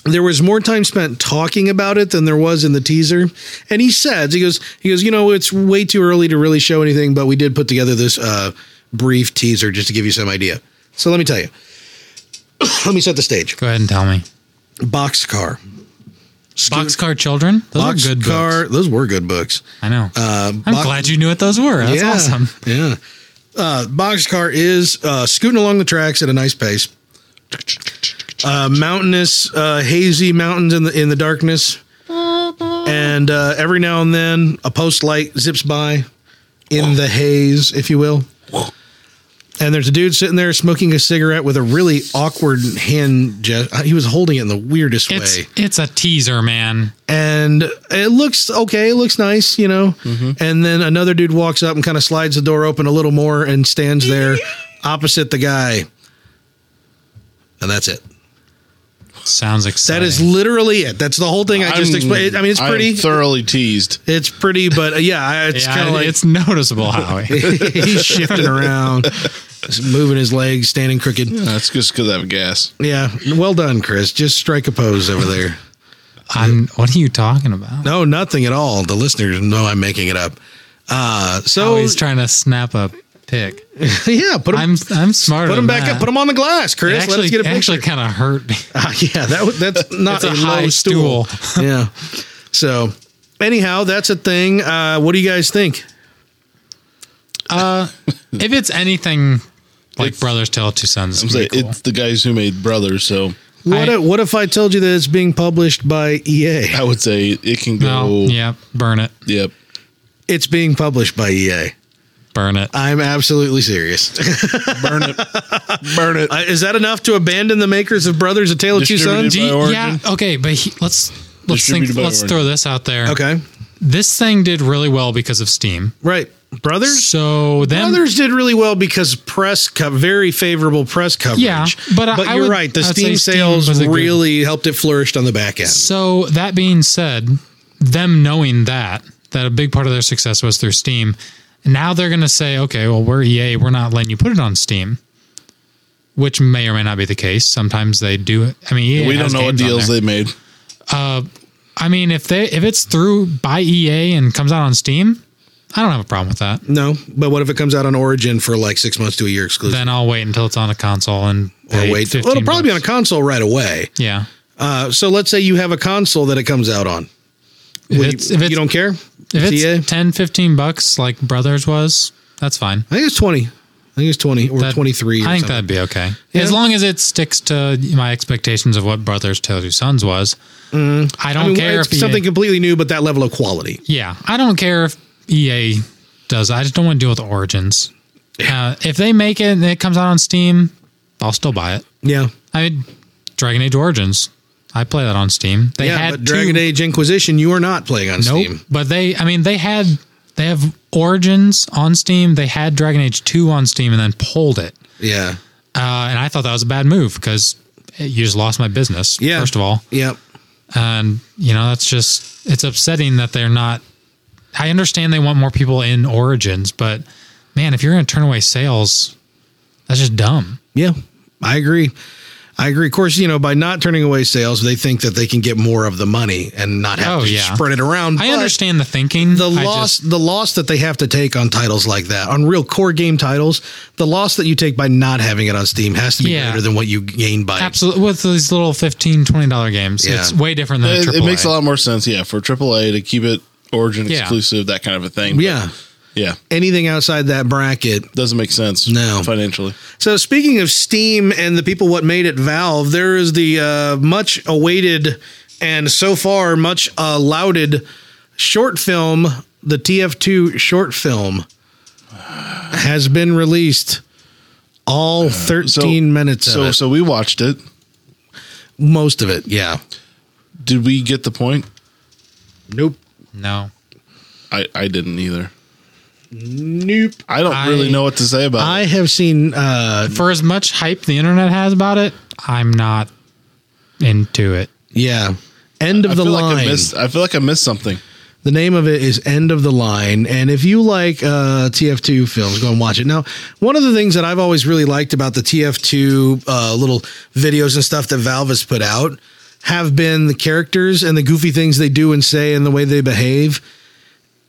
Speaker 1: There was more time spent talking about it than there was in the teaser. And he says, he goes, he goes, you know, it's way too early to really show anything, but we did put together this uh, brief teaser just to give you some idea. So let me tell you. let me set the stage.
Speaker 2: Go ahead and tell me.
Speaker 1: Boxcar.
Speaker 2: Boxcar Children. Those are good
Speaker 1: Boxcar.
Speaker 2: books.
Speaker 1: Those were good books.
Speaker 2: I know.
Speaker 1: Uh,
Speaker 2: I'm
Speaker 1: Box-
Speaker 2: glad you knew what those were. That's
Speaker 1: yeah,
Speaker 2: awesome.
Speaker 1: Yeah. Uh, boxcar is uh, scooting along the tracks at a nice pace. Uh, mountainous, uh, hazy mountains in the in the darkness, and uh, every now and then a post light zips by in the haze, if you will. And there's a dude sitting there smoking a cigarette with a really awkward hand gesture. He was holding it in the weirdest
Speaker 2: It's
Speaker 1: way
Speaker 2: it's a teaser, man.
Speaker 1: and it looks okay. It looks nice, you know. And then another dude walks up and kind of slides the door open a little more and stands there opposite the guy. And that's it.
Speaker 2: Sounds exciting.
Speaker 1: That is literally it. That's the whole thing I just
Speaker 3: I'm-
Speaker 1: explained. I mean, it's
Speaker 3: I'm
Speaker 1: pretty.
Speaker 3: thoroughly teased.
Speaker 1: it's pretty, but uh, yeah, I- it's
Speaker 2: yeah,
Speaker 1: kind of like
Speaker 2: it's noticeable, Howie.
Speaker 1: he's shifting around, moving his legs, standing crooked.
Speaker 3: That's just because I have gas.
Speaker 1: Yeah, well done, Chris. Just strike a pose over there.
Speaker 2: I'm, what are you talking about?
Speaker 1: No, nothing at all. The listeners know I'm making it up. Uh, so
Speaker 2: Howie's Oh, trying to snap a pic.
Speaker 1: yeah, put 'em-
Speaker 2: I'm I'm smarter.
Speaker 1: Put them
Speaker 2: than
Speaker 1: back
Speaker 2: that.
Speaker 1: up. Put them on the glass,
Speaker 2: It
Speaker 1: Chris.
Speaker 2: actually,
Speaker 1: Let's get a picture.
Speaker 2: actually kind of hurt me.
Speaker 1: Ah, yeah, that w- that's not
Speaker 2: It's a
Speaker 1: a,
Speaker 2: high
Speaker 1: low stool. yeah. So, anyhow, that's a thing. Uh, what do you guys think?
Speaker 2: If it's anything like Brothers Tale of Two Sons,
Speaker 3: I'm
Speaker 2: it's
Speaker 3: saying
Speaker 2: pretty cool.
Speaker 3: it's the guys who made Brothers, so
Speaker 1: What
Speaker 2: I-
Speaker 1: if, what if I told you that it's being published by E EA?
Speaker 3: I would say it can go.
Speaker 2: No, yeah, burn it,
Speaker 3: Yep.
Speaker 1: It's being published by EA.
Speaker 2: burn it.
Speaker 1: I'm absolutely serious.
Speaker 3: Burn it. Burn it.
Speaker 1: Uh, Is that enough to abandon the makers of Brothers: A Tale of Two
Speaker 3: Distributed
Speaker 1: Sons?
Speaker 3: by Origin?
Speaker 2: yeah, okay, but he, let's let's think,
Speaker 3: Distributed by
Speaker 2: let's
Speaker 3: Origin.
Speaker 2: throw this out there.
Speaker 1: Okay,
Speaker 2: this thing did really well because of Steam.
Speaker 1: right, Brothers.
Speaker 2: So then,
Speaker 1: Brothers did really well because press co- very favorable press coverage.
Speaker 2: Yeah, but I- I
Speaker 1: you're
Speaker 2: would-
Speaker 1: right. The
Speaker 2: I would say
Speaker 1: Steam
Speaker 2: Steam
Speaker 1: sales
Speaker 2: was a good-
Speaker 1: really helped it flourish on the back end.
Speaker 2: so that being said, them knowing that that a big part of their success was through Steam, now they're going to say, okay, well we're EA, we're not letting you put it on Steam. Which may or may not be the case. Sometimes they do it. I mean, EA
Speaker 3: we don't
Speaker 2: has
Speaker 3: know what
Speaker 2: games on
Speaker 3: deals
Speaker 2: there.
Speaker 3: they made.
Speaker 2: I mean, if they if it's through by EA and comes out on Steam, I don't have a problem with that.
Speaker 1: No, but what if it comes out on Origin for like six months to a year exclusive?
Speaker 2: Then I'll wait until it's on a console and
Speaker 1: or
Speaker 2: pay
Speaker 1: wait,
Speaker 2: 15
Speaker 1: well, it'll probably be on a
Speaker 2: bucks.
Speaker 1: console right away.
Speaker 2: yeah.
Speaker 1: Uh, so let's say you have a console that it comes out on.
Speaker 2: If
Speaker 1: Would you-
Speaker 2: it's, if it's,
Speaker 1: you don't E care?
Speaker 2: if it's
Speaker 1: TA?
Speaker 2: 10, 15 bucks like Brothers was, that's fine.
Speaker 1: I think it's 20. I think it's 20 or
Speaker 2: That-
Speaker 1: 23. Or
Speaker 2: I think
Speaker 1: something.
Speaker 2: that'd be okay.
Speaker 1: Yeah.
Speaker 2: As long as it sticks to my expectations of what Brothers Tale of Two Sons was. I don't
Speaker 1: Mm. I mean,
Speaker 2: care if
Speaker 1: it's something
Speaker 2: EA,
Speaker 1: completely new, but that level of quality.
Speaker 2: Yeah, I don't care if EA does. it. I just don't want to deal with Origins. Uh, if they make it and it comes out on Steam, I'll still buy it.
Speaker 1: Yeah.
Speaker 2: I mean, Dragon Age Origins. I play that on Steam. They
Speaker 1: yeah,
Speaker 2: had
Speaker 1: but Dragon
Speaker 2: two-
Speaker 1: Age Inquisition, you are not playing on
Speaker 2: Nope.
Speaker 1: Steam.
Speaker 2: But they, I mean, they had they have Origins on Steam. They had Dragon Age Two on Steam and then pulled it.
Speaker 1: Yeah.
Speaker 2: Uh, and I thought that was a bad move because you just lost my business.
Speaker 1: Yeah.
Speaker 2: First of all,
Speaker 1: Yep.
Speaker 2: and you know that's just it's upsetting that they're not. I understand they want more people in Origins, but man, if you're going to turn away sales, that's just dumb.
Speaker 1: Yeah. I agree. I agree. Of course, you know, by not turning away sales, they think that they can get more of the money and not have
Speaker 2: Oh,
Speaker 1: to
Speaker 2: yeah.
Speaker 1: spread it around.
Speaker 2: I
Speaker 1: but
Speaker 2: understand the thinking.
Speaker 1: the
Speaker 2: I
Speaker 1: loss
Speaker 2: just-
Speaker 1: the loss that they have to take on titles like that, on real core game titles, the loss that you take by not having it on Steam has to be
Speaker 2: Yeah.
Speaker 1: greater than what you gain by
Speaker 2: absolutely with these little 15 20 dollar games
Speaker 1: Yeah.
Speaker 2: it's way different than a
Speaker 3: It,
Speaker 2: AAA.
Speaker 3: it makes a lot more sense, yeah, for AAA to keep it Origin
Speaker 2: Yeah.
Speaker 3: exclusive, that kind of a thing. But
Speaker 1: Yeah.
Speaker 3: yeah,
Speaker 1: Anything outside that bracket
Speaker 3: doesn't make sense.
Speaker 1: No.
Speaker 3: financially.
Speaker 1: So speaking of Steam and the people what made it Valve, there is the uh, much awaited and so far much uh, lauded short film, the TF2 short film, has been released. All thirteen minutes of
Speaker 3: Uh, So
Speaker 1: it.
Speaker 3: so we watched it.
Speaker 1: most of it, yeah.
Speaker 3: Did we get the point?
Speaker 1: Nope,
Speaker 2: no
Speaker 3: I I didn't either.
Speaker 1: nope.
Speaker 3: I don't really
Speaker 2: I-
Speaker 3: know what to say about
Speaker 1: I
Speaker 3: it.
Speaker 1: have seen. Uh,
Speaker 2: for as much hype the internet has about it i'm not into it
Speaker 1: yeah, end of
Speaker 3: I
Speaker 1: the
Speaker 3: feel
Speaker 1: line.
Speaker 3: like I missed. I feel like I missed something.
Speaker 1: The name of it is End of the Line. And if you like uh, TF2 films, go and watch it. Now, one of the things that I've always really liked about the TF2 uh, little videos and stuff that Valve has put out have been the characters and the goofy things they do and say and the way they behave.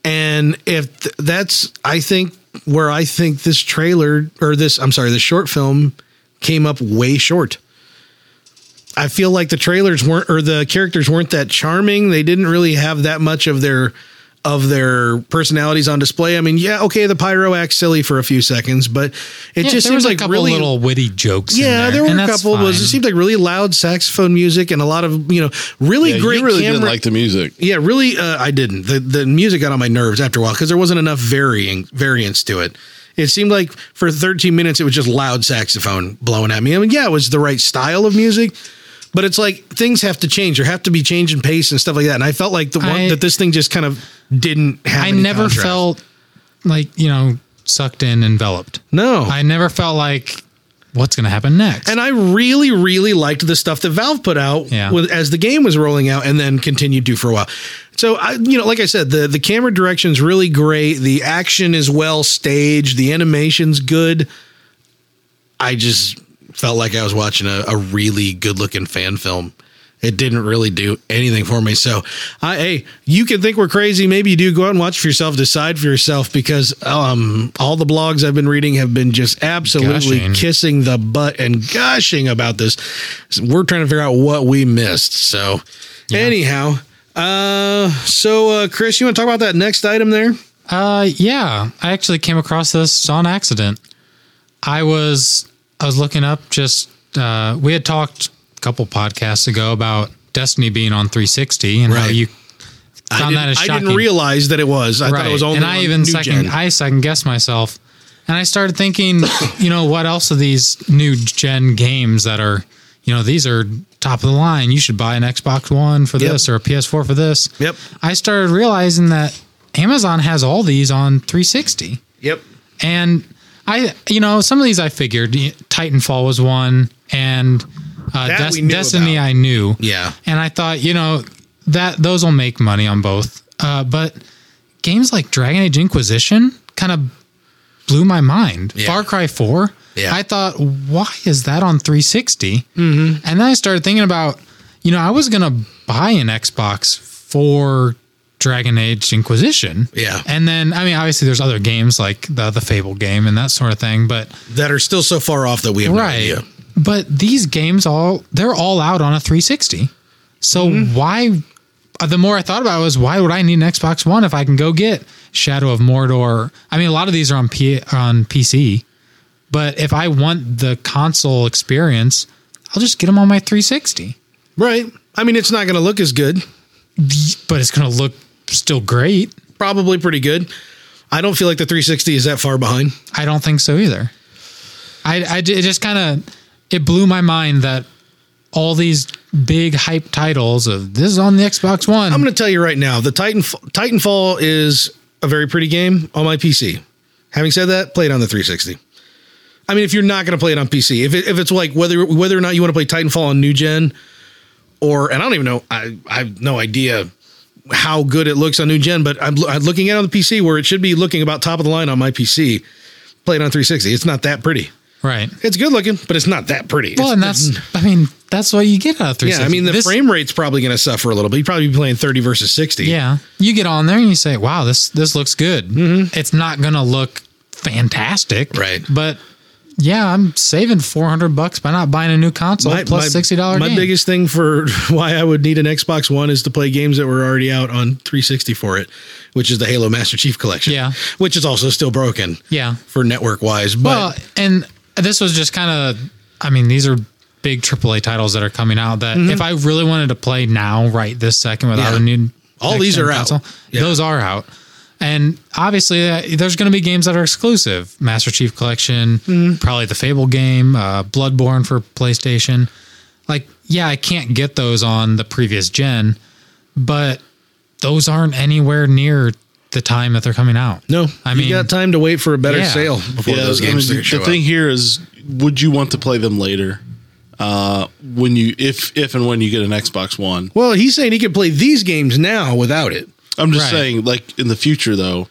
Speaker 1: And if th- that's, I think, where I think this trailer or this, I'm sorry, this short film came up way short. I feel like the trailers weren't or the characters weren't that charming. They didn't really have that much of their of their personalities on display. I mean, yeah, okay, the pyro acts silly for a few seconds, but it
Speaker 2: Yeah,
Speaker 1: just
Speaker 2: there
Speaker 1: seems
Speaker 2: was
Speaker 1: like
Speaker 2: a couple
Speaker 1: really
Speaker 2: little witty jokes in
Speaker 1: yeah, there,
Speaker 2: and
Speaker 1: were a
Speaker 2: that's
Speaker 1: couple. Was it
Speaker 2: fine.
Speaker 1: seemed like really loud saxophone music and a lot of you know really
Speaker 3: Yeah,
Speaker 1: great
Speaker 3: you really
Speaker 1: camera.
Speaker 3: didn't like the music.
Speaker 1: yeah, really, uh, I didn't. The the music got on my nerves after a while because there wasn't enough varying variance to it. It seemed like for 13 minutes it was just loud saxophone blowing at me. I mean, yeah, it was the right style of music, but it's like things have to change. There have to be change in pace and stuff like that. And I felt like the one
Speaker 2: I-
Speaker 1: that this thing just kind of didn't have.
Speaker 2: i
Speaker 1: any
Speaker 2: never
Speaker 1: contrast.
Speaker 2: felt like you know sucked in enveloped
Speaker 1: no.
Speaker 2: i never felt like what's gonna happen next
Speaker 1: and I really, really liked the stuff that Valve put out
Speaker 2: Yeah.
Speaker 1: with, as the game was rolling out, and then continued to for a while. So I, you know, like I said, the the camera direction's really great. The action is well staged. The animation's good. I just felt like I was watching a, a really good looking fan film. It didn't really do anything for me. So, I, hey, you can think we're crazy. Maybe you do. Go out and watch for yourself. Decide for yourself because um, all the blogs I've been reading have been just absolutely
Speaker 2: Gushing.
Speaker 1: kissing the butt and gushing about this. So we're trying to figure out what we missed. So, anyhow, uh, so uh, Chris, you want to talk about that next item there?
Speaker 2: Uh, yeah, I actually came across this on accident. I was I was looking up just uh, we had talked a couple podcasts ago about Destiny being on 360 and how
Speaker 1: Right.
Speaker 2: you
Speaker 1: I
Speaker 2: found
Speaker 1: didn't,
Speaker 2: that as
Speaker 1: I
Speaker 2: shocking.
Speaker 1: didn't realize that it was. I thought it was only
Speaker 2: and I
Speaker 1: on
Speaker 2: even
Speaker 1: new
Speaker 2: second
Speaker 1: gen.
Speaker 2: I second guessed myself, and I started thinking, you know, what else of these new gen games that are, you know, these are top of the line. You should buy an Xbox One for
Speaker 1: Yep.
Speaker 2: this or a PS4 for this.
Speaker 1: Yep.
Speaker 2: I started realizing that Amazon has all these on 360.
Speaker 1: Yep.
Speaker 2: And I, you know, some of these I figured y- Titanfall was one, and uh,
Speaker 1: That
Speaker 2: Des-
Speaker 1: we knew
Speaker 2: Destiny
Speaker 1: about.
Speaker 2: I knew.
Speaker 1: Yeah.
Speaker 2: And I thought, you know, that those will make money on both. Uh, but games like Dragon Age Inquisition kind of blew my mind.
Speaker 1: Yeah.
Speaker 2: Far Cry 4.
Speaker 1: Yeah.
Speaker 2: I thought, why is that on 360? Mm-hmm. And then I started thinking about, you know, I was going to buy an Xbox for Dragon Age Inquisition.
Speaker 1: Yeah.
Speaker 2: And then, I mean, obviously there's other games like the, the Fable game and that sort of thing, but
Speaker 1: that are still so far off that we have no idea.
Speaker 2: But these games all they're all out on a 360. So why? uh, The more I thought about it was why would I need an Xbox One if I can go get Shadow of Mordor? I mean, a lot of these are on P- on PC, but if I want the console experience, I'll just get them on my 360.
Speaker 1: Right. I mean, it's not going to look as good.
Speaker 2: But it's going to look still great.
Speaker 1: Probably pretty good. I don't feel like the 360 is that far behind.
Speaker 2: I don't think so either. I, I j- it just kind of it blew my mind that all these big hype titles of this is on the Xbox One.
Speaker 1: I'm going to tell you right now, the Titan Titanfall is a very pretty game on my PC. Having said that, play it on the 360. I mean, if you're not going to play it on PC, if, it, if it's like whether whether or not you want to play Titanfall on new gen, or and I don't even know, I, I have no idea how good it looks on new gen, but I'm, lo- I'm looking at it on the PC where it should be looking about top of the line on my PC. Play it on 360. It's not that pretty.
Speaker 2: right.
Speaker 1: It's good looking, but it's not that pretty.
Speaker 2: Well,
Speaker 1: It's-
Speaker 2: and that's I mean that's what you get out of three.
Speaker 1: yeah. I mean, the frame rate's probably going to suffer a little bit. You'd probably be playing 30 versus 60.
Speaker 2: Yeah, you get on there and you say, "Wow, this this looks good." It's not gonna look fantastic,
Speaker 1: Mm-hmm. Right.
Speaker 2: But yeah, I'm saving four hundred bucks by not buying a new console plus sixty dollar.
Speaker 1: My biggest thing for why I would need an Xbox One is to play games that were already out on 360 for it, which is the Halo Master Chief collection.
Speaker 2: Yeah.
Speaker 1: which is also still broken.
Speaker 2: Yeah.
Speaker 1: for network wise, but
Speaker 2: Well, and this was just kind of, I mean, these are big AAA titles that are coming out that if I really wanted to play now, right this second, without
Speaker 1: Mm-hmm. Yeah.
Speaker 2: a new.
Speaker 1: All these
Speaker 2: next-gen
Speaker 1: are out. Yeah.
Speaker 2: Those are out. And obviously, uh, there's going to be games that are exclusive Master Chief Collection,
Speaker 1: Mm-hmm.
Speaker 2: probably the Fable game, uh, Bloodborne for PlayStation. Like, yeah, I can't get those on the previous gen, but those aren't anywhere near the time that they're coming out.
Speaker 1: no,
Speaker 2: I
Speaker 1: you
Speaker 2: mean-
Speaker 1: got time to wait for a better
Speaker 2: Yeah.
Speaker 1: sale before those
Speaker 3: I mean,
Speaker 1: games
Speaker 3: the,
Speaker 1: show
Speaker 3: the thing
Speaker 1: up.
Speaker 3: here is, would you want to play them later? Uh, when you, if if and when you get an Xbox One,
Speaker 1: Well, he's saying he could play these games now without it.
Speaker 3: I'm
Speaker 2: Right.
Speaker 3: just saying, like in the future though,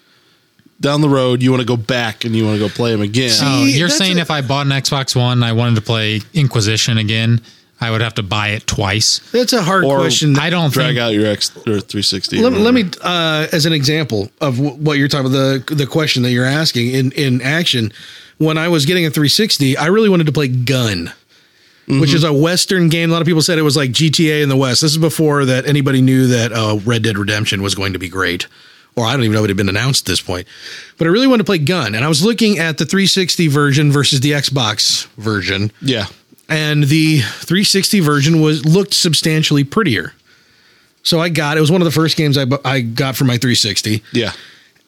Speaker 3: down the road, you want to go back and you want to go play them again.
Speaker 2: Oh,
Speaker 1: See,
Speaker 2: you're
Speaker 1: that's
Speaker 2: saying
Speaker 1: a-
Speaker 2: if I bought an Xbox One and I wanted to play Inquisition again, I would have to buy it twice.
Speaker 1: That's a hard
Speaker 3: Or-
Speaker 1: question.
Speaker 2: I don't
Speaker 3: drag
Speaker 2: think
Speaker 3: out your X or 360. or
Speaker 1: let, let me
Speaker 3: whatever.
Speaker 1: uh, as an example of wh- what you're talking about the the question that you're asking in in action when i was getting a 360 i really wanted to play gun which is a western game a lot of people said it was like gta in the west this is before that anybody knew that uh, red dead redemption was going to be great or i don't even know if it had been announced at this point but i really wanted to play gun and i was looking at the 360 version versus the xbox version
Speaker 3: Yeah.
Speaker 1: and the 360 version was looked substantially prettier. So I got it was one of the first games I bu- I got for my 360
Speaker 3: Yeah.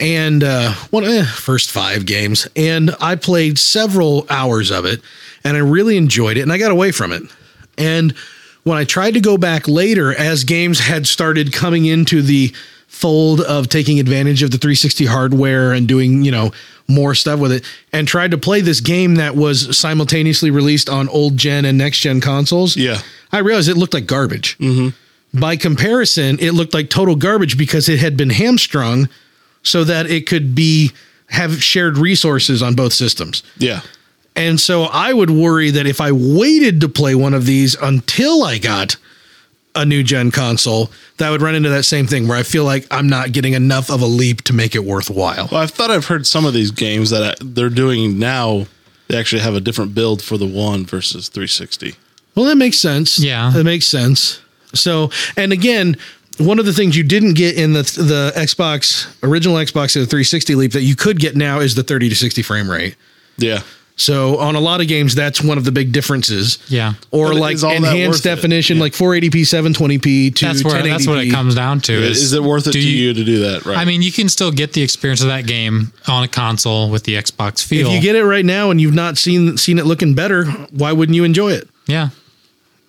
Speaker 1: and uh, one eh, first five games, and I played several hours of it, and I really enjoyed it, and I got away from it. And when I tried to go back later, as games had started coming into the fold of taking advantage of the 360 hardware and doing you know more stuff with it, and tried to play this game that was simultaneously released on old gen and next gen consoles,
Speaker 3: Yeah.
Speaker 1: I realized it looked like garbage. By comparison, it looked like total garbage because it had been hamstrung so that it could be have shared resources on both systems.
Speaker 3: Yeah.
Speaker 1: And so I would worry that if I waited to play one of these until I got a new gen console, that I would run into that same thing where I feel like I'm not getting enough of a leap to make it worthwhile.
Speaker 3: Well, I thought I've heard some of these games that I, they're doing now. They actually have a different build for the one versus 360.
Speaker 1: Well, that makes sense.
Speaker 2: Yeah.
Speaker 1: that makes sense. So, and again, one of the things you didn't get in the the Xbox original Xbox to the 360 leap that you could get now is the 30 to 60 frame rate.
Speaker 3: Yeah.
Speaker 1: So, on a lot of games, that's one of the big differences.
Speaker 2: Yeah.
Speaker 1: Or
Speaker 3: But
Speaker 1: like
Speaker 3: is all that
Speaker 1: enhanced
Speaker 3: worth it?
Speaker 1: definition, like 480p, 720p to
Speaker 2: that's where
Speaker 1: 1080p.
Speaker 2: that's what it comes down to.
Speaker 3: Is, it worth it
Speaker 2: do
Speaker 3: to you to do that? Right.
Speaker 2: I mean, you can still get the experience of that game on a console with the Xbox feel.
Speaker 1: If you get it right now and you've not seen seen it looking better, why wouldn't you enjoy it?
Speaker 2: yeah,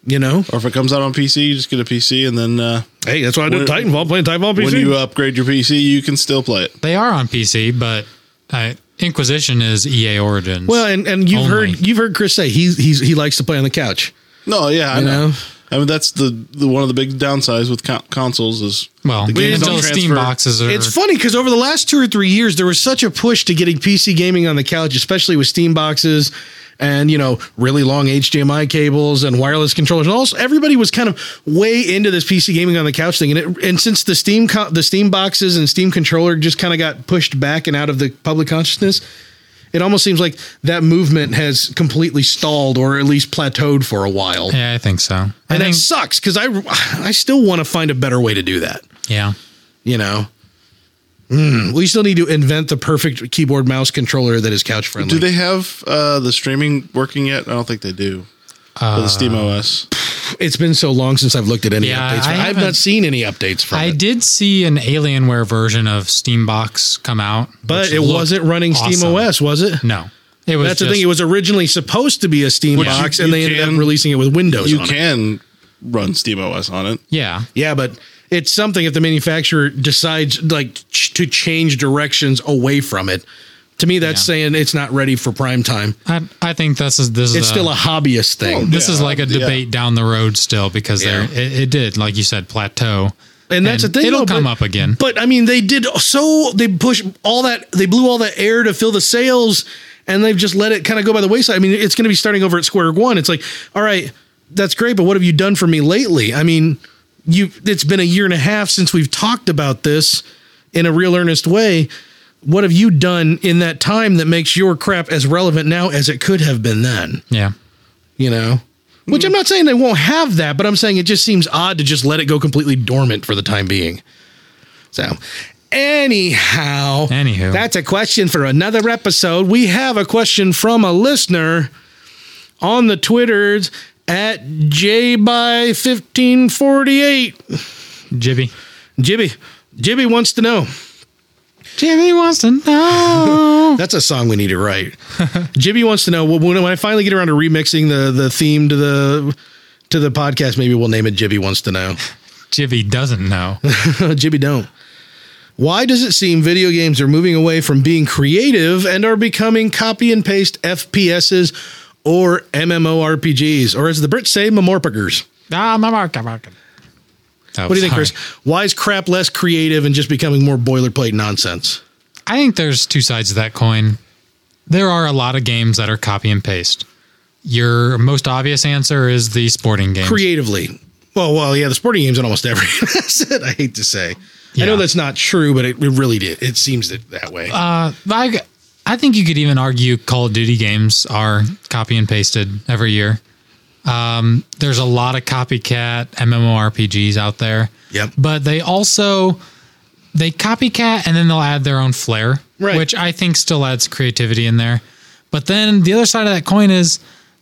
Speaker 1: You know,
Speaker 3: or if it comes out on PC, you just get a PC and then uh,
Speaker 1: hey, that's why I did
Speaker 3: When-
Speaker 1: Titanfall playing Titanfall PC.
Speaker 3: when you uh, upgrade your PC, you can still play it.
Speaker 2: they are on PC, but uh, Inquisition is EA Origins.
Speaker 1: well, and, and you've
Speaker 2: Only.
Speaker 1: heard you've heard Chris say he's he's he likes to play on the couch.
Speaker 3: No, yeah, I
Speaker 1: You
Speaker 3: know.
Speaker 1: know?
Speaker 3: I mean, that's the, the one of the big downsides with con- consoles is
Speaker 2: well,
Speaker 3: the games
Speaker 2: until
Speaker 3: don't
Speaker 2: Steam
Speaker 3: transfer.
Speaker 2: boxes are.
Speaker 1: It's funny because over the last two or three years, there was such a push to getting PC gaming on the couch, especially with Steam boxes and you know really long HDMI cables and wireless controllers. And also, everybody was kind of way into this PC gaming on the couch thing. And it, and since the Steam co- the Steam boxes and Steam controller just kind of got pushed back and out of the public consciousness, it almost seems like that movement has completely stalled or at least plateaued for a while.
Speaker 2: Yeah, I think so. I
Speaker 1: and that
Speaker 2: think,
Speaker 1: sucks because I, I still want to find a better way to do that.
Speaker 2: yeah.
Speaker 1: You know, Mm, we still need to invent the perfect keyboard mouse controller that is couch friendly.
Speaker 3: Do they have uh, the streaming working yet? I don't think they do. For the Steam OS.
Speaker 1: It's been so long since I've looked at any
Speaker 2: Yeah,
Speaker 1: updates.
Speaker 2: I
Speaker 1: I I've
Speaker 2: haven't-
Speaker 1: not seen any updates from
Speaker 2: I
Speaker 1: it,
Speaker 2: did see an Alienware version of Steambox come out,
Speaker 1: but
Speaker 2: which
Speaker 1: it
Speaker 2: looked
Speaker 1: wasn't running
Speaker 2: awesome.
Speaker 1: Steam OS, was it?
Speaker 2: No, it was.
Speaker 1: That's
Speaker 2: just,
Speaker 1: the thing. It was originally supposed to be a Steam
Speaker 3: Which
Speaker 1: box,
Speaker 3: you-
Speaker 1: and
Speaker 3: you
Speaker 1: they ended
Speaker 3: can-
Speaker 1: up releasing it with Windows.
Speaker 3: You
Speaker 1: on it.
Speaker 3: can run Steam OS on it.
Speaker 2: Yeah,
Speaker 1: Yeah, but it's something if the manufacturer decides like ch- to change directions away from it. To me, that's
Speaker 2: Yeah.
Speaker 1: saying it's not ready for prime time.
Speaker 2: I, I think this is this is
Speaker 1: It's
Speaker 2: a-
Speaker 1: still a hobbyist thing,
Speaker 2: this
Speaker 3: Yeah,
Speaker 2: is like a
Speaker 3: yeah.
Speaker 2: debate down the road still because
Speaker 1: Yeah.
Speaker 2: there it, it did like you said plateau
Speaker 1: and that's
Speaker 2: and
Speaker 1: the thing.
Speaker 2: it'll
Speaker 1: though,
Speaker 2: come
Speaker 1: but-
Speaker 2: up again.
Speaker 1: But I mean, they did so they push all that they blew all that air to fill the sails, and they've just let it kind of go by the wayside. I mean, it's going to be starting over at square one. It's like, all right, that's great, but what have you done for me lately? I mean, you it's been a year and a half since we've talked about this in a real earnest way. What have you done in that time that makes your crap as relevant now as it could have been then?
Speaker 2: yeah
Speaker 1: you know. Which I'm not saying they won't have that, but I'm saying it just seems odd to just let it go completely dormant for the time being. So, anyhow,
Speaker 2: Anywho.
Speaker 1: that's a question for another episode. We have a question from a listener on the Twitters at jby1548.
Speaker 2: Jibby
Speaker 1: Jibby, Jibby wants to know.
Speaker 2: Jibby wants to know
Speaker 1: That's a song we need to write. Jibby wants to know well, when, when I finally get around to remixing the the theme to the to the podcast. Maybe we'll name it Jibby wants to know.
Speaker 2: Jibby doesn't know
Speaker 1: Jibby don't. Why does it seem video games are moving away from being creative and are becoming copy and paste FPSs or MMORPGs, or as the Brits say, mamorpigers?
Speaker 2: ah my mark, my mark. Oh,
Speaker 1: What do you think,
Speaker 2: sorry.
Speaker 1: Chris? Why is crap less creative and just becoming more boilerplate nonsense?
Speaker 2: I think there's two sides to that coin. There are a lot of games that are copy and paste. Your most obvious answer is the sporting games.
Speaker 1: creatively. Well, well, yeah, the sporting games in almost every asset. I hate to say, I
Speaker 2: Yeah.
Speaker 1: know that's not true, but it, it really did. It seems that that way.
Speaker 2: Uh, I, I think you could even argue Call of Duty games are copy and pasted every year. Um, there's a lot of copycat MMORPGs out there.
Speaker 1: Yep.
Speaker 2: But they also they copycat and then they'll add their own flair,
Speaker 1: Right.
Speaker 2: which I think still adds creativity in there. But then the other side of that coin is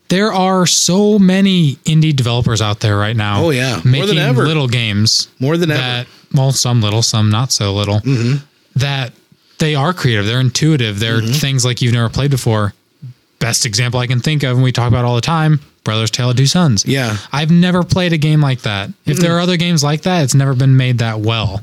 Speaker 2: there are so many indie developers out there right now.
Speaker 1: Oh, yeah.
Speaker 2: making
Speaker 1: More than ever.
Speaker 2: little games
Speaker 1: More than ever.
Speaker 2: that well some little some not so little
Speaker 1: Mm-hmm.
Speaker 2: that they are creative they're intuitive they're things like you've never played before best example i can think of and we talk about all the time brothers tale of two sons
Speaker 1: Yeah. Mm-hmm.
Speaker 2: i've never played a game like that if there are other games like that it's never been made that well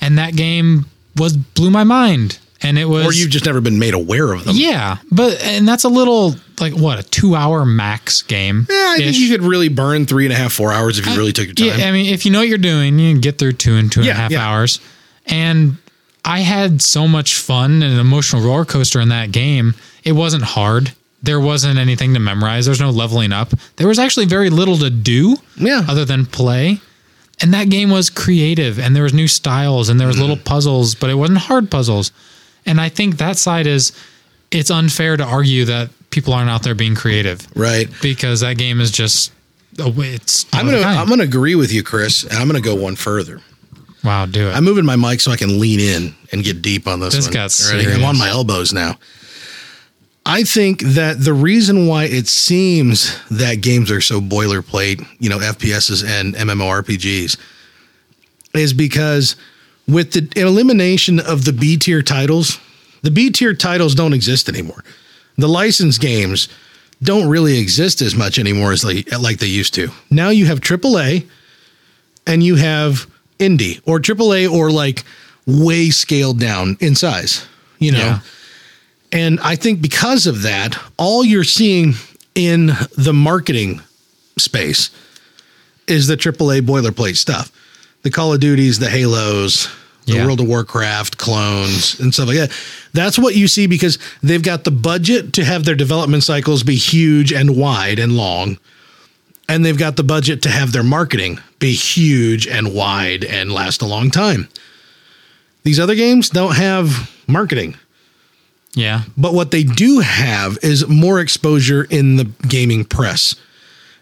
Speaker 2: and that game was blew my mind and it was
Speaker 1: or you've just never been made aware of them.
Speaker 2: yeah but and that's a little like what a two hour max game
Speaker 1: Yeah, I think
Speaker 2: ish. Eh,
Speaker 1: you could really burn three and a half, four hours if you really took your time.
Speaker 2: Yeah, I mean, if you know what you're doing, you can get through two and two and a
Speaker 1: Yeah,
Speaker 2: half
Speaker 1: yeah.
Speaker 2: hours. And I had so much fun and an emotional roller coaster in that game. It wasn't hard. There wasn't anything to memorize. There's no leveling up. There was actually very little to do
Speaker 1: Yeah.
Speaker 2: other than play. And that game was creative and there was new styles and there
Speaker 1: Mm-hmm.
Speaker 2: was little puzzles, but it wasn't hard puzzles. And I think that side is it's unfair to argue that people aren't out there being creative
Speaker 1: Right.
Speaker 2: because that game is just it's
Speaker 1: I'm gonna I'm gonna agree with you, Chris, and I'm gonna go one further.
Speaker 2: Wow, do it.
Speaker 1: I'm moving my mic so I can lean in and get deep on this,
Speaker 2: This
Speaker 1: one.
Speaker 2: got
Speaker 1: All I'm on
Speaker 2: serious.
Speaker 1: my elbows now. I think that the reason why it seems that games are so boilerplate, you know, FPSs and MMORPGs, is because with the elimination of the B tier titles, the B tier titles don't exist anymore. The license games don't really exist as much anymore as they, like they used to. Now you have AAA, and you have indie or AAA or like way scaled down in size, you know.
Speaker 2: Yeah.
Speaker 1: And I think because of that, all you're seeing in the marketing space is the AAA boilerplate stuff. The Call of Duties, the Halos, the
Speaker 2: Yeah.
Speaker 1: World of Warcraft clones and stuff like that. That's what you see because they've got the budget to have their development cycles be huge and wide and long and they've got the budget to have their marketing be huge and wide and last a long time. These other games don't have marketing.
Speaker 2: Yeah.
Speaker 1: But what they do have is more exposure in the gaming press.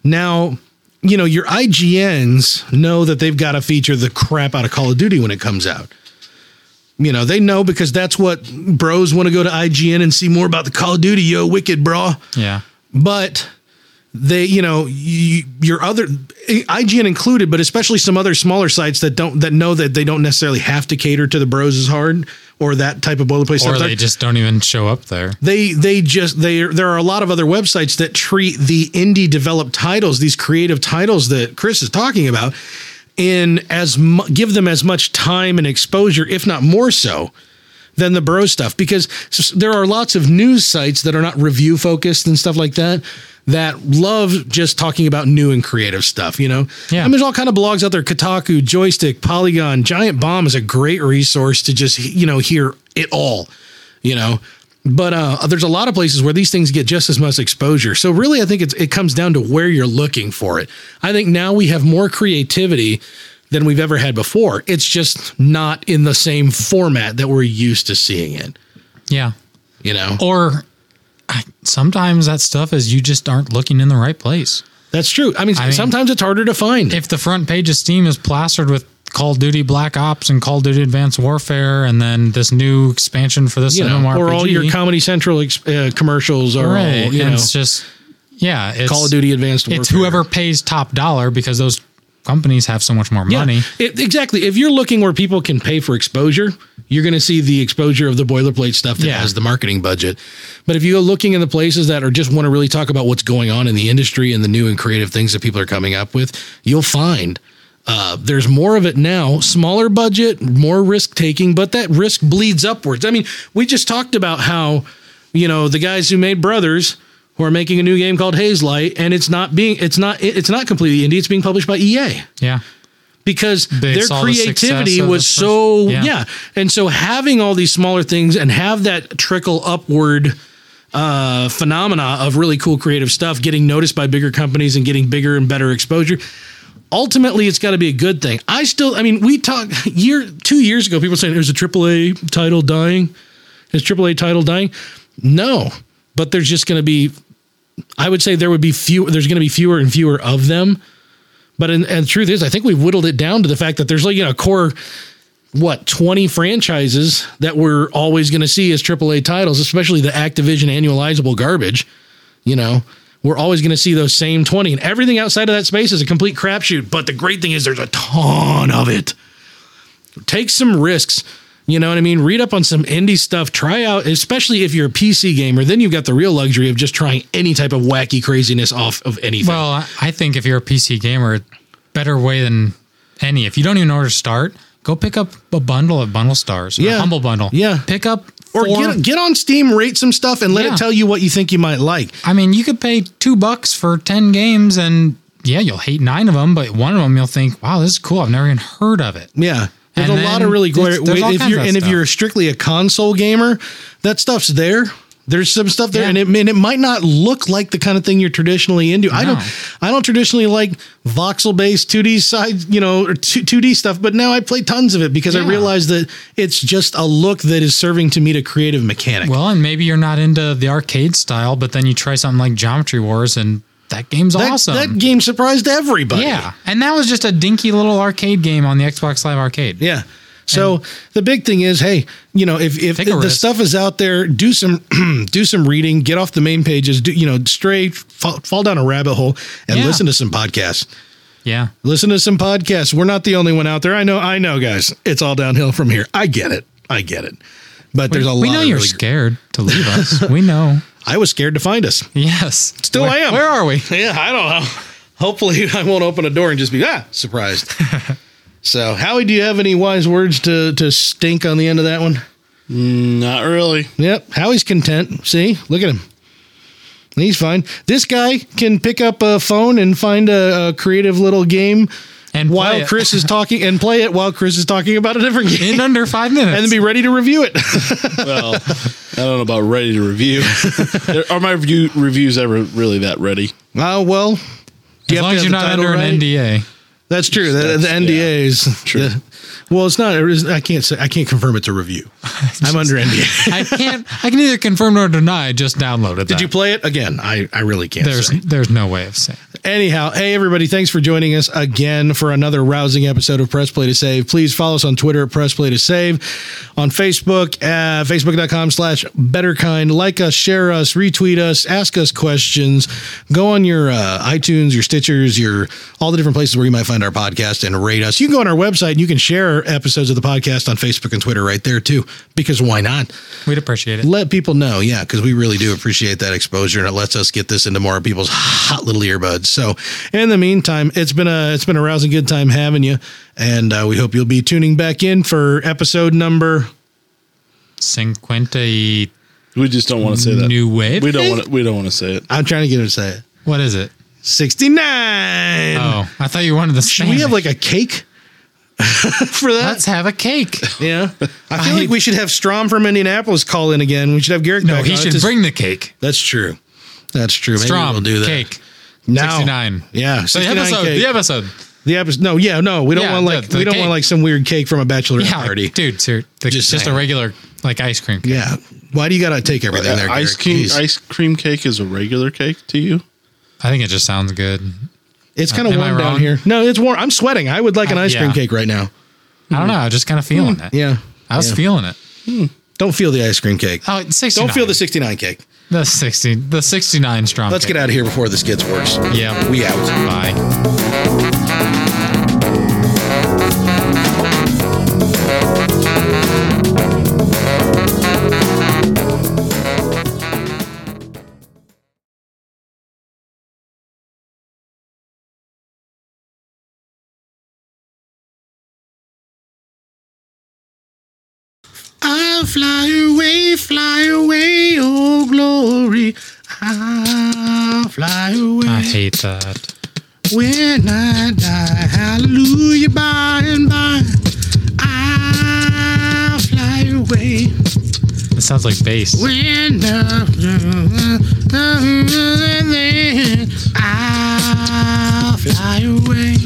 Speaker 1: Now, you know, your IGNs know that they've got to feature the crap out of Call of Duty when it comes out. You know, they know because that's what bros want to go to IGN and see more about the Call of Duty, yo, wicked, bro.
Speaker 2: Yeah.
Speaker 1: But they, you know, you, your other IGN included, but especially some other smaller sites that don't that know that they don't necessarily have to cater to the bros as hard or that type of boilerplate
Speaker 2: Or
Speaker 1: stuff.
Speaker 2: they just don't even show up there.
Speaker 1: they they just they there are a lot of other websites that treat the indie developed titles these creative titles that chris is talking about in as mu- give them as much time and exposure if not more so than the bro stuff because s- there are lots of news sites that are not review focused and stuff like that that love just talking about new and creative stuff you know
Speaker 2: Yeah.
Speaker 1: I mean, there's all kind of blogs out there kotaku joystick polygon giant bomb is a great resource to just you know hear it all you know but uh, there's a lot of places where these things get just as much exposure so really i think it's, it comes down to where you're looking for it i think now we have more creativity than we've ever had before it's just not in the same format that we're used to seeing it
Speaker 2: Yeah.
Speaker 1: you know
Speaker 2: Or I, sometimes that stuff is you just aren't looking in the right place.
Speaker 1: that's true i mean
Speaker 2: mean-
Speaker 1: sometimes it's harder to find
Speaker 2: If the front page of Steam is plastered with Call of Duty Black Ops and Call of Duty Advanced Warfare, and then this new expansion for this
Speaker 1: you know,
Speaker 2: MMORPG,
Speaker 1: or all your comedy central ex- uh, commercials are all
Speaker 2: right?
Speaker 1: you
Speaker 2: and
Speaker 1: know
Speaker 2: it's just yeah, it's,
Speaker 1: call of duty advanced warfare
Speaker 2: It's whoever pays top dollar because those companies have so much more
Speaker 1: Yeah,
Speaker 2: money.
Speaker 1: it- exactly. If you're looking where people can pay for exposure, you're going to see the exposure of the boilerplate stuff that
Speaker 2: Yeah.
Speaker 1: has the marketing budget. But if you're looking in the places that are just want to really talk about what's going on in the industry and the new and creative things that people are coming up with, you'll find uh, there's more of it now. Smaller budget, more risk taking, but that risk bleeds upwards. I mean, we just talked about how you know the guys who made Brothers. Who are making a new game called Haze Light, and it's not being it's not it's not completely indie. It's being published by E EA
Speaker 2: Yeah,
Speaker 1: because their
Speaker 2: saw the success
Speaker 1: creativity
Speaker 2: of the
Speaker 1: was
Speaker 2: first-
Speaker 1: so
Speaker 2: yeah.
Speaker 1: yeah. and so having all these smaller things and have that trickle upward uh phenomena of really cool creative stuff getting noticed by bigger companies and getting bigger and better exposure ultimately it's got to be a good thing i still i mean we talked year two years ago people saying there's a aaa title dying is aaa title dying no but there's just going to be i would say there would be fewer there's going to be fewer and fewer of them but in, and the truth is, I think we whittled it down to the fact that there's like you know core what 20 franchises that we're always going to see as AAA titles, especially the Activision annualizable garbage. You know, we're always going to see those same 20, and everything outside of that space is a complete crapshoot. But the great thing is, there's a ton of it. Take some risks. You know what I mean? Read up on some indie stuff. Try out, especially if you're a PC gamer, then you've got the real luxury of just trying any type of wacky craziness off of anything.
Speaker 2: Well, I- I think if you're a PC gamer, better way than any. If you don't even know where to start, go pick up a bundle at Bundle Stars. or
Speaker 1: Yeah.
Speaker 2: Humble Bundle.
Speaker 1: Yeah.
Speaker 2: Pick up
Speaker 1: or
Speaker 2: four-
Speaker 1: get, get on Steam, rate some stuff, and let
Speaker 2: Yeah.
Speaker 1: it tell you what you think you might like.
Speaker 2: I mean, you could pay two bucks for 10 games and yeah, you'll hate nine of them, but one of them you'll think, wow, this is cool. I've never even heard of it.
Speaker 1: Yeah. There's
Speaker 2: And
Speaker 1: a lot
Speaker 2: then
Speaker 1: of really
Speaker 2: there's-
Speaker 1: great.
Speaker 2: there's all
Speaker 1: if
Speaker 2: kinds
Speaker 1: you're
Speaker 2: of
Speaker 1: and if
Speaker 2: stuff.
Speaker 1: you're strictly a console gamer, that stuff's there. There's some stuff there,
Speaker 2: Yeah.
Speaker 1: and it and it might not look like the kind of thing you're traditionally into. I
Speaker 2: No.
Speaker 1: don't I don't traditionally like voxel based 2D side, you know, or 2, 2D stuff, but now I play tons of it because I
Speaker 2: Yeah.
Speaker 1: realize that it's just a look that is serving to meet a creative mechanic.
Speaker 2: Well, and maybe you're not into the arcade style, but then you try something like Geometry Wars and that game's
Speaker 1: that,
Speaker 2: awesome.
Speaker 1: that game surprised everybody.
Speaker 2: yeah. And that was just a dinky little arcade game on the Xbox Live Arcade.
Speaker 1: Yeah. So the big thing is, hey, you know, if if
Speaker 2: Take a
Speaker 1: the
Speaker 2: risk.
Speaker 1: stuff is out there, do some do some reading, get off the main pages, do you know, stray fall, fall down a rabbit hole and
Speaker 2: Yeah.
Speaker 1: listen to some podcasts.
Speaker 2: Yeah.
Speaker 1: Listen to some podcasts. We're not the only one out there. I know, I know, guys. It's all downhill from here. I get it. I get it. But there's a
Speaker 2: we
Speaker 1: lot
Speaker 2: know
Speaker 1: of
Speaker 2: you're
Speaker 1: really-
Speaker 2: scared to leave us. we know.
Speaker 1: I was scared to find us.
Speaker 2: Yes.
Speaker 1: Still
Speaker 2: where,
Speaker 1: I am.
Speaker 2: Where are we?
Speaker 1: Yeah, I don't know. Hopefully, I won't open a door and just be ah surprised. so, Howie, do you have any wise words to to stink on the end of that one?
Speaker 3: Not really.
Speaker 1: Yep. Howie's content. See, look at him. He's fine. This guy can pick up a phone and find a, a creative little game
Speaker 2: And
Speaker 1: while
Speaker 2: play it
Speaker 1: Chris is talking and play it while Chris is talking about a different game
Speaker 2: in under five minutes.
Speaker 1: and then be ready to review it.
Speaker 3: Well, I don't know about ready to review. Are my review, reviews ever really that ready?
Speaker 1: Oh, well. do
Speaker 2: as long as
Speaker 1: have
Speaker 2: you're
Speaker 1: the
Speaker 2: not
Speaker 1: title
Speaker 2: under
Speaker 1: right?
Speaker 2: an NDA.
Speaker 1: That's true. The, the
Speaker 3: That's-
Speaker 1: NDAs.
Speaker 3: True.
Speaker 1: the- well, it's not. it is- I can't say. I can't confirm it's a review. I'm under NDA.
Speaker 2: I can't. I can either confirm or deny. I Just downloaded.
Speaker 1: Did you play it again? I, I really can't.
Speaker 2: There's
Speaker 1: say.
Speaker 2: there's no way of saying.
Speaker 1: Anyhow, hey everybody, thanks for joining us again for another rousing episode of Press Play to Save. Please follow us on Twitter at Press Play to Save, on Facebook at facebook.com slash betterkind. Like us, share us, retweet us, ask us questions. Go on your uh, iTunes, your Stitchers, your all the different places where you might find our podcast and rate us. You can go on our website and you can share episodes of the podcast on Facebook and Twitter right there too, because why not?
Speaker 2: We'd appreciate it.
Speaker 1: let people know yeah because we really do appreciate that exposure and it lets us get this into more people's hot little earbuds so in the meantime it's been a it's been a rousing good time having you and uh, we hope you'll be tuning back in for episode number
Speaker 2: Cinquenta y
Speaker 3: We just don't want to say that.
Speaker 2: new wave.
Speaker 3: we don't want to. We don't want to say it.
Speaker 1: i'm trying to get her to say it
Speaker 2: What is it?
Speaker 1: 69
Speaker 2: Oh, I thought you wanted the.
Speaker 1: should we have like a cake for that
Speaker 2: Let's have a cake.
Speaker 1: yeah i feel
Speaker 2: I-
Speaker 1: like we should have strom from indianapolis call in again we should have garrick
Speaker 2: No,
Speaker 1: back
Speaker 2: he
Speaker 1: on. It's
Speaker 2: should
Speaker 1: just-
Speaker 2: bring the cake.
Speaker 1: that's true that's true Maybe
Speaker 2: Strom
Speaker 1: we'll do that
Speaker 2: cake.
Speaker 1: now
Speaker 2: 69.
Speaker 1: yeah
Speaker 2: So the
Speaker 1: 69
Speaker 2: episode.
Speaker 1: cake.
Speaker 2: The episode.
Speaker 1: The episode. No, yeah, no, we don't
Speaker 2: Yeah,
Speaker 1: want like
Speaker 2: the- the
Speaker 1: we don't want
Speaker 2: cake.
Speaker 1: like some weird cake from a bachelorette
Speaker 2: Yeah,
Speaker 1: party.
Speaker 2: dude. Sir, the,
Speaker 1: Just
Speaker 2: just
Speaker 1: saying.
Speaker 2: a regular like ice cream. Cake.
Speaker 1: Yeah. Why do you gotta take everything there?
Speaker 3: Uh, ice
Speaker 1: Derek?
Speaker 3: cream.
Speaker 1: Jeez.
Speaker 3: Ice cream cake is a regular cake to you.
Speaker 2: I think it just sounds good.
Speaker 1: It's kind of
Speaker 2: Uh, Am I
Speaker 1: warm down
Speaker 2: wrong?
Speaker 1: here. No, it's warm. I'm sweating. I would like an
Speaker 2: Uh,
Speaker 1: ice cream
Speaker 2: yeah.
Speaker 1: cake right now.
Speaker 2: I don't know. I was just kind of feeling it.
Speaker 1: Yeah.
Speaker 2: I was
Speaker 1: Hmm. Yeah.
Speaker 2: feeling it.
Speaker 1: Don't feel the ice cream cake.
Speaker 2: Oh, it's 69.
Speaker 1: Don't feel the 69 cake.
Speaker 2: The 60, the 69 strong.
Speaker 1: Let's get out of here before this gets worse.
Speaker 2: Yeah.
Speaker 1: We out.
Speaker 2: Bye.
Speaker 1: I fly away, fly away, oh glory. I fly away.
Speaker 2: I hate that.
Speaker 1: When I die, hallelujah, by and by, I fly away.
Speaker 2: It sounds like bass.
Speaker 1: When I fly away.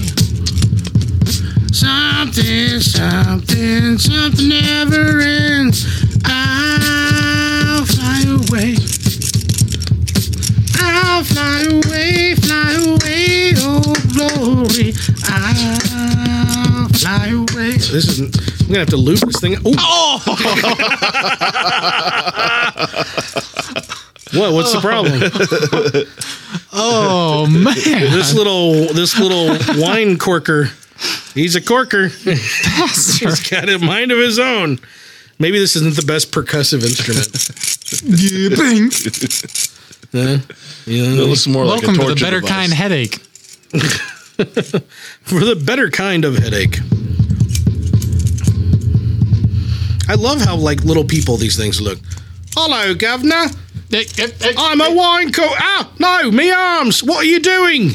Speaker 1: Something, something, something never ends. I'll fly away. I'll fly away, fly away, oh glory. I'll fly away. This is, I'm gonna have to loop this thing. Oh! what? What's the problem?
Speaker 2: Oh, man.
Speaker 1: This little, this little wine corker. He's a corker. He's got a mind of his own. Maybe this isn't the best percussive instrument.
Speaker 3: It looks more
Speaker 2: Welcome
Speaker 3: like a
Speaker 2: to
Speaker 3: torture
Speaker 2: the better
Speaker 3: device.
Speaker 2: kind headache.
Speaker 1: for the better kind of headache. I love how like little people these things look. Hello, governor. I'm a wine co. Ah, no, me arms. What are you doing?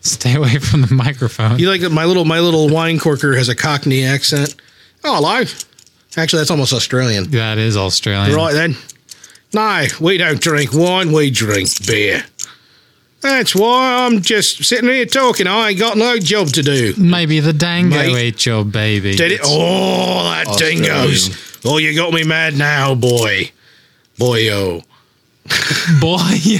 Speaker 2: Stay away from the microphone.
Speaker 1: You like that my little my little wine corker has a Cockney accent. Oh, Hello. Actually, that's almost Australian.
Speaker 2: That is Australian.
Speaker 1: Right then. No, we don't drink wine. We drink beer. That's why I'm just sitting here talking. I ain't got no job to do.
Speaker 2: Maybe the dango
Speaker 1: Mate.
Speaker 2: ate your baby.
Speaker 1: Did it? Oh, that
Speaker 3: Australian.
Speaker 1: dingoes. Oh, you got me mad now, boy. Boyo.
Speaker 2: Boy, yo.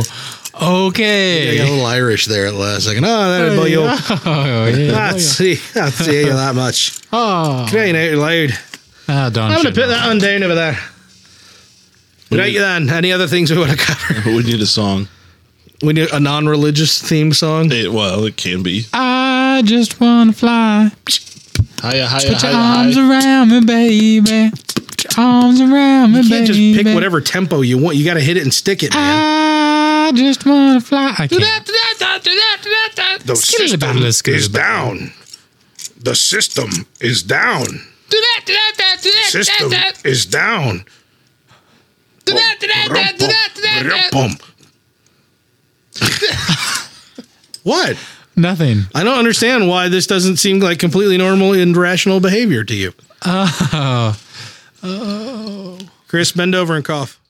Speaker 1: I got a
Speaker 2: Okay.
Speaker 1: little Irish there at the last second. Oh, that is boyo.
Speaker 2: Oh, yeah.
Speaker 1: I'd see, I'd see you that much.
Speaker 2: Oh,
Speaker 1: Crying out loud.
Speaker 2: Ah, don't
Speaker 1: I'm
Speaker 2: you
Speaker 1: going to put
Speaker 2: know.
Speaker 1: that on down over there. Right then, any other things we want to cover?
Speaker 3: We need a song.
Speaker 1: We need a non religious theme song.
Speaker 3: It, well, it can be.
Speaker 2: I just want to fly.
Speaker 3: Hiya, hiya,
Speaker 2: Put your
Speaker 3: hiya,
Speaker 2: arms
Speaker 3: hiya.
Speaker 2: around me, baby. Put your arms around me,
Speaker 1: You
Speaker 2: baby.
Speaker 1: can't just pick whatever tempo you want. You got to hit it and stick it,
Speaker 2: Ah,
Speaker 1: man.
Speaker 2: I just want to fly. I can't.
Speaker 1: The
Speaker 2: Skittle
Speaker 1: system
Speaker 2: battle, skittle
Speaker 1: is
Speaker 2: battle.
Speaker 1: down. The system is down. System is down. what?
Speaker 2: Nothing.
Speaker 1: I don't understand why this doesn't seem like completely normal and rational behavior to you. Oh. Chris, bend over and cough.